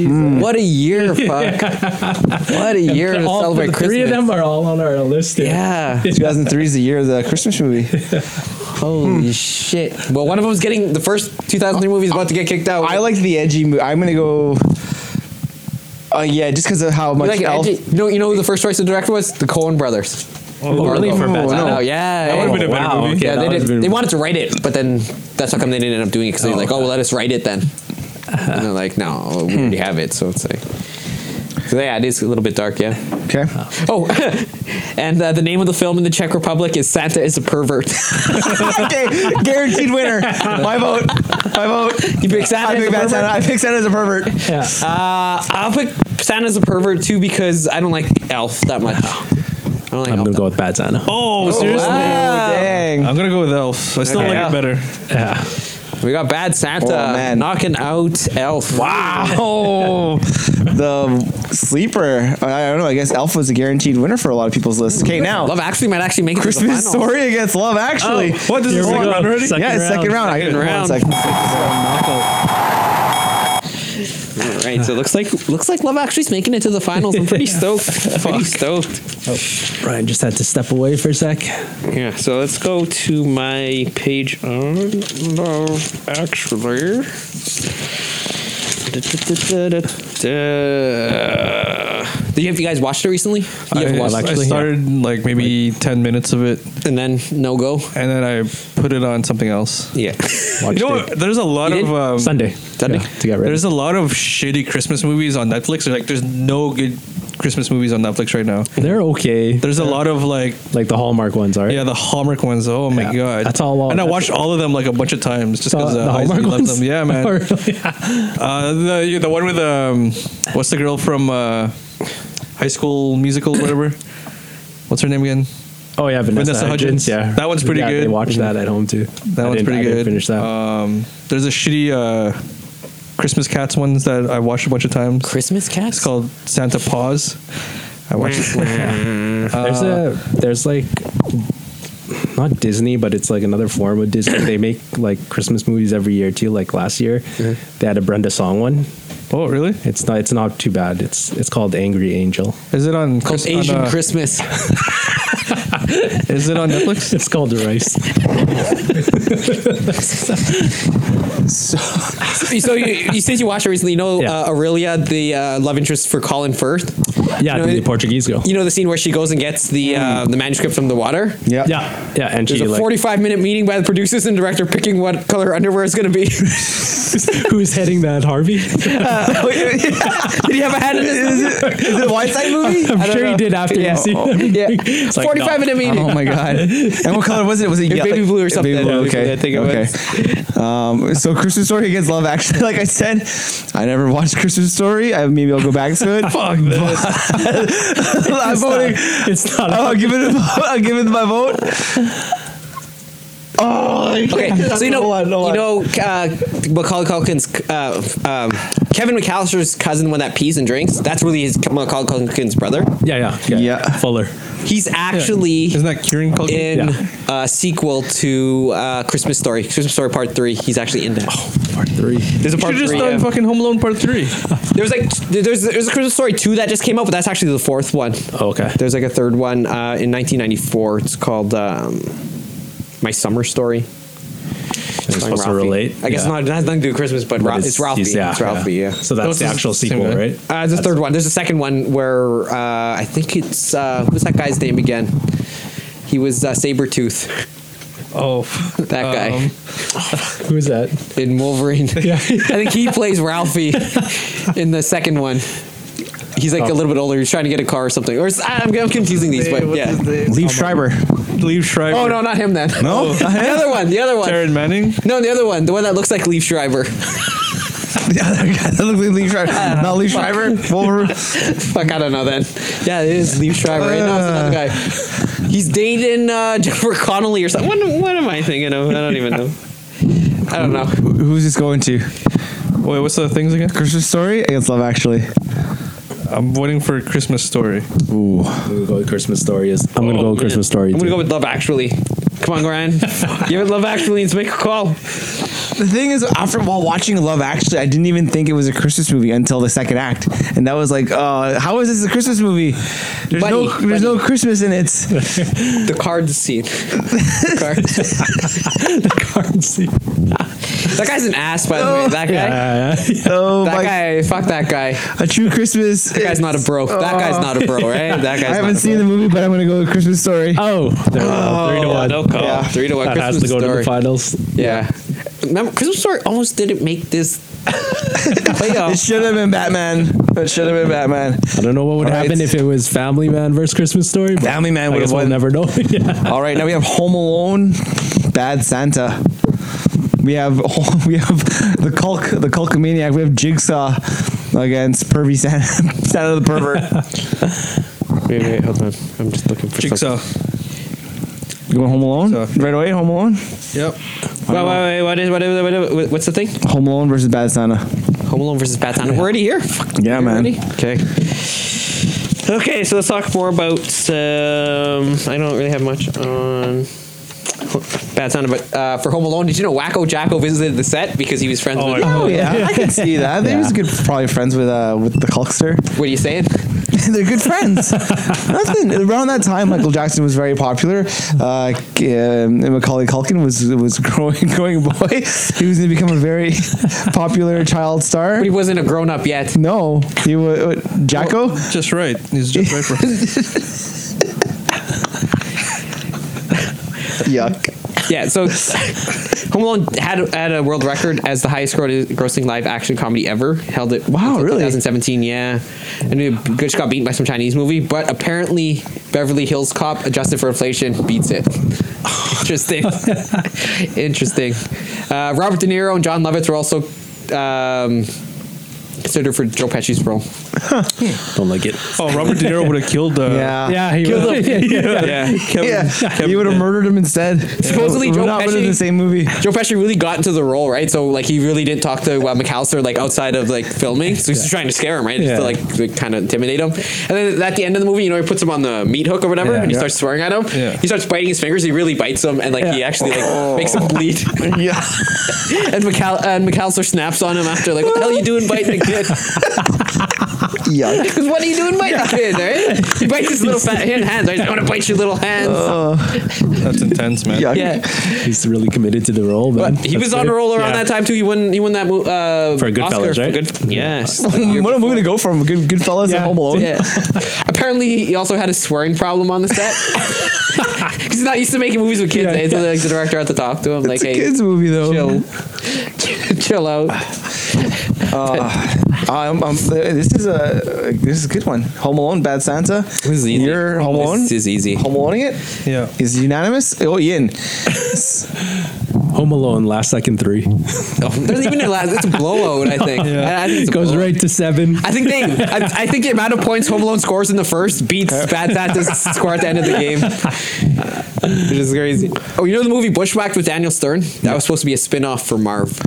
Speaker 5: Jeez.
Speaker 3: What a year, fuck! what a year to
Speaker 5: All-
Speaker 3: celebrate
Speaker 5: the
Speaker 3: Christmas.
Speaker 5: Three of them are all on our list. here.
Speaker 3: yeah.
Speaker 2: 2003 is the year of the Christmas movie.
Speaker 3: Holy shit. Well, one of them's getting the first 2003 movie is about to get kicked out.
Speaker 2: I like the edgy. Mo- I'm gonna go. Uh, yeah, just because of how
Speaker 3: You
Speaker 2: much
Speaker 3: like
Speaker 2: Elf.
Speaker 3: edgy- You know, you know who the first choice of director was? The Coen brothers. Oh,
Speaker 5: really? For Bad Santa?
Speaker 3: yeah.
Speaker 4: That would've been a better
Speaker 5: wow,
Speaker 4: movie.
Speaker 5: okay,
Speaker 3: yeah,
Speaker 5: that
Speaker 3: they,
Speaker 5: would've
Speaker 3: did,
Speaker 5: been-
Speaker 3: they wanted to write it, but then that's how come they didn't end up doing it because they're like, oh, well, let us write it then. And they're like, no, we
Speaker 5: Hmm.
Speaker 3: already have it. So it's like, so yeah, it is a little bit dark, yeah.
Speaker 2: Okay.
Speaker 3: Oh, and uh, the name of the film in the Czech Republic is Santa is a Pervert.
Speaker 2: okay, guaranteed winner. My vote. My vote.
Speaker 3: You pick Santa
Speaker 2: I
Speaker 3: as
Speaker 2: pick Bad
Speaker 3: a pervert?
Speaker 2: Santa. I pick Santa as a pervert.
Speaker 3: Uh, I'll pick Santa's a pervert too because I don't like Elf that much. I don't like
Speaker 5: I'm
Speaker 3: Elf.
Speaker 5: gonna go with Bad Santa.
Speaker 4: Oh, seriously?
Speaker 2: Oh. Dang.
Speaker 4: I'm gonna go with Elf. I still
Speaker 3: Okay.
Speaker 4: like it better.
Speaker 5: Yeah.
Speaker 3: We got bad Santa
Speaker 2: Oh, man.
Speaker 3: knocking out Elf.
Speaker 2: Wow. the sleeper. I don't know. I guess Elf was a guaranteed winner for a lot of people's lists. Okay, now
Speaker 3: Love Actually might actually make it to the
Speaker 2: Christmas
Speaker 3: finals.
Speaker 2: Story against Love Actually.
Speaker 4: What does
Speaker 5: Here
Speaker 4: this
Speaker 5: we
Speaker 4: second
Speaker 5: go.
Speaker 4: round already?
Speaker 5: Second
Speaker 2: yeah, it's
Speaker 5: round.
Speaker 2: second round. I get
Speaker 3: Second
Speaker 2: one
Speaker 3: round.
Speaker 2: second.
Speaker 3: All right, so it looks like looks like Love Actually's making it to the finals. I'm pretty stoked. pretty stoked.
Speaker 5: Ryan just had to step away for a sec.
Speaker 3: Yeah. So let's go to my page on Love Actually. Da-da-da-da-da. Did you have you guys watched it recently? You
Speaker 4: I,
Speaker 3: have watched
Speaker 5: Well,
Speaker 4: I
Speaker 5: actually, yeah.
Speaker 4: started like maybe 10 minutes of it
Speaker 3: it, and then no go.
Speaker 4: and then I put it on something else.
Speaker 3: Yeah.
Speaker 5: Watched
Speaker 4: You know, what? there's a lot
Speaker 3: You did?
Speaker 4: of um,
Speaker 5: Sunday. Sunday to get ready.
Speaker 4: There's a lot of shitty Christmas movies on Netflix. There's like there's no good Christmas movies on Netflix right now.
Speaker 5: They're okay.
Speaker 4: There's a lot of like
Speaker 5: like the Hallmark ones are.
Speaker 4: yeah, the Hallmark ones. Oh my
Speaker 5: Yeah.
Speaker 4: god,
Speaker 5: That's all well-
Speaker 4: and I watched all of them like a bunch of times just because uh, I loved them. Yeah, man.
Speaker 5: Oh, really?
Speaker 4: Uh, the the one with um, what's the girl from uh, High School Musical, whatever. what's her name again?
Speaker 5: Oh, yeah, Vanessa,
Speaker 4: Vanessa Hudgens.
Speaker 5: Hudgens. Yeah,
Speaker 4: That one's pretty
Speaker 5: yeah, They
Speaker 4: good.
Speaker 5: watched that at home too.
Speaker 4: That
Speaker 5: I
Speaker 4: one's
Speaker 5: didn't-
Speaker 4: pretty
Speaker 5: I
Speaker 4: good.
Speaker 5: didn't finish that.
Speaker 4: Um, there's a shitty uh, Christmas Cats ones that I watched a bunch of times.
Speaker 3: Christmas cats.
Speaker 4: It's called Santa Paws. I watched it.
Speaker 5: there's
Speaker 4: uh,
Speaker 5: a there's like not Disney, but it's like another form of Disney. they make like Christmas movies every year too. Like last year,
Speaker 4: Mm-hmm.
Speaker 5: they had a Brenda Song one.
Speaker 4: Oh, really?
Speaker 5: It's not it's not too bad. It's it's called Angry Angel.
Speaker 4: Is it on? Chris- on,
Speaker 3: Asian
Speaker 4: uh,
Speaker 3: Christmas.
Speaker 4: Is it on Netflix?
Speaker 5: It's called Rice.
Speaker 3: so you, you since you watched it recently, you know
Speaker 5: Yeah.
Speaker 3: uh, Aurelia, the uh, love interest for Colin Firth.
Speaker 5: Yeah,
Speaker 3: You know,
Speaker 5: the
Speaker 3: it-
Speaker 5: Portuguese girl.
Speaker 3: You know the scene where she goes and gets the uh,
Speaker 2: Hmm.
Speaker 3: the manuscript from the water.
Speaker 2: Yeah.
Speaker 5: yeah, yeah, and
Speaker 3: There's
Speaker 5: she
Speaker 3: a
Speaker 5: like
Speaker 3: 45 minute meeting by the producers and director picking what color underwear is going to be.
Speaker 5: who's heading that Harvey?
Speaker 3: Did he have a hat in his?
Speaker 2: Is it, is it Whiteside movie?
Speaker 5: I'm
Speaker 2: I don't
Speaker 5: sure
Speaker 2: know.
Speaker 5: he did after
Speaker 3: Yeah.
Speaker 5: you see.
Speaker 3: Yeah.
Speaker 5: It's like,
Speaker 3: 45
Speaker 5: no.
Speaker 3: minute meeting.
Speaker 2: Oh my god! And what color was it? Was it
Speaker 3: baby
Speaker 2: like-
Speaker 3: blue or
Speaker 2: baby
Speaker 3: something.
Speaker 2: blue,
Speaker 3: Yeah,
Speaker 2: okay.
Speaker 3: I think it
Speaker 2: okay. Um, so Christmas Story against Love Actually. Like I said, I never watched Christmas Story. I, maybe I'll go back to it. Fuck this! I'm voting.
Speaker 5: It's not.
Speaker 2: I'll give it. A, I'll give it my vote. Oh, I
Speaker 3: Okay,
Speaker 2: can't.
Speaker 3: so you know,
Speaker 2: Hold on, hold
Speaker 3: you
Speaker 2: on.
Speaker 3: know, uh, Macaulay Culkin's, uh, um, Kevin McAllister's cousin, when that pees and drinks. That's really his Macaulay Culkin's brother.
Speaker 5: Yeah, yeah, yeah.
Speaker 2: Yeah.
Speaker 5: Fuller.
Speaker 3: He's actually
Speaker 4: Isn't that Kieran Culkin?
Speaker 3: in
Speaker 5: Yeah.
Speaker 3: a sequel to uh, Christmas Story, Christmas Story Part Three. He's actually in that.
Speaker 5: Part three.
Speaker 3: There's a
Speaker 4: Should
Speaker 3: part
Speaker 4: have just
Speaker 3: three.
Speaker 4: done
Speaker 3: yeah.
Speaker 4: fucking Home Alone Part Three.
Speaker 3: There's like there's there's a Christmas Story two that just came out, but that's actually the fourth one.
Speaker 5: Oh, okay.
Speaker 3: There's like a third one uh, in 1994. It's called um, My Summer Story.
Speaker 5: It's supposed to relate.
Speaker 3: I guess
Speaker 5: Yeah.
Speaker 3: not. It has nothing to do with Christmas, but,
Speaker 5: But
Speaker 3: Ra- it's, Ralphie.
Speaker 5: Yeah,
Speaker 3: it's Ralphie. Yeah.
Speaker 5: So that's
Speaker 4: Those
Speaker 5: the
Speaker 4: is
Speaker 5: actual
Speaker 4: the same
Speaker 5: sequel,
Speaker 4: guy.
Speaker 5: right?
Speaker 3: Uh, the third one. There's a second one where uh, I think it's uh, who's that guy's name again? He was uh, Sabretooth,
Speaker 4: Oh,
Speaker 3: that guy
Speaker 4: Um,
Speaker 5: Who's that?
Speaker 3: in Wolverine. I think he plays Ralphie in the second one. He's
Speaker 2: Oh.
Speaker 3: like a little bit older. He's trying to get a car or something. Or it's- I'm, I'm confusing these, but yeah.
Speaker 2: Leave Schreiber.
Speaker 4: Leave Schreiber.
Speaker 3: Oh no, not him then.
Speaker 2: No,
Speaker 3: the other one. The other one.
Speaker 4: Taryn Manning.
Speaker 3: No, the other one. The one that looks like Leaf Schreiber.
Speaker 2: the other guy. Look, Leave Schreiber. Not Leave Schreiber. Wolverine.
Speaker 3: Fuck, I don't know then. Yeah, it is Leaf Schreiber. Right now it's another
Speaker 2: Uh.
Speaker 3: guy. He's dating uh, Jennifer Connolly or something. What, am- what am I thinking of? I don't even know. I don't know.
Speaker 2: Who's this going to?
Speaker 4: Wait, what's the things again?
Speaker 2: Christmas Story against Love Actually.
Speaker 4: I'm waiting for a Christmas story.
Speaker 2: Ooh.
Speaker 5: I'm gonna go with Christmas Story. Is I'm gonna go with Christmas Story.
Speaker 3: Oh, I'm gonna
Speaker 5: too.
Speaker 3: go with Love Actually. Come on, Ryan. Give it Love Actually and make a call.
Speaker 2: The thing is, after while watching Love Actually, I didn't even think it was a Christmas movie until the second act, and that was like, uh, how is this a Christmas movie? There's no,
Speaker 3: Buddy,
Speaker 2: there's
Speaker 3: buddy.
Speaker 2: no Christmas in it.
Speaker 3: The card scene. Card.
Speaker 5: Currency.
Speaker 3: That guy's an ass, by the way. That guy.
Speaker 2: Oh
Speaker 3: That
Speaker 2: my!
Speaker 3: guy. Fuck that guy.
Speaker 2: A true Christmas. Uh,
Speaker 3: That guy's not a bro. That guy's not a bro, right? That guy's.
Speaker 2: Oh. I haven't
Speaker 3: not a
Speaker 2: seen the movie, but I'm gonna go with Christmas Story.
Speaker 5: Oh, there we go. Three to
Speaker 3: bro.
Speaker 5: one.
Speaker 3: Yeah, three to one.
Speaker 5: That
Speaker 3: Christmas
Speaker 5: has to go to
Speaker 3: story.
Speaker 5: the finals.
Speaker 3: Yeah. Remember, Christmas Story almost didn't make this
Speaker 2: It
Speaker 3: playoff.
Speaker 2: should have been Batman. It should have been Batman.
Speaker 5: I don't know what would
Speaker 2: All right.
Speaker 5: happen if it was Family Man versus Christmas Story. but
Speaker 2: Family Man
Speaker 5: I
Speaker 2: would
Speaker 5: guess
Speaker 2: have
Speaker 5: we'll
Speaker 2: won.
Speaker 5: never know. yeah.
Speaker 2: All right, now we have Home Alone, Bad Santa. We have we have the Culk, the Culk Maniac. We have Jigsaw against Pervy Santa, Santa the Pervert.
Speaker 3: Wait, wait, hold on. I'm just looking for
Speaker 4: Jigsaw.
Speaker 2: You want Home Alone
Speaker 4: So-
Speaker 2: right away? Home Alone.
Speaker 4: Yep.
Speaker 3: Wait, wait, wait. What is, what is, what is, what's the thing?
Speaker 2: Home Alone versus Bad Santa.
Speaker 3: Home Alone versus Bad Santa. We're already here. Fuck,
Speaker 2: Yeah,
Speaker 3: we're
Speaker 2: man.
Speaker 3: already- Okay. Okay, so let's talk more about. Um, I don't really have much on Bad Santa, but uh, for Home Alone, did you know Wacko Jacko visited the set because he was friends with?
Speaker 2: Oh yeah, I can see that. They
Speaker 5: Yeah.
Speaker 2: was good, probably friends with uh with the Culkster.
Speaker 3: What are you saying?
Speaker 2: They're good friends. Nothing around that time. Michael Jackson was very popular. Uh, K- um, and Macaulay Culkin was was growing growing boy. He was going to become a very popular child star.
Speaker 3: But he wasn't a grown up yet.
Speaker 2: No, he was Jacko.
Speaker 4: Just right. He's just right for
Speaker 2: Yuck.
Speaker 3: Yeah, so Home Alone had had a world record as the highest gro- grossing live action comedy ever. Held it
Speaker 2: Wow,
Speaker 3: until
Speaker 2: really?
Speaker 3: 2017, yeah. And it just got beaten by some Chinese movie, but apparently Beverly Hills Cop adjusted for inflation beats it. Interesting. Interesting. Uh, Robert De Niro and John Lovitz were also um, considered for Joe Pesci's role.
Speaker 5: Don't like it.
Speaker 4: Oh, Robert De Niro would have killed
Speaker 5: uh,
Speaker 4: the.
Speaker 2: Yeah.
Speaker 5: Yeah, he was.
Speaker 4: Yeah. Kevin.
Speaker 2: Yeah, he would have murdered him instead.
Speaker 3: Supposedly
Speaker 2: We're
Speaker 3: Joe
Speaker 2: not been in
Speaker 3: Pesci-
Speaker 2: the same movie.
Speaker 3: Joe Pesci really got into the role, right? So like he really didn't talk to uh, McAllister like outside of like filming. So he's just trying to scare him, right? Just to
Speaker 5: Yeah.
Speaker 3: like, like, kind of intimidate him. And then at the end of the movie, you know, he puts him on the meat hook or whatever,
Speaker 5: Yeah.
Speaker 3: and he
Speaker 5: Yeah.
Speaker 3: starts swearing at him.
Speaker 4: Yeah.
Speaker 3: He starts biting his fingers. He really bites him, and like he
Speaker 5: Yeah. Oh.
Speaker 3: actually like makes him bleed.
Speaker 2: Yeah.
Speaker 3: and McAll and McAllister snaps on him after like, "What the hell are you doing biting the kid?
Speaker 2: Yuck.
Speaker 3: Because what are you doing biting the kid? Right? He bites his little fat hand hands. Right? I want to bite your little hands.
Speaker 5: Oh.
Speaker 4: That's intense, man.
Speaker 2: Yuck.
Speaker 3: yeah.
Speaker 5: He's really committed to the role, man.
Speaker 3: But he
Speaker 5: That's
Speaker 3: was on a
Speaker 5: good.
Speaker 3: roll around
Speaker 5: Yeah.
Speaker 3: that time too. He won. He won that mo- uh,
Speaker 5: For Goodfellas,
Speaker 3: Oscar for
Speaker 5: right?
Speaker 3: Good, yes.
Speaker 2: What a movie to go from Good Goodfellas and
Speaker 5: Yeah.
Speaker 2: Home Alone.
Speaker 3: Yeah. Apparently, he also had a swearing problem on the set. 'Cause he's not used to making movies with kids. eh? So like, the director had to talk to him, like,
Speaker 2: It's a
Speaker 3: "Hey,
Speaker 2: kids movie though.
Speaker 3: chill, chill out."
Speaker 2: Um, um, this is a uh, this is a good one. Home Alone, Bad Santa.
Speaker 3: is easy.
Speaker 2: You're Home
Speaker 3: This
Speaker 2: Alone.
Speaker 3: is easy.
Speaker 2: Home Aloneing it
Speaker 4: Yeah.
Speaker 2: is it unanimous. Oh, Ian.
Speaker 5: Home Alone, last second three.
Speaker 3: There's even a last. It's a blowout. I think. I, I think it's a
Speaker 5: Goes
Speaker 3: blowout.
Speaker 5: right to seven.
Speaker 3: I think they. I, I think the amount of points Home Alone scores in the first beats Bad Santa's score at the end of the game, which is crazy. Oh, you know the movie Bushwhacked with Daniel Stern? That was supposed to be a spin-off for Marv.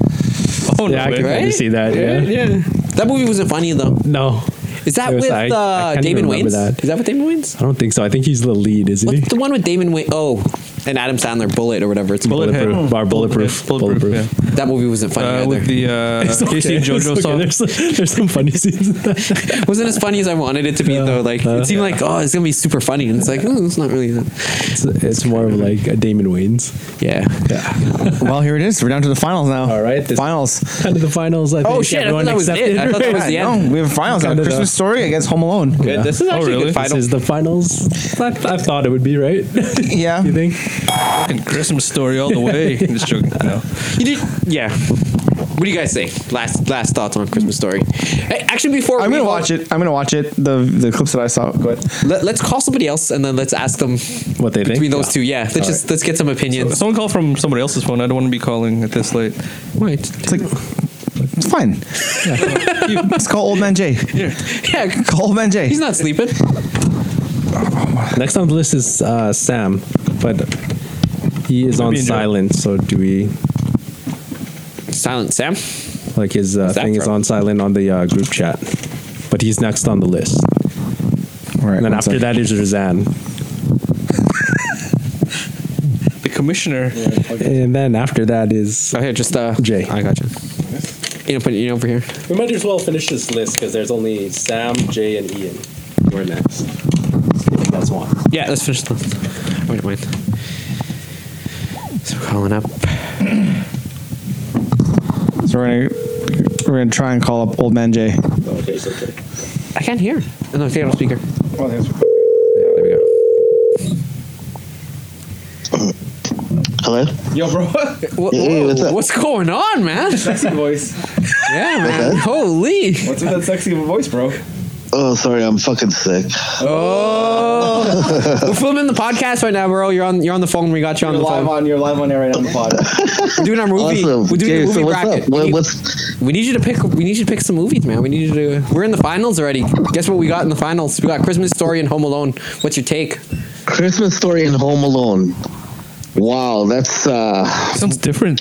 Speaker 4: Oh, no
Speaker 5: yeah, I
Speaker 4: way.
Speaker 5: can kind
Speaker 3: Right?
Speaker 5: of see that. Yeah.
Speaker 3: That movie wasn't funny though.
Speaker 5: No,
Speaker 3: Is that
Speaker 5: It was-
Speaker 3: with
Speaker 5: I- I
Speaker 3: uh,
Speaker 5: can't
Speaker 3: Damon
Speaker 5: even
Speaker 3: Wayans?
Speaker 5: remember
Speaker 3: Is
Speaker 5: that.
Speaker 3: that with Damon Wayans?
Speaker 5: I don't think so. I think he's the lead, isn't
Speaker 3: What's
Speaker 5: he?
Speaker 3: the one with Damon Wayans? Oh, and Adam Sandler, Bullet or whatever it's called.
Speaker 4: Bullethead.
Speaker 5: Bulletproof. Bar bulletproof.
Speaker 4: Yeah, bulletproof. yeah.
Speaker 3: That movie wasn't funny
Speaker 4: Uh,
Speaker 3: either.
Speaker 4: with the uh,
Speaker 5: Okay,
Speaker 4: Casey and
Speaker 5: it's
Speaker 4: JoJo
Speaker 5: okay.
Speaker 4: song.
Speaker 5: There's, there's some funny scenes. in that.
Speaker 3: wasn't as funny as I wanted it to be though. Like
Speaker 5: Uh,
Speaker 3: it seemed like oh, it's gonna be super funny, and it's like oh, it's not really. That.
Speaker 5: it's, it's more of like a Damon Wayne's.
Speaker 3: Yeah.
Speaker 2: well, here it is. We're down to the finals now.
Speaker 5: All right, this-
Speaker 2: finals.
Speaker 5: Kind of the finals. I think
Speaker 3: Oh, shit, I thought
Speaker 5: everyone
Speaker 3: that was it.
Speaker 5: accepted,
Speaker 3: I thought that
Speaker 5: right?
Speaker 3: was the
Speaker 2: Yeah,
Speaker 3: end.
Speaker 2: we have a finals now.
Speaker 5: Kinda
Speaker 2: Christmas
Speaker 5: the-
Speaker 2: Story against Home Alone.
Speaker 3: Good. This is actually a
Speaker 4: really?
Speaker 3: good
Speaker 5: Oh, This
Speaker 3: final.
Speaker 5: is the finals. I, I thought it would be right.
Speaker 2: Yeah.
Speaker 5: you think?
Speaker 4: Fucking Christmas story all the way. I'm just joking. No.
Speaker 3: You did, yeah. What do you guys say? Last last thoughts on Christmas Story. Hey, actually, before
Speaker 2: I'm
Speaker 3: we
Speaker 2: gonna
Speaker 3: all-
Speaker 2: watch it. I'm gonna watch it. The the clips that I saw. Go ahead.
Speaker 3: Let, us call somebody else and then let's ask them
Speaker 5: What they think?
Speaker 3: between those two. Yeah, let's
Speaker 5: All
Speaker 3: just let's get some opinions.
Speaker 4: Someone call from somebody else's phone. I don't want to be calling at this late. Wait.
Speaker 2: It's like it's fine. Let's call Old Man Jay.
Speaker 3: yeah,
Speaker 2: Call Old Man Jay.
Speaker 3: he's not sleeping.
Speaker 5: Next on the list is uh, Sam, but he is on
Speaker 4: be in jail.
Speaker 5: silent. So do we
Speaker 3: Silent Sam.
Speaker 5: like his uh,
Speaker 3: What's that
Speaker 5: thing is
Speaker 3: from?
Speaker 5: on silent on the uh, group chat? But he's next on the list.
Speaker 2: All right.
Speaker 5: And then
Speaker 2: one
Speaker 5: after
Speaker 2: sec.
Speaker 5: that is Razan.
Speaker 4: The commissioner.
Speaker 5: And then after that is
Speaker 3: Oh, here, just uh,
Speaker 5: Jay.
Speaker 3: I got you. You know, put you over here.
Speaker 5: We might as well finish this list because there's only Sam, Jay, and Ian. We're next. That's one.
Speaker 3: Yeah, let's finish the. I wouldn't mind. So we're calling up.
Speaker 2: So we're gonna we're gonna try and call up Old Man Jay.
Speaker 3: I can't hear. Oh, No, take it off speaker.
Speaker 6: There we go.
Speaker 10: Hello?
Speaker 2: Yo, bro.
Speaker 3: Wha-
Speaker 10: Hey,
Speaker 3: whoa,
Speaker 10: what's up?
Speaker 3: what's going on, man?
Speaker 2: sexy voice.
Speaker 3: Yeah, man.
Speaker 10: that?
Speaker 3: Holy.
Speaker 2: What's with that sexy voice, bro?
Speaker 10: Oh, sorry, I'm fucking sick.
Speaker 3: Oh, we're filming the podcast right now, bro. You're on. You're on the phone. We got you on
Speaker 2: You're
Speaker 3: the phone.
Speaker 2: live on. You're live on air right on the pod.
Speaker 3: We're doing our movie.
Speaker 10: Awesome.
Speaker 3: We're doing
Speaker 10: Jay,
Speaker 3: the movie
Speaker 10: so what's
Speaker 3: bracket.
Speaker 10: up? What,
Speaker 3: we, need,
Speaker 10: what's
Speaker 3: we need you to pick. We need you to pick some movies, man. We need you to. We're in the finals already. Guess what we got in the finals? We got Christmas Story and Home Alone. What's your take?
Speaker 10: Christmas Story and Home Alone? Wow, that's uh,
Speaker 4: Sounds different.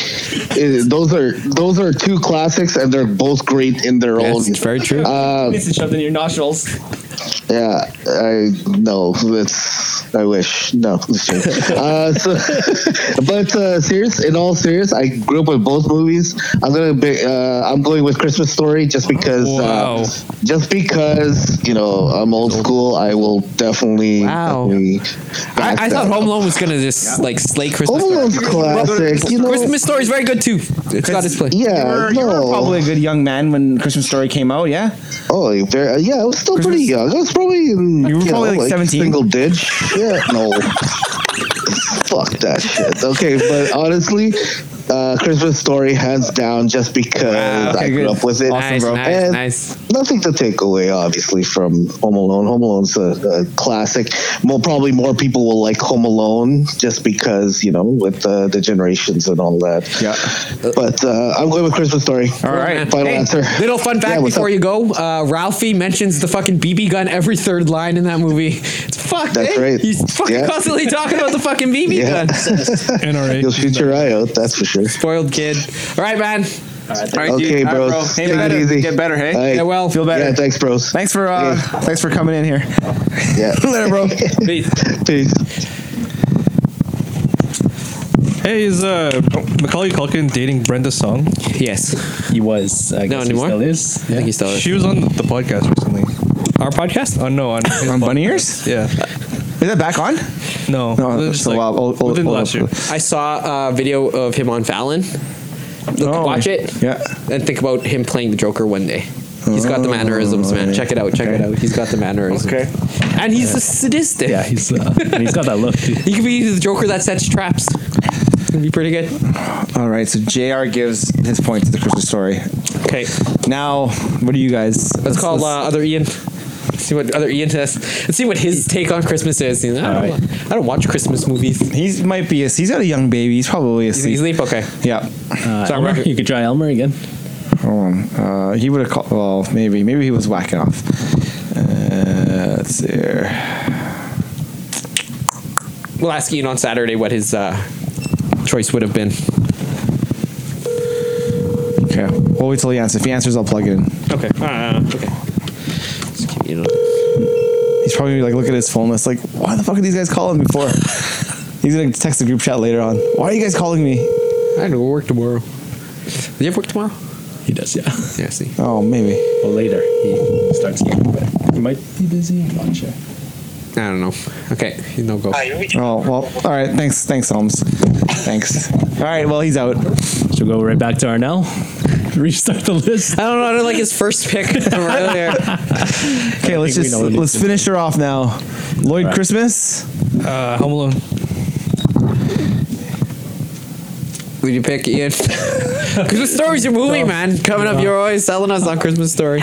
Speaker 10: it, those are those are two classics, and they're both great in their own.
Speaker 3: very true.
Speaker 10: Um,
Speaker 4: Needs to shove in your nostrils.
Speaker 10: Yeah, I no, that's I wish no. it's true. uh, so, but uh, serious, in all serious, I grew up with both movies. I'm gonna be, uh, I'm going with Christmas Story just because,
Speaker 4: Wow.
Speaker 10: uh, just because you know I'm old school. I will definitely.
Speaker 3: Wow.
Speaker 10: definitely back
Speaker 3: I, I
Speaker 10: that
Speaker 3: thought Home
Speaker 10: up.
Speaker 3: Alone was gonna just like slay Christmas.
Speaker 10: Home
Speaker 3: Story.
Speaker 10: Alone's classic. You know,
Speaker 3: Christmas Story is very good too. It's got its place.
Speaker 10: Yeah,
Speaker 2: you were,
Speaker 10: no.
Speaker 2: you were probably a good young man when Christmas Story came out. Yeah,
Speaker 10: Oh, you very, yeah, I was still pretty young. I was probably in,
Speaker 2: You were probably
Speaker 10: know,
Speaker 2: like 17.
Speaker 10: single digit. Yeah, no. Fuck that shit. Okay, but honestly, uh, Christmas Story hands down just because I grew up with it.
Speaker 3: Nice, nice,
Speaker 10: And
Speaker 3: nice.
Speaker 10: Nothing to take away, obviously, from Home Alone. Home Alone's a, a classic. More, probably more people will like Home Alone just because you know with uh, the generations and all that.
Speaker 2: Yeah.
Speaker 10: But uh, I'm going with Christmas Story. All
Speaker 3: right.
Speaker 10: final answer.
Speaker 3: Little fun fact
Speaker 10: Yeah, what's
Speaker 3: before
Speaker 10: up?
Speaker 3: you go, uh, Ralphie mentions the fucking BB gun every third line in that movie. It's fucked.
Speaker 10: That's
Speaker 3: eh?
Speaker 10: right.
Speaker 3: He's fucking
Speaker 10: Yeah.
Speaker 3: constantly talking about the fucking BB
Speaker 10: Yeah.
Speaker 3: gun.
Speaker 4: NRA.
Speaker 10: You'll shoot your eye out, that's for sure.
Speaker 3: Spoiled kid. All right, man.
Speaker 10: Okay, bro.
Speaker 2: bro. Hey,
Speaker 10: Take
Speaker 2: man. uh,
Speaker 10: it easy.
Speaker 2: Get better, hey?
Speaker 10: All right.
Speaker 3: Get well.
Speaker 2: feel better.
Speaker 10: Yeah, thanks, bros.
Speaker 2: Thanks for uh, thanks for coming in here.
Speaker 10: Yeah.
Speaker 2: Later, bro.
Speaker 10: Peace.
Speaker 4: Hey, is uh, Macaulay Culkin dating Brenda Song?
Speaker 3: Yes.
Speaker 5: He was. I guess he
Speaker 3: anymore?
Speaker 5: Still is.
Speaker 3: I think he's still
Speaker 4: She was on the podcast recently.
Speaker 3: our podcast.
Speaker 4: Oh no, on, his
Speaker 2: On bunny
Speaker 4: podcast.
Speaker 2: ears?
Speaker 4: Yeah,
Speaker 2: Is that back on?
Speaker 4: no,
Speaker 2: No,
Speaker 4: it was
Speaker 2: that's
Speaker 4: just
Speaker 2: a
Speaker 4: like
Speaker 2: while- old- old-
Speaker 4: within
Speaker 2: old
Speaker 4: last year.
Speaker 3: I saw a video of him on Fallon. Look,
Speaker 2: Oh.
Speaker 3: watch it
Speaker 2: Yeah.
Speaker 3: and think about him playing the Joker one day. He's got the mannerisms, man. Check it out. Check it out. He's got the mannerisms.
Speaker 2: Okay.
Speaker 3: And he's a sadistic.
Speaker 5: Yeah, he's. Uh, and he's got that look. Uh, too.
Speaker 3: He could be the Joker that sets traps. It's gonna be pretty good.
Speaker 2: All right. So Jr. gives his point to the Christmas Story.
Speaker 3: Okay.
Speaker 2: Now, what do you guys?
Speaker 3: Let's call uh, other Ian. See what other Ian has. Let's see what his take on Christmas is. You know, I, don't, I don't watch Christmas movies.
Speaker 2: He might be. A, he's got a young baby. He's probably
Speaker 3: He's, he's
Speaker 2: asleep.
Speaker 3: asleep. Okay.
Speaker 2: Yeah.
Speaker 5: Uh,
Speaker 3: Sorry,
Speaker 5: Elmer,
Speaker 3: Roger.
Speaker 5: you could try Elmer again.
Speaker 2: Hold on. Uh, he would have called. Well, maybe. Maybe he was whacking off. Uh, let's see. here.
Speaker 3: We'll ask Ian on Saturday what his uh, choice would have been.
Speaker 2: Okay. We'll wait till he answers. If he answers, I'll plug it in.
Speaker 3: Okay. okay.
Speaker 2: He's probably gonna be like look at his phone list, like, why the fuck are these guys calling me for? He's gonna text the group chat later on. Why are you guys calling me?
Speaker 3: I don't work tomorrow. Do you have work tomorrow?
Speaker 5: He does, yeah.
Speaker 3: Yeah. I See.
Speaker 2: Oh, maybe.
Speaker 5: Well, later he starts getting better. He might be busy. I'm not sure.
Speaker 3: I don't know. Okay. He's no go.
Speaker 2: Oh well. All right. Thanks. Thanks, Holmes. Thanks. All right. Well, he's out.
Speaker 5: So go right back to Arnell. Restart the list.
Speaker 3: I don't know. I don't like his first pick from earlier.
Speaker 2: Okay. Let's
Speaker 5: think we
Speaker 2: just
Speaker 5: know what
Speaker 2: let's finish her off now. Lloyd Christmas.
Speaker 4: Uh, Home Alone.
Speaker 3: Would you pick Ian? Christmas Story's your movie, man. Coming up, you're always selling us on Christmas Story.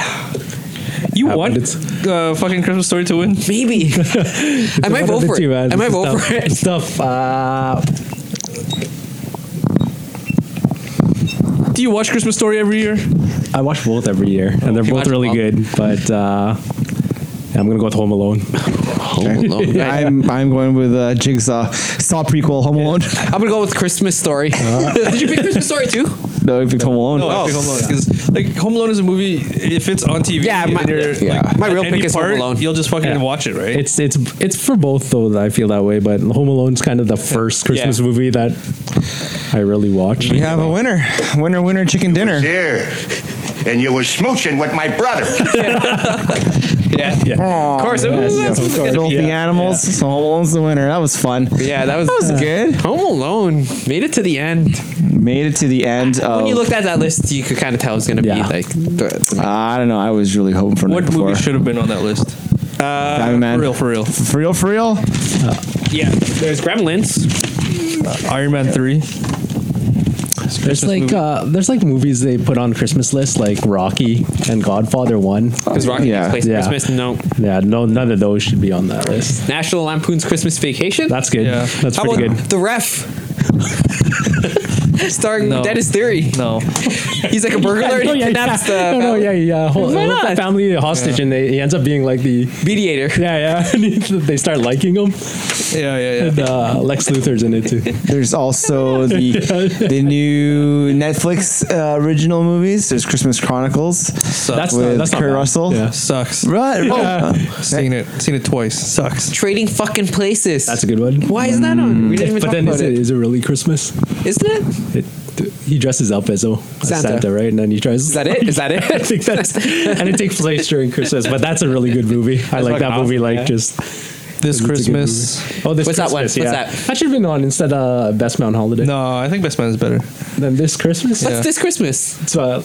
Speaker 4: You
Speaker 5: Happened.
Speaker 4: want uh, fucking Christmas Story to win?
Speaker 3: Maybe. I might vote for it. I might vote
Speaker 5: stuff,
Speaker 3: for it.
Speaker 5: Stuff. Uh,
Speaker 4: Do you watch Christmas Story every year?
Speaker 5: I watch both every year, and they're
Speaker 3: You
Speaker 5: both
Speaker 3: watch
Speaker 5: really
Speaker 3: both?
Speaker 5: good. But uh, I'm gonna go with Home Alone.
Speaker 2: I'm I'm going with uh, Jigsaw. Saw prequel. Home Alone.
Speaker 3: I'm gonna go with Christmas Story. Did you pick Christmas Story too?
Speaker 2: no, I picked Home Alone.
Speaker 4: No, I pick Oh, Home Alone because like Home Alone is a movie. If it's on TV,
Speaker 3: Yeah, my-
Speaker 4: and you're,
Speaker 3: yeah.
Speaker 4: like,
Speaker 3: My real
Speaker 4: any
Speaker 3: pick is Home Alone.
Speaker 4: You'll just fucking
Speaker 5: Yeah.
Speaker 4: watch it, right?
Speaker 5: It's it's it's for both though. that I feel that way, but Home Alone's kind of the first Christmas
Speaker 3: Yeah.
Speaker 5: movie that I really watch.
Speaker 2: We have a winner. Winner,
Speaker 4: Oh,
Speaker 2: winner, chicken dinner.
Speaker 9: Here. And you were smooching with my brother.
Speaker 3: Yeah, yeah.
Speaker 2: Of
Speaker 3: course it was. That's what it's gonna
Speaker 2: Filthy
Speaker 3: be. Yeah.
Speaker 2: animals. So Home Alone's the winner. That was fun.
Speaker 3: Yeah, that was,
Speaker 2: That was good.
Speaker 3: Home Alone made it to the end.
Speaker 2: Made it to the end of.
Speaker 3: When you looked at that list, you could kind of tell it was going to
Speaker 5: Yeah.
Speaker 3: be like. the-
Speaker 2: I don't know. I was really hoping for
Speaker 4: What
Speaker 2: night
Speaker 4: movie
Speaker 2: before.
Speaker 4: should have been on that list?
Speaker 2: Diamond Man.
Speaker 4: For real, for real.
Speaker 2: For real, for real.
Speaker 3: Yeah, there's Gremlins.
Speaker 4: Iron Man three.
Speaker 5: There's like uh, there's like movies they put on Christmas list like Rocky and Godfather One.
Speaker 3: Because Rocky
Speaker 2: Yeah.
Speaker 3: takes place at
Speaker 5: Yeah.
Speaker 3: Christmas. No.
Speaker 5: Yeah, no, none of those should be on that list.
Speaker 3: National Lampoon's Christmas Vacation.
Speaker 5: That's good.
Speaker 4: Yeah.
Speaker 5: That's
Speaker 3: How
Speaker 5: pretty
Speaker 3: about
Speaker 5: good.
Speaker 3: The Ref? Starring
Speaker 4: No.
Speaker 3: Dennis Theory.
Speaker 4: No.
Speaker 3: He's like a burglar and
Speaker 5: No,
Speaker 3: he
Speaker 5: Oh, yeah,
Speaker 3: kidnaps
Speaker 5: yeah.
Speaker 3: the
Speaker 5: no, no, yeah, yeah. Hold,
Speaker 3: Why
Speaker 5: hold
Speaker 3: not?
Speaker 5: the family hostage, and they, he ends up being like the
Speaker 3: mediator.
Speaker 5: yeah, yeah. they start liking him,
Speaker 4: Yeah, yeah, yeah.
Speaker 5: and uh, Lex Luthor's in it too.
Speaker 2: There's also the the new Netflix uh, original movies. There's Christmas Chronicles
Speaker 4: Sucks.
Speaker 2: with
Speaker 5: that's not
Speaker 2: Kurt
Speaker 5: bad.
Speaker 2: Russell.
Speaker 5: Yeah.
Speaker 4: Sucks.
Speaker 2: Right.
Speaker 4: Oh, seen it. Seen it twice. Sucks.
Speaker 3: Trading fucking places.
Speaker 5: That's a good one.
Speaker 3: Why is that on? We didn't even
Speaker 5: But
Speaker 3: talk
Speaker 5: then
Speaker 3: about
Speaker 5: is it,
Speaker 3: it.
Speaker 5: is it really Christmas?
Speaker 3: Isn't it?
Speaker 5: It, he dresses up as a a
Speaker 3: Santa.
Speaker 5: Santa. right? And then he tries.
Speaker 3: Is that it? Is that
Speaker 5: I
Speaker 3: it?
Speaker 5: think that's and it takes place during Christmas, but that's a really good movie. I like that
Speaker 4: fucking
Speaker 5: movie.
Speaker 4: awesome,
Speaker 5: Like
Speaker 4: yeah.
Speaker 5: just
Speaker 4: This Christmas.
Speaker 5: oh, this
Speaker 3: What's that one?
Speaker 5: Christmas,
Speaker 3: What's
Speaker 5: yeah.
Speaker 3: that?
Speaker 5: should have been on instead of uh, Best Man Holiday.
Speaker 4: No, I think Best Man is better.
Speaker 5: Then this Christmas.
Speaker 3: What's this Christmas?
Speaker 5: It's, uh,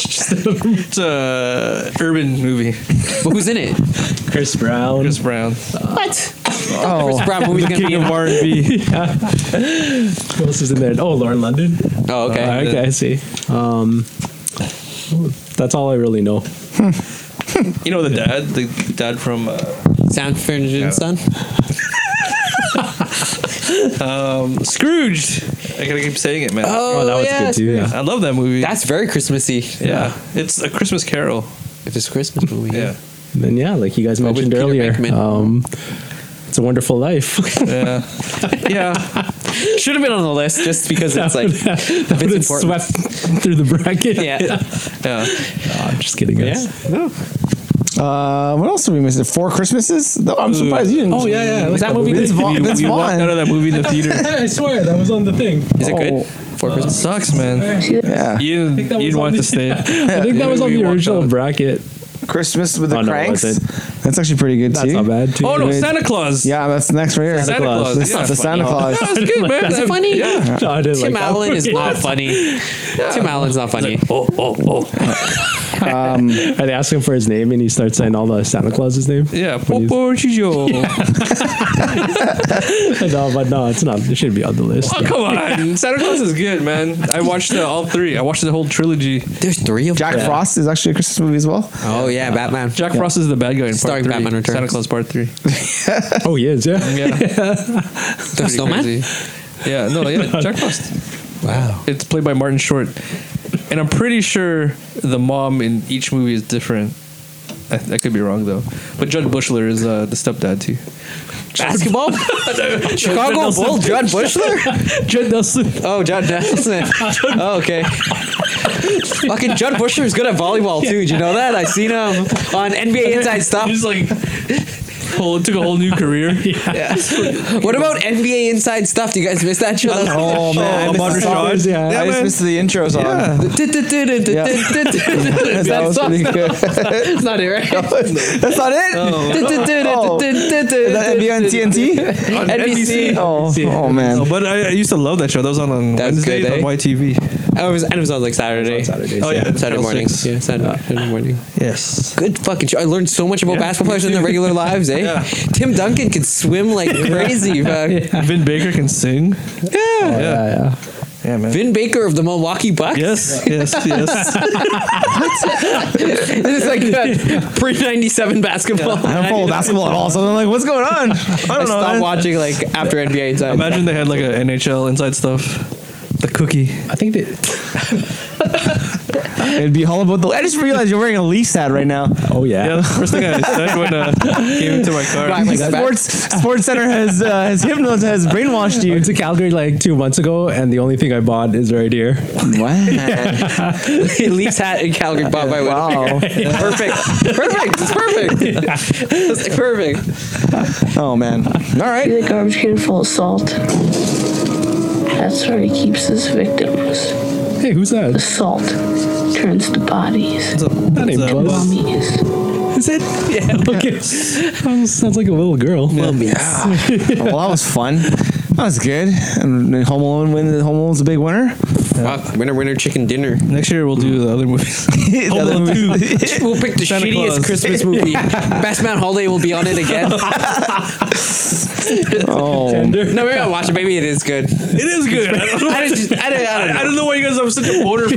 Speaker 4: It's a urban movie.
Speaker 3: But who's in it?
Speaker 5: Chris Brown.
Speaker 4: Chris Brown.
Speaker 3: What? Oh, Chris Brown movie's gonna be in.
Speaker 4: R&B.
Speaker 5: Who else is in there? Oh, Lauren London.
Speaker 3: Oh, okay.
Speaker 5: Uh, okay, I see. Um, that's all I really know.
Speaker 4: You know the dad, the dad from. Uh,
Speaker 3: Sound Furniture and Son.
Speaker 4: Scrooge. um, I gotta keep saying it, man.
Speaker 3: Oh,
Speaker 5: that was
Speaker 3: yeah.
Speaker 5: good too. Yeah.
Speaker 4: I love that movie.
Speaker 3: That's very Christmassy.
Speaker 4: yeah, it's a Christmas Carol.
Speaker 3: If it's a Christmas movie.
Speaker 4: Yeah,
Speaker 5: And then, yeah, like you guys
Speaker 3: with
Speaker 5: mentioned
Speaker 3: Peter
Speaker 5: earlier,
Speaker 3: Venkman.
Speaker 5: um, it's a wonderful life.
Speaker 4: yeah, yeah.
Speaker 3: Should have been on the list just because it's like
Speaker 5: that would have
Speaker 3: important.
Speaker 5: swept through the bracket.
Speaker 3: Yeah.
Speaker 4: yeah.
Speaker 5: Oh, I'm just kidding, guys.
Speaker 2: Uh, what else did we miss? Four Christmases? No, I'm surprised you didn't.
Speaker 5: Oh yeah, yeah.
Speaker 2: Was that movie Vince Vaughn? Vince Vaughn.
Speaker 4: Out of that movie in the theater.
Speaker 5: I swear that was on the thing.
Speaker 3: Is it
Speaker 2: Oh.
Speaker 3: good? For
Speaker 4: It
Speaker 3: Christmas.
Speaker 4: sucks, man.
Speaker 2: Yeah.
Speaker 4: You didn't, you
Speaker 5: think that was
Speaker 4: didn't
Speaker 5: on
Speaker 4: want to
Speaker 5: the-
Speaker 4: stay.
Speaker 5: I think that was on
Speaker 4: We
Speaker 5: the
Speaker 4: walked
Speaker 5: original
Speaker 4: out.
Speaker 5: bracket.
Speaker 2: Christmas with the
Speaker 5: Oh, no,
Speaker 2: Cranks.
Speaker 5: that's it.
Speaker 2: That's actually pretty good
Speaker 5: That's
Speaker 2: too.
Speaker 5: not bad. Too.
Speaker 4: Oh no,
Speaker 2: Wait.
Speaker 4: Santa Claus.
Speaker 2: Yeah, that's next right here.
Speaker 4: Santa Claus.
Speaker 2: The,
Speaker 4: yeah.
Speaker 2: the Santa Claus.
Speaker 4: That was good, man.
Speaker 3: That's funny.
Speaker 4: Yeah.
Speaker 5: No, I didn't
Speaker 3: Tim
Speaker 5: like oh, that
Speaker 3: Allen
Speaker 5: one.
Speaker 3: is not funny. Tim Allen's not funny.
Speaker 5: Oh, oh, oh. um, and they ask him for his name, and he starts saying all the Santa Claus's name.
Speaker 4: Yeah,
Speaker 5: When he's-
Speaker 4: Popo Chijo.
Speaker 5: no, but no, it's not. It should be on the list.
Speaker 4: Oh come on, Santa Claus is good, man. I watched the, all three. I watched the whole trilogy.
Speaker 3: There's three of
Speaker 2: Jack
Speaker 3: them.
Speaker 2: Frost is actually a Christmas movie as well.
Speaker 3: Oh yeah, Batman.
Speaker 4: Jack Frost is the bad guy in part
Speaker 3: Starring
Speaker 4: three.
Speaker 3: Batman Returns.
Speaker 4: Santa Claus Part Three.
Speaker 5: Oh, he is. Yeah.
Speaker 4: Yeah,
Speaker 3: the Snowman.
Speaker 4: yeah, no, yeah, Jack Frost.
Speaker 3: Wow.
Speaker 4: It's played by Martin Short, and I'm pretty sure the mom in each movie is different. I, I could be wrong though, but Judd Bushler is uh, the stepdad too.
Speaker 3: Basketball. Chicago
Speaker 4: Nelson.
Speaker 3: Bull. Judd Bushler.
Speaker 4: Judd Nelson.
Speaker 3: Oh, Judd Nelson. Oh, okay. Fucking Judd Bushler is good at volleyball too. Did you know that? I seen him on NBA Inside Stuff.
Speaker 4: He's like, whole, took a whole new career.
Speaker 3: What about NBA Inside Stuff? Do you guys miss that show?
Speaker 2: Oh man, I missed the songs.
Speaker 5: yeah.
Speaker 2: I just missed the intros on.
Speaker 3: Is
Speaker 2: That
Speaker 3: that
Speaker 2: was
Speaker 3: song?
Speaker 2: pretty good.
Speaker 3: It's not it, right?
Speaker 2: That's not it. Oh. Is that NBA on TNT?
Speaker 3: NBC.
Speaker 2: Oh, oh man.
Speaker 4: No, but I, I used to love that show. That was on on
Speaker 3: That was
Speaker 4: Wednesdays
Speaker 3: good, eh?
Speaker 4: on YTV.
Speaker 3: Oh, it was, and it was on like Saturday. Saturday.
Speaker 4: Oh, yeah.
Speaker 3: Saturday
Speaker 4: Channel
Speaker 3: morning.
Speaker 4: six.
Speaker 3: Yeah, Saturday, Saturday morning.
Speaker 4: Yes.
Speaker 3: Good fucking show. I learned so much about basketball players in their regular lives, eh?
Speaker 4: Yeah.
Speaker 3: Tim Duncan could swim like crazy. fuck.
Speaker 4: Vin Baker can sing.
Speaker 2: Oh,
Speaker 3: Yeah.
Speaker 4: yeah, yeah, man.
Speaker 3: Vin Baker of the Milwaukee Bucks.
Speaker 4: Yes, yes, yes.
Speaker 3: it's like pre '97 basketball.
Speaker 2: I don't follow basketball at all, so I'm like, what's going on? I don't
Speaker 3: I
Speaker 2: know.
Speaker 3: stopped
Speaker 2: man.
Speaker 3: watching like after NBA inside.
Speaker 4: Imagine they had like a NHL inside stuff. The cookie.
Speaker 5: I think they.
Speaker 2: It'd be all about the. I just realized you're wearing a Leafs hat right now.
Speaker 5: Oh yeah.
Speaker 4: Yeah, that's the first thing I said when uh, came into my car.
Speaker 3: Right, like-
Speaker 2: Sports Sports Center has uh, has hypnotized, has brainwashed
Speaker 5: I
Speaker 2: you.
Speaker 5: went to Calgary like two months ago, and the only thing I bought is right here.
Speaker 3: Leafs hat in Calgary bought by
Speaker 2: Wow.
Speaker 3: Perfect. Perfect. It's perfect. It's like perfect.
Speaker 2: Oh man. All right.
Speaker 11: The garbage can full of salt. That's where he keeps his victims.
Speaker 5: Hey, who's that?
Speaker 11: Salt turns to bodies,
Speaker 5: That ain't Buzz.
Speaker 11: mummies,
Speaker 5: Is it? Yeah. Okay. Sounds, sounds like a little girl. Well, yes.
Speaker 2: well, that was fun. That was good. And then Home Alone win. Home Alone's a big winner.
Speaker 3: Fuck, winner, winner, chicken dinner.
Speaker 4: Next year we'll do the other movies.
Speaker 2: The other movie-
Speaker 3: We'll pick the
Speaker 4: Santa
Speaker 3: shittiest
Speaker 4: Claus.
Speaker 3: Christmas movie. Best Man Holiday will be on it again.
Speaker 2: oh,
Speaker 3: No, maybe I'll watch it. Maybe it is good.
Speaker 4: It is good. I don't know.
Speaker 3: I, just, I, don't, I don't know.
Speaker 4: I don't know why you guys have such a motor for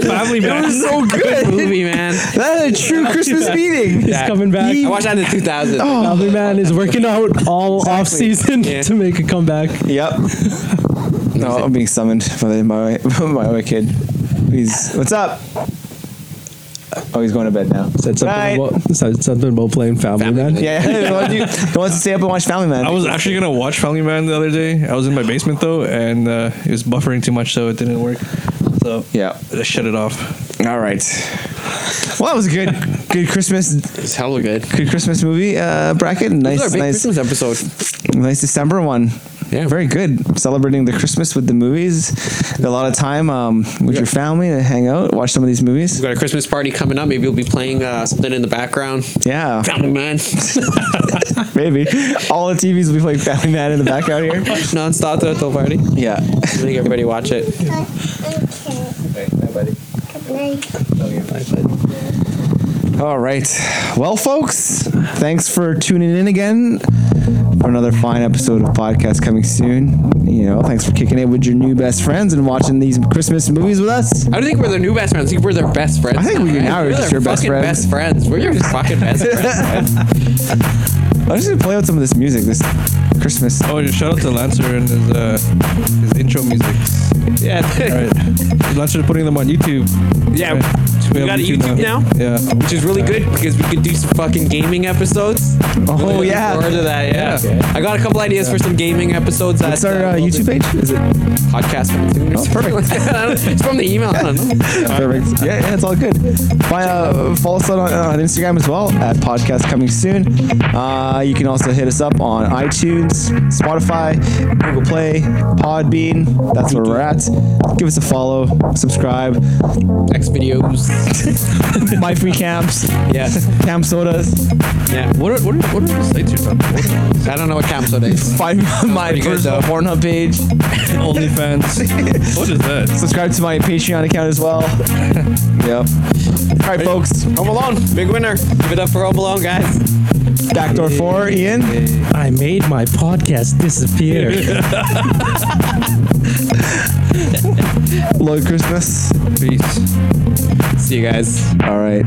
Speaker 4: Family
Speaker 2: it
Speaker 4: Man.
Speaker 2: was so
Speaker 3: Good
Speaker 2: good.
Speaker 3: movie, man.
Speaker 2: That is a true Christmas meeting.
Speaker 5: He's coming back.
Speaker 3: I watched that in the 2000s.
Speaker 4: Oh.
Speaker 5: Family Man is working out all off season
Speaker 3: Yeah.
Speaker 5: to make a comeback.
Speaker 2: Yep. No, I'm being summoned by my my other kid. He's what's up? Oh, he's going to bed now.
Speaker 5: Said something,
Speaker 2: Right.
Speaker 5: about, said something about playing Family, Man.
Speaker 2: Yeah, he wants you- he wants to stay up and watch Family Man.
Speaker 4: I was actually gonna watch Family Man the other day. I was in my basement though, and uh, it was buffering too much, so it didn't work. So
Speaker 2: Yeah.
Speaker 4: I just shut it off.
Speaker 2: All right. Well, that was a good, good Christmas,
Speaker 3: It's hella good.
Speaker 2: good Christmas movie uh, bracket.
Speaker 3: This is
Speaker 2: Nice,
Speaker 3: our big
Speaker 2: nice,
Speaker 3: Christmas episode.
Speaker 2: nice December one.
Speaker 3: Yeah.
Speaker 2: very good. Celebrating the Christmas with the movies. A lot of time um, with your family to hang out, watch some of these movies.
Speaker 3: We've got a Christmas party coming up. Maybe we'll be playing uh, something in the background.
Speaker 2: Yeah,
Speaker 3: Family Man.
Speaker 2: maybe all the TVs will be playing Family Man in the background here.
Speaker 3: Non-stop throughout the whole party.
Speaker 2: Yeah.
Speaker 3: Make everybody watch it.
Speaker 2: All right. Well, folks, thanks for tuning in again for another fine episode of podcast coming soon. You know, thanks for kicking it with your new best friends and watching these Christmas movies with us.
Speaker 3: I don't think we're their new best friends. I think we're their best friends.
Speaker 2: I think we
Speaker 3: Right?
Speaker 2: now are
Speaker 3: We're
Speaker 2: just
Speaker 3: their
Speaker 2: your best
Speaker 3: fucking
Speaker 2: friends.
Speaker 3: best friends. We're your fucking best friends.
Speaker 2: I'm just gonna play with some of this music this Christmas.
Speaker 4: Oh, and shout out to Lancer and his, uh, his intro music. All
Speaker 3: Yeah,
Speaker 4: right, Lancer's putting them on YouTube.
Speaker 3: Yeah,
Speaker 4: Right.
Speaker 3: we
Speaker 4: have
Speaker 3: got a YouTube now?
Speaker 4: Yeah.
Speaker 3: which is really good because we could do some fucking gaming episodes. Really
Speaker 2: Oh
Speaker 3: looking
Speaker 2: yeah.
Speaker 3: forward to that. Yeah,
Speaker 4: Yeah.
Speaker 3: I got a couple ideas for some gaming episodes.
Speaker 2: What's our uh, YouTube page? Is it
Speaker 3: podcast from Tune or
Speaker 2: Oh,
Speaker 3: something like that. I don't know. it's from the email. I don't know.
Speaker 2: perfect? Yeah, yeah, it's all good. By, uh, follow us on, on Instagram as well at podcast coming soon. Uh, you can also hit us up on iTunes, Spotify, Google Play, Podbean. That's where we're at. Give us a follow, subscribe,
Speaker 3: X videos.
Speaker 2: my free camps,
Speaker 3: Yeah,
Speaker 2: camp sodas,
Speaker 3: yeah.
Speaker 4: What are, what are, what are the sites you're talking about?
Speaker 3: I don't know what Camso is.
Speaker 2: find me on my
Speaker 3: pretty good,
Speaker 2: personal
Speaker 3: though.
Speaker 2: Pornhub page,
Speaker 4: OnlyFans. what is that?
Speaker 2: subscribe to my Patreon account as well. yep. All right, folks.
Speaker 3: Home Alone, big winner. Give it up for Home Alone, guys.
Speaker 2: Backdoor four, Ian.
Speaker 5: I made my podcast disappear.
Speaker 2: Lloyd Christmas.
Speaker 4: Peace.
Speaker 3: See you guys.
Speaker 2: All right.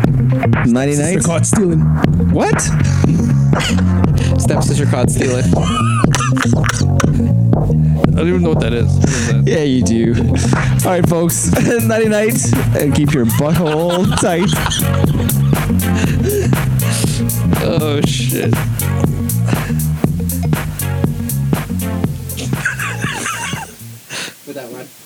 Speaker 2: Nighty night.
Speaker 5: Caught stealing.
Speaker 2: What?
Speaker 3: Step sister caught stealing.
Speaker 4: I don't even know what that is. What is that?
Speaker 2: Yeah, you do. All right, folks. Nighty night. And keep your butthole tight.
Speaker 4: Oh shit.
Speaker 3: With that one.